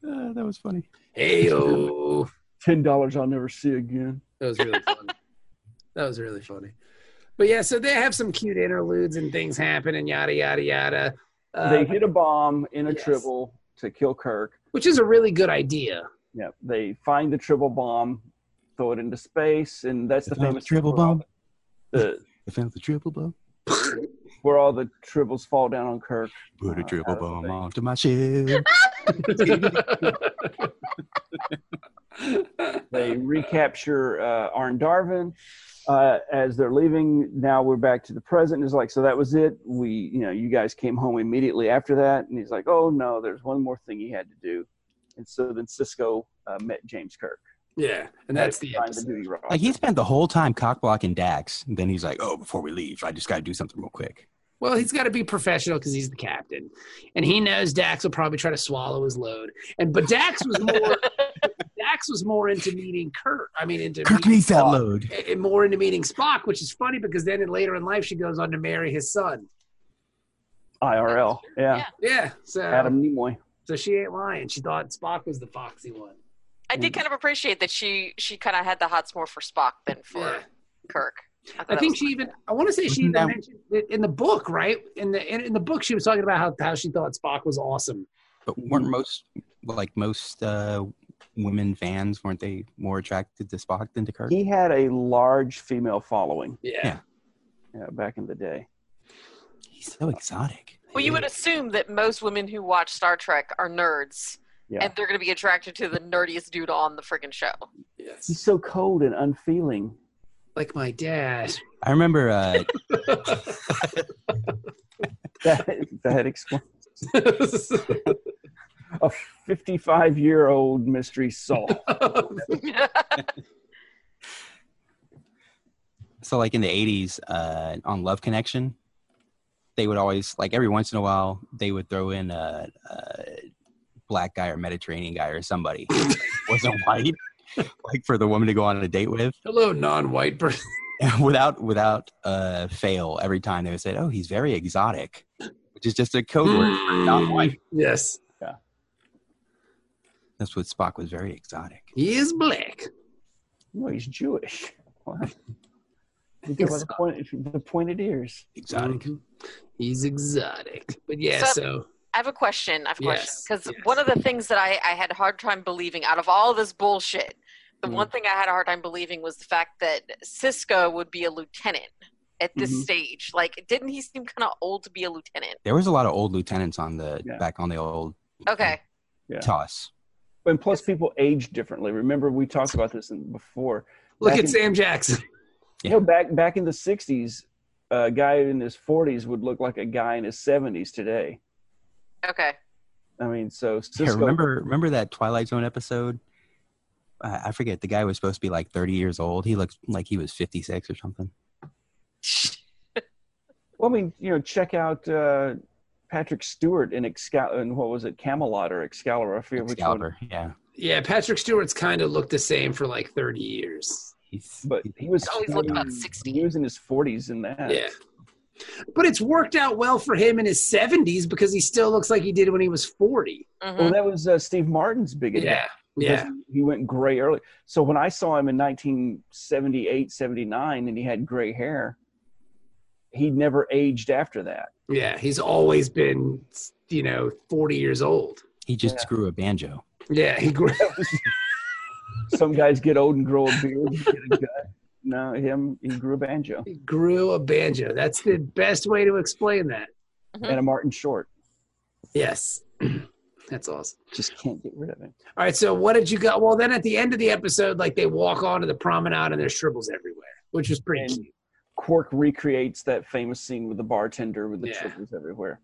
[SPEAKER 6] Uh, that was funny.
[SPEAKER 3] Hey oh,
[SPEAKER 5] Ten dollars I'll never see again.
[SPEAKER 3] that was really funny. that was really funny. But yeah, so they have some cute interludes and things happen and yada yada yada. Uh,
[SPEAKER 5] they hit a bomb in a
[SPEAKER 3] yes.
[SPEAKER 5] triple to kill Kirk.
[SPEAKER 3] which is a really good idea.
[SPEAKER 5] Yeah, they find the triple bomb, throw it into space, and that's the
[SPEAKER 6] Found
[SPEAKER 5] famous
[SPEAKER 6] the triple
[SPEAKER 5] thing where all
[SPEAKER 6] bomb.
[SPEAKER 5] The,
[SPEAKER 6] I found the triple bomb.
[SPEAKER 5] where all the tribbles fall down on Kirk.
[SPEAKER 6] Put
[SPEAKER 5] Uh,
[SPEAKER 6] a triple
[SPEAKER 5] out of the
[SPEAKER 6] bomb
[SPEAKER 5] thing.
[SPEAKER 6] onto my ship.
[SPEAKER 5] They recapture uh, Arn Darvin uh, as they're leaving. Now we're back to the present. It's like, so that was it. We, you know, you guys came home immediately after that. And he's like, oh no, there's one more thing he had to do. And so then Cisco uh, met James Kirk.
[SPEAKER 3] yeah, and that's the
[SPEAKER 5] Signed
[SPEAKER 3] episode.
[SPEAKER 5] duty roster.
[SPEAKER 6] Like he spent the whole time cock blocking Dax. And then he's like, "Oh, before we leave, I just got to do something real quick."
[SPEAKER 3] Well, he's got to be professional because he's the captain, and he knows Dax will probably try to swallow his load. And but Dax was more Dax was more into meeting Kirk. I mean, into
[SPEAKER 6] Kirk
[SPEAKER 3] meeting
[SPEAKER 6] needs that
[SPEAKER 3] Spock.
[SPEAKER 6] load.
[SPEAKER 3] and more into meeting Spock, which is funny because then in later in life she goes on to marry his son.
[SPEAKER 5] IRL. Yeah.
[SPEAKER 4] Yeah.
[SPEAKER 3] Yeah, so
[SPEAKER 5] Adam Nimoy.
[SPEAKER 3] so she ain't lying. She thought Spock was the foxy one.
[SPEAKER 4] I did kind of appreciate that she she kind of had the hots more for Spock than for
[SPEAKER 3] Yeah.
[SPEAKER 4] Kirk. thought
[SPEAKER 3] I
[SPEAKER 4] that
[SPEAKER 3] think
[SPEAKER 4] was
[SPEAKER 3] she even I want to say she even
[SPEAKER 6] Now-
[SPEAKER 3] mentioned it in the book, right? In the in, in the book she was talking about how, how she thought Spock was awesome.
[SPEAKER 6] But weren't most like most uh, women fans weren't they more attracted to Spock than to Kirk?
[SPEAKER 5] He had a large female following
[SPEAKER 3] Yeah.
[SPEAKER 6] Yeah.
[SPEAKER 5] yeah, back in the day.
[SPEAKER 6] He's so exotic.
[SPEAKER 4] Well, you would assume that most women who watch Star Trek are nerds,
[SPEAKER 5] Yeah.
[SPEAKER 4] and they're going to be attracted to the nerdiest dude on the friggin' show.
[SPEAKER 5] He's
[SPEAKER 3] Yes.
[SPEAKER 5] so cold and unfeeling.
[SPEAKER 3] Like my dad.
[SPEAKER 6] I remember uh,
[SPEAKER 5] That, that explains a 55 year old mystery soul.
[SPEAKER 6] so like in the 80s uh, on love connection they would always like every once in a while they would throw in a, a black guy or mediterranean guy or somebody who wasn't white like for the woman to go on a date with
[SPEAKER 3] Hello, non-white person.
[SPEAKER 6] without without uh, fail every time they would say oh he's very exotic which is just a code word for not white
[SPEAKER 3] Mm. Yes.
[SPEAKER 6] that's what spock was very exotic
[SPEAKER 3] He is black.
[SPEAKER 5] No, he's Jewish. What? Because of the, point, the pointed ears.
[SPEAKER 6] exotic
[SPEAKER 3] Mhm. He's exotic. But yeah,
[SPEAKER 4] So-
[SPEAKER 3] so
[SPEAKER 4] I have a question. I have a question
[SPEAKER 3] Yes,
[SPEAKER 4] because
[SPEAKER 3] yes.
[SPEAKER 4] one of the things that I, I had a hard time believing out of all this bullshit, the
[SPEAKER 5] Mhm.
[SPEAKER 3] Mm-hmm.
[SPEAKER 4] one thing I had a hard time believing was the fact that Cisco would be a lieutenant at this
[SPEAKER 3] Mm-hmm.
[SPEAKER 5] Mhm.
[SPEAKER 4] stage. Like, didn't he seem kind of old to be a lieutenant?
[SPEAKER 6] there was a lot of old lieutenants on the
[SPEAKER 5] Yeah.
[SPEAKER 6] back on the old
[SPEAKER 3] Mm-hmm.
[SPEAKER 4] Okay,
[SPEAKER 5] Yeah.
[SPEAKER 6] toss
[SPEAKER 5] And plus, people age differently. Remember, we talked about this in, before.
[SPEAKER 3] look
[SPEAKER 5] Back
[SPEAKER 3] at
[SPEAKER 5] in-
[SPEAKER 3] Sam Jackson.
[SPEAKER 5] You know, back back in the 60s, a guy in his 40s would look like a guy in his 70s today.
[SPEAKER 4] okay.
[SPEAKER 5] I mean, so
[SPEAKER 6] Yeah,
[SPEAKER 5] Cisco,
[SPEAKER 6] remember remember that Twilight Zone episode? Uh, I forget. The guy was supposed to be like 30 years old. He looked like he was 56 or something.
[SPEAKER 5] Well, I mean, you know, check out uh, Patrick Stewart in Excal- and what was it, Camelot or Excalibur? I forget which one.
[SPEAKER 6] Excalibur. Yeah.
[SPEAKER 3] Yeah, Patrick Stewart's kind of looked the same for like 30 years.
[SPEAKER 6] He's,
[SPEAKER 5] But he was
[SPEAKER 4] He's always looked about
[SPEAKER 5] 40
[SPEAKER 4] 60.
[SPEAKER 5] He was in his 40s in that.
[SPEAKER 3] Yeah. But it's worked out well for him in his 70s because he still looks like he did when he was 40.
[SPEAKER 4] Mhm.
[SPEAKER 5] Well, that was uh, Steve Martin's big advantage.
[SPEAKER 3] Yeah.
[SPEAKER 5] because
[SPEAKER 3] Yeah.
[SPEAKER 5] he went gray early. So when I saw him in 1978, 79, and he had gray hair, he never aged after that.
[SPEAKER 3] Yeah. He's always been, you know, 40 years old.
[SPEAKER 6] he just
[SPEAKER 5] yeah.
[SPEAKER 6] grew a banjo.
[SPEAKER 3] Yeah. He grew
[SPEAKER 5] Some guys get old and grow a beard. and get a gut. No, him, he grew a banjo
[SPEAKER 3] he grew a banjo. That's the best way to explain that.
[SPEAKER 4] Mm-hmm.
[SPEAKER 5] and a Martin short.
[SPEAKER 3] Yes. That's awesome.
[SPEAKER 5] Just can't get rid of him.
[SPEAKER 3] All right. So what did you got? Well, then at the end of the episode, like they walk onto the promenade and there's tribbles everywhere, which was pretty
[SPEAKER 5] And-
[SPEAKER 3] cute.
[SPEAKER 5] Quark recreates that famous scene with the bartender with the
[SPEAKER 3] Yeah.
[SPEAKER 5] triples everywhere.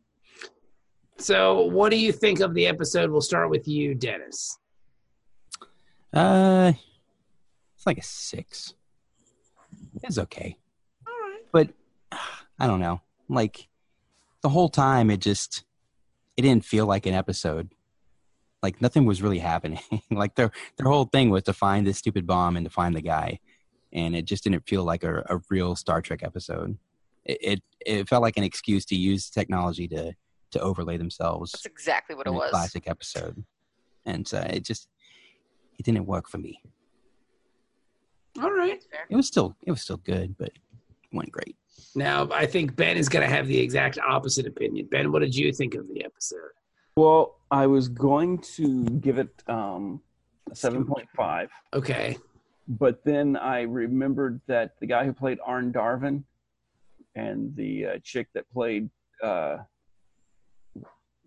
[SPEAKER 3] So what do you think of the episode? We'll start with you, Dennis.
[SPEAKER 6] Uh, it's like a six. It's okay. All right. But ah, I don't know. Like the whole time, it just it didn't feel like an episode. Like nothing was really happening. like their their whole thing was to find this stupid bomb and to find the guy, and it just didn't feel like a, a real Star Trek episode. It, it it felt like an excuse to use technology to to overlay themselves
[SPEAKER 4] That's exactly what it
[SPEAKER 6] in a
[SPEAKER 4] was.
[SPEAKER 6] classic episode, and so it just it didn't work for me.
[SPEAKER 3] All right.
[SPEAKER 6] It was still it was still good, but it wasn't great.
[SPEAKER 3] Now, I think Ben is going to have the exact opposite opinion. Ben, what did you think of the episode?
[SPEAKER 5] Well, I was going to give it um, a 7.5.
[SPEAKER 3] Okay.
[SPEAKER 5] but then I remembered that the guy who played Arn Darvin and the uh, chick that played uh,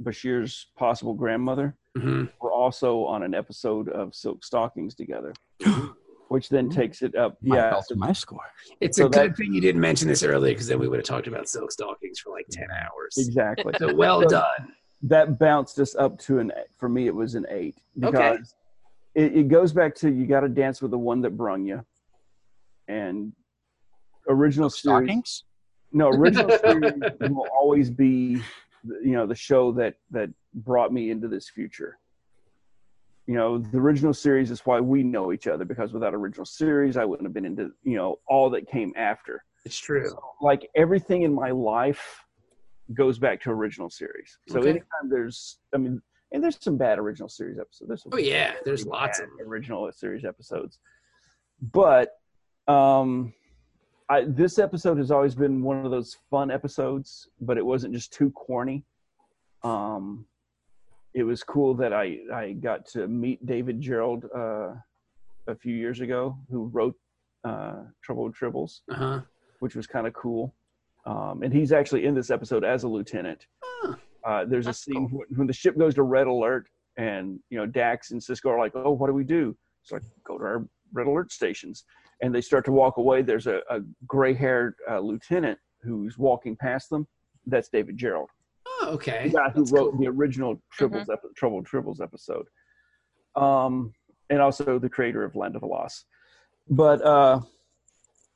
[SPEAKER 5] Bashir's possible grandmother
[SPEAKER 3] Mhm.
[SPEAKER 5] were also on an episode of Silk Stockings together, which then takes it up.
[SPEAKER 6] My,
[SPEAKER 5] yeah,
[SPEAKER 6] golf, my score.
[SPEAKER 3] It's
[SPEAKER 5] So
[SPEAKER 3] a good thing you didn't mention this earlier because then we would have talked about silk stockings for like 10 hours.
[SPEAKER 5] exactly.
[SPEAKER 3] So well
[SPEAKER 5] So-
[SPEAKER 3] done.
[SPEAKER 5] that bounced us up to an for me it was an eight because it, it goes back to you got to dance with the one that brung you and original series
[SPEAKER 6] Stockings?
[SPEAKER 5] no original series will always be the- you know the show that that brought me into this future you know the original series is why we know each other because without original series i wouldn't have been into you know all that came after
[SPEAKER 3] It's true.
[SPEAKER 5] like everything in my life goes back to original series. So
[SPEAKER 3] Okay.
[SPEAKER 5] anytime there's, I mean, and there's some bad original series episodes. There's some
[SPEAKER 3] Oh, yeah. There's lots of
[SPEAKER 5] bad
[SPEAKER 3] them.
[SPEAKER 5] original series episodes, but um, I, this episode has always been one of those fun episodes, but it wasn't just too corny. Um, it was cool that I I got to meet David Gerald uh, a few years ago, who wrote uh, Trouble with Tribbles
[SPEAKER 3] Uh-huh.
[SPEAKER 5] which was kind of cool. Um, and he's actually in this episode as a lieutenant.
[SPEAKER 3] Oh,
[SPEAKER 5] Uh, there's a
[SPEAKER 4] That's
[SPEAKER 5] scene wh- when the ship goes to red alert, and you know Dax and Cisco are like, "Oh, what do we do?" It's like, "Go to our red alert stations." And they start to walk away. There's a, a gray-haired uh, lieutenant who's walking past them. That's David Gerald,
[SPEAKER 3] oh,
[SPEAKER 5] the
[SPEAKER 3] okay.
[SPEAKER 5] guy who
[SPEAKER 3] That's
[SPEAKER 5] wrote
[SPEAKER 3] cool. Mm-hmm.
[SPEAKER 5] the original Tribbles epi- Trouble Tribbles episode, um, and also the creator of Land of the Lost. But uh,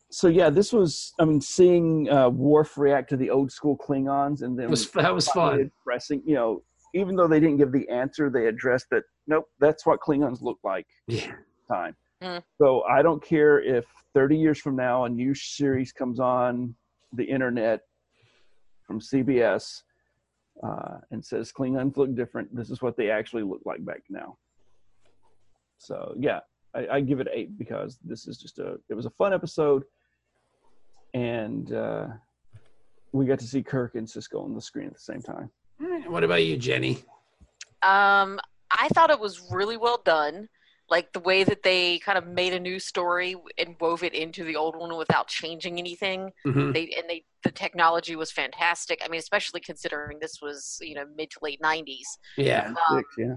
[SPEAKER 5] so yeah, this was I mean seeing uh, Worf react to the old school Klingons and then
[SPEAKER 3] That was, that was
[SPEAKER 5] finally
[SPEAKER 3] fun.
[SPEAKER 5] addressing you know even though they didn't give the answer, they addressed that nope that's what Klingons look like
[SPEAKER 3] Yeah.
[SPEAKER 5] time.
[SPEAKER 4] Mm.
[SPEAKER 5] So I don't care if 30 years from now a new series comes on the internet from CBS uh, and says Klingons look different. This is what they actually look like back now. So yeah, I, I give it eight because this is just a. It was a fun episode, and uh, we got to see Kirk and Cisco on the screen at the same time.
[SPEAKER 3] All right, What about you, Jenny?
[SPEAKER 4] Um, I thought it was really well done. Like the way that they kind of made a new story and wove it into the old one without changing anything.
[SPEAKER 3] Mhm.
[SPEAKER 4] They and they the technology was fantastic. I mean, especially considering this was you know mid to late '90s.
[SPEAKER 3] Yeah.
[SPEAKER 5] Six, yeah.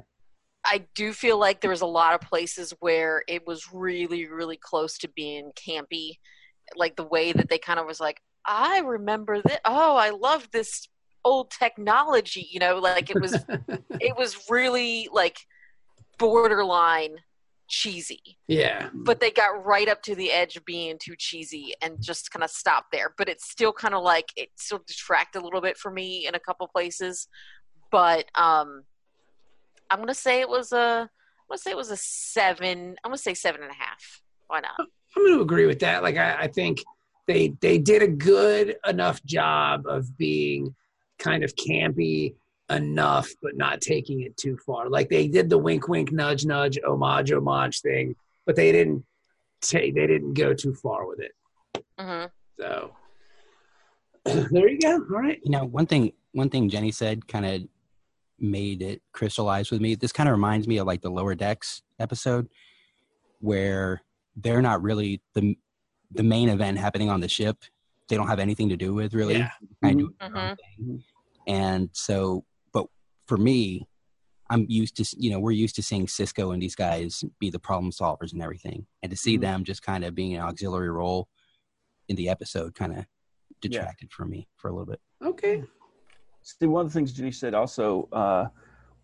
[SPEAKER 4] I do feel like there was a lot of places where it was really, really close to being campy. Like the way that they kind of was like, I remember that. Oh, I love this old technology. You know, like it was, it was really like borderline cheesy.
[SPEAKER 3] Yeah.
[SPEAKER 4] But they got right up to the edge of being too cheesy and just kind of stopped there. But it's still kind of like it still detracted a little bit for me in a couple places. But um, I'm gonna say it was a, I'm gonna say it was a seven. I'm gonna say seven and a half. Why not?
[SPEAKER 3] I'm going to agree with that. Like I, I think they they did a good enough job of being kind of campy enough, but not taking it too far. Like they did the wink, wink, nudge, nudge, homage, homage thing, but they didn't take they didn't go too far with it.
[SPEAKER 4] hmm
[SPEAKER 3] So there you go. All right.
[SPEAKER 6] You know, one thing one thing Jenny said kind of made it crystallize with me. This kind of reminds me of like the lower decks episode where they're not really the the main event happening on the ship. They don't have anything to do with really.
[SPEAKER 3] Yeah.
[SPEAKER 6] I do their
[SPEAKER 4] Mhm.
[SPEAKER 3] Uh-huh.
[SPEAKER 6] own thing. And so, but for me, I'm used to, you know, we're used to seeing Cisco and these guys be the problem solvers and everything. And to see
[SPEAKER 5] Mhm.
[SPEAKER 6] them just kind of being an auxiliary role in the episode kind of detracted from me for a little bit.
[SPEAKER 3] Okay.
[SPEAKER 5] See, one of the things Jenny said also uh,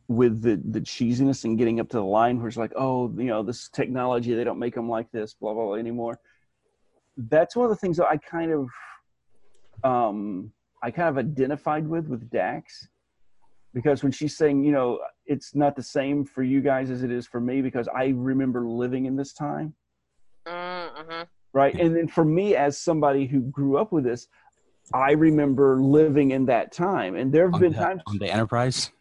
[SPEAKER 5] with the the cheesiness and getting up to the line, where it's like, oh, you know, this technology, they don't make them like this, blah blah blah anymore. That's one of the things that I kind of, um, I kind of identified with with Dax, because when she's saying, you know, it's not the same for you guys as it is for me, because I remember living in this time
[SPEAKER 4] Mm-hmm.
[SPEAKER 5] right and then for me as somebody who grew up with this i remember living in that time and there have
[SPEAKER 6] On
[SPEAKER 5] been
[SPEAKER 6] the-
[SPEAKER 5] times
[SPEAKER 6] on the Enterprise.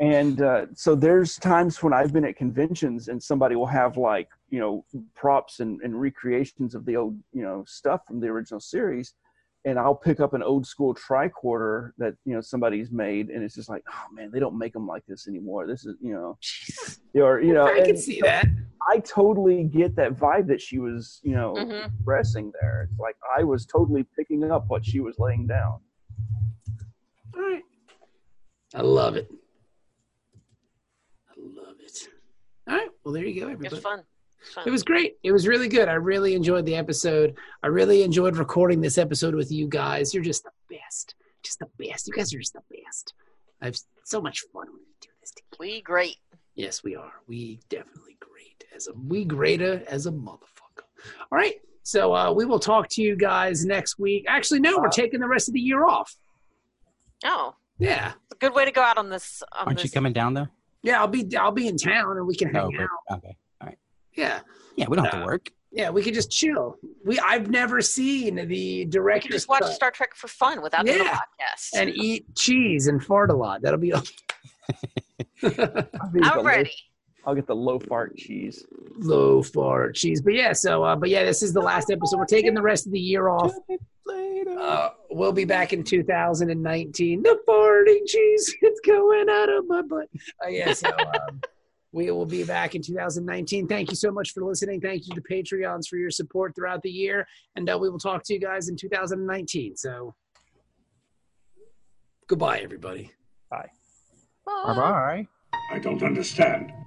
[SPEAKER 5] and uh, so there's times when i've been at conventions and somebody will have like you know props and, and recreations of the old you know stuff from the original series and I'll pick up an old school tricorder that you know somebody's made, and it's just like, oh man, they don't make them like this anymore. This is you know, or you know,
[SPEAKER 3] I can
[SPEAKER 5] and
[SPEAKER 3] see that.
[SPEAKER 5] I totally get that vibe that she was you know
[SPEAKER 3] Mm-hmm.
[SPEAKER 4] Mhm.
[SPEAKER 3] Oh,
[SPEAKER 5] expressing there. It's like I was totally picking up what she was laying down.
[SPEAKER 3] All right. I love it. I love it. All right. Well, there you go,
[SPEAKER 4] It's
[SPEAKER 3] everybody.
[SPEAKER 4] fun. It's fun.
[SPEAKER 3] It was great. It was really good. I really enjoyed the episode. I really enjoyed recording this episode with you guys. You're just the best. Just the best. You guys are just the best. I have so much fun when we do this together.
[SPEAKER 4] we great.
[SPEAKER 3] Yes, we are. We definitely great as a we greater as a motherfucker. All right. So uh, we will talk to you guys next week. Actually, no, we're taking the rest of the year off.
[SPEAKER 4] Oh,
[SPEAKER 3] Yeah,
[SPEAKER 4] it's a good way to go out on this. On
[SPEAKER 6] Aren't
[SPEAKER 4] this.
[SPEAKER 6] you coming down though?
[SPEAKER 3] yeah. I'll be I'll be in town and we can hang
[SPEAKER 6] No,
[SPEAKER 3] out.
[SPEAKER 6] but, okay.
[SPEAKER 3] Yeah,
[SPEAKER 6] Yeah, we don't have
[SPEAKER 3] Uh,
[SPEAKER 6] to work.
[SPEAKER 3] yeah. We could just chill. We I've never seen the
[SPEAKER 4] We
[SPEAKER 3] director
[SPEAKER 4] can just watch Star Trek for fun without doing a
[SPEAKER 3] Yeah.
[SPEAKER 4] podcast.
[SPEAKER 3] and eat cheese and fart a lot. That'll be all.
[SPEAKER 5] I mean, the
[SPEAKER 4] I'm
[SPEAKER 5] low-
[SPEAKER 4] ready.
[SPEAKER 5] I'll get the low fart cheese.
[SPEAKER 3] low fart cheese. But yeah, so uh, but yeah, this is the last episode. We're taking the rest of the year off. Uh, we'll be back in 2019. The farting cheese, it's going out of my butt. Uh, yeah, so um, we will be back in 2019. Thank you so much for listening. Thank you to Patreons for your support throughout the year, and uh, we will talk to you guys in 2019. So goodbye, everybody.
[SPEAKER 2] Bye bye.
[SPEAKER 1] I don't understand.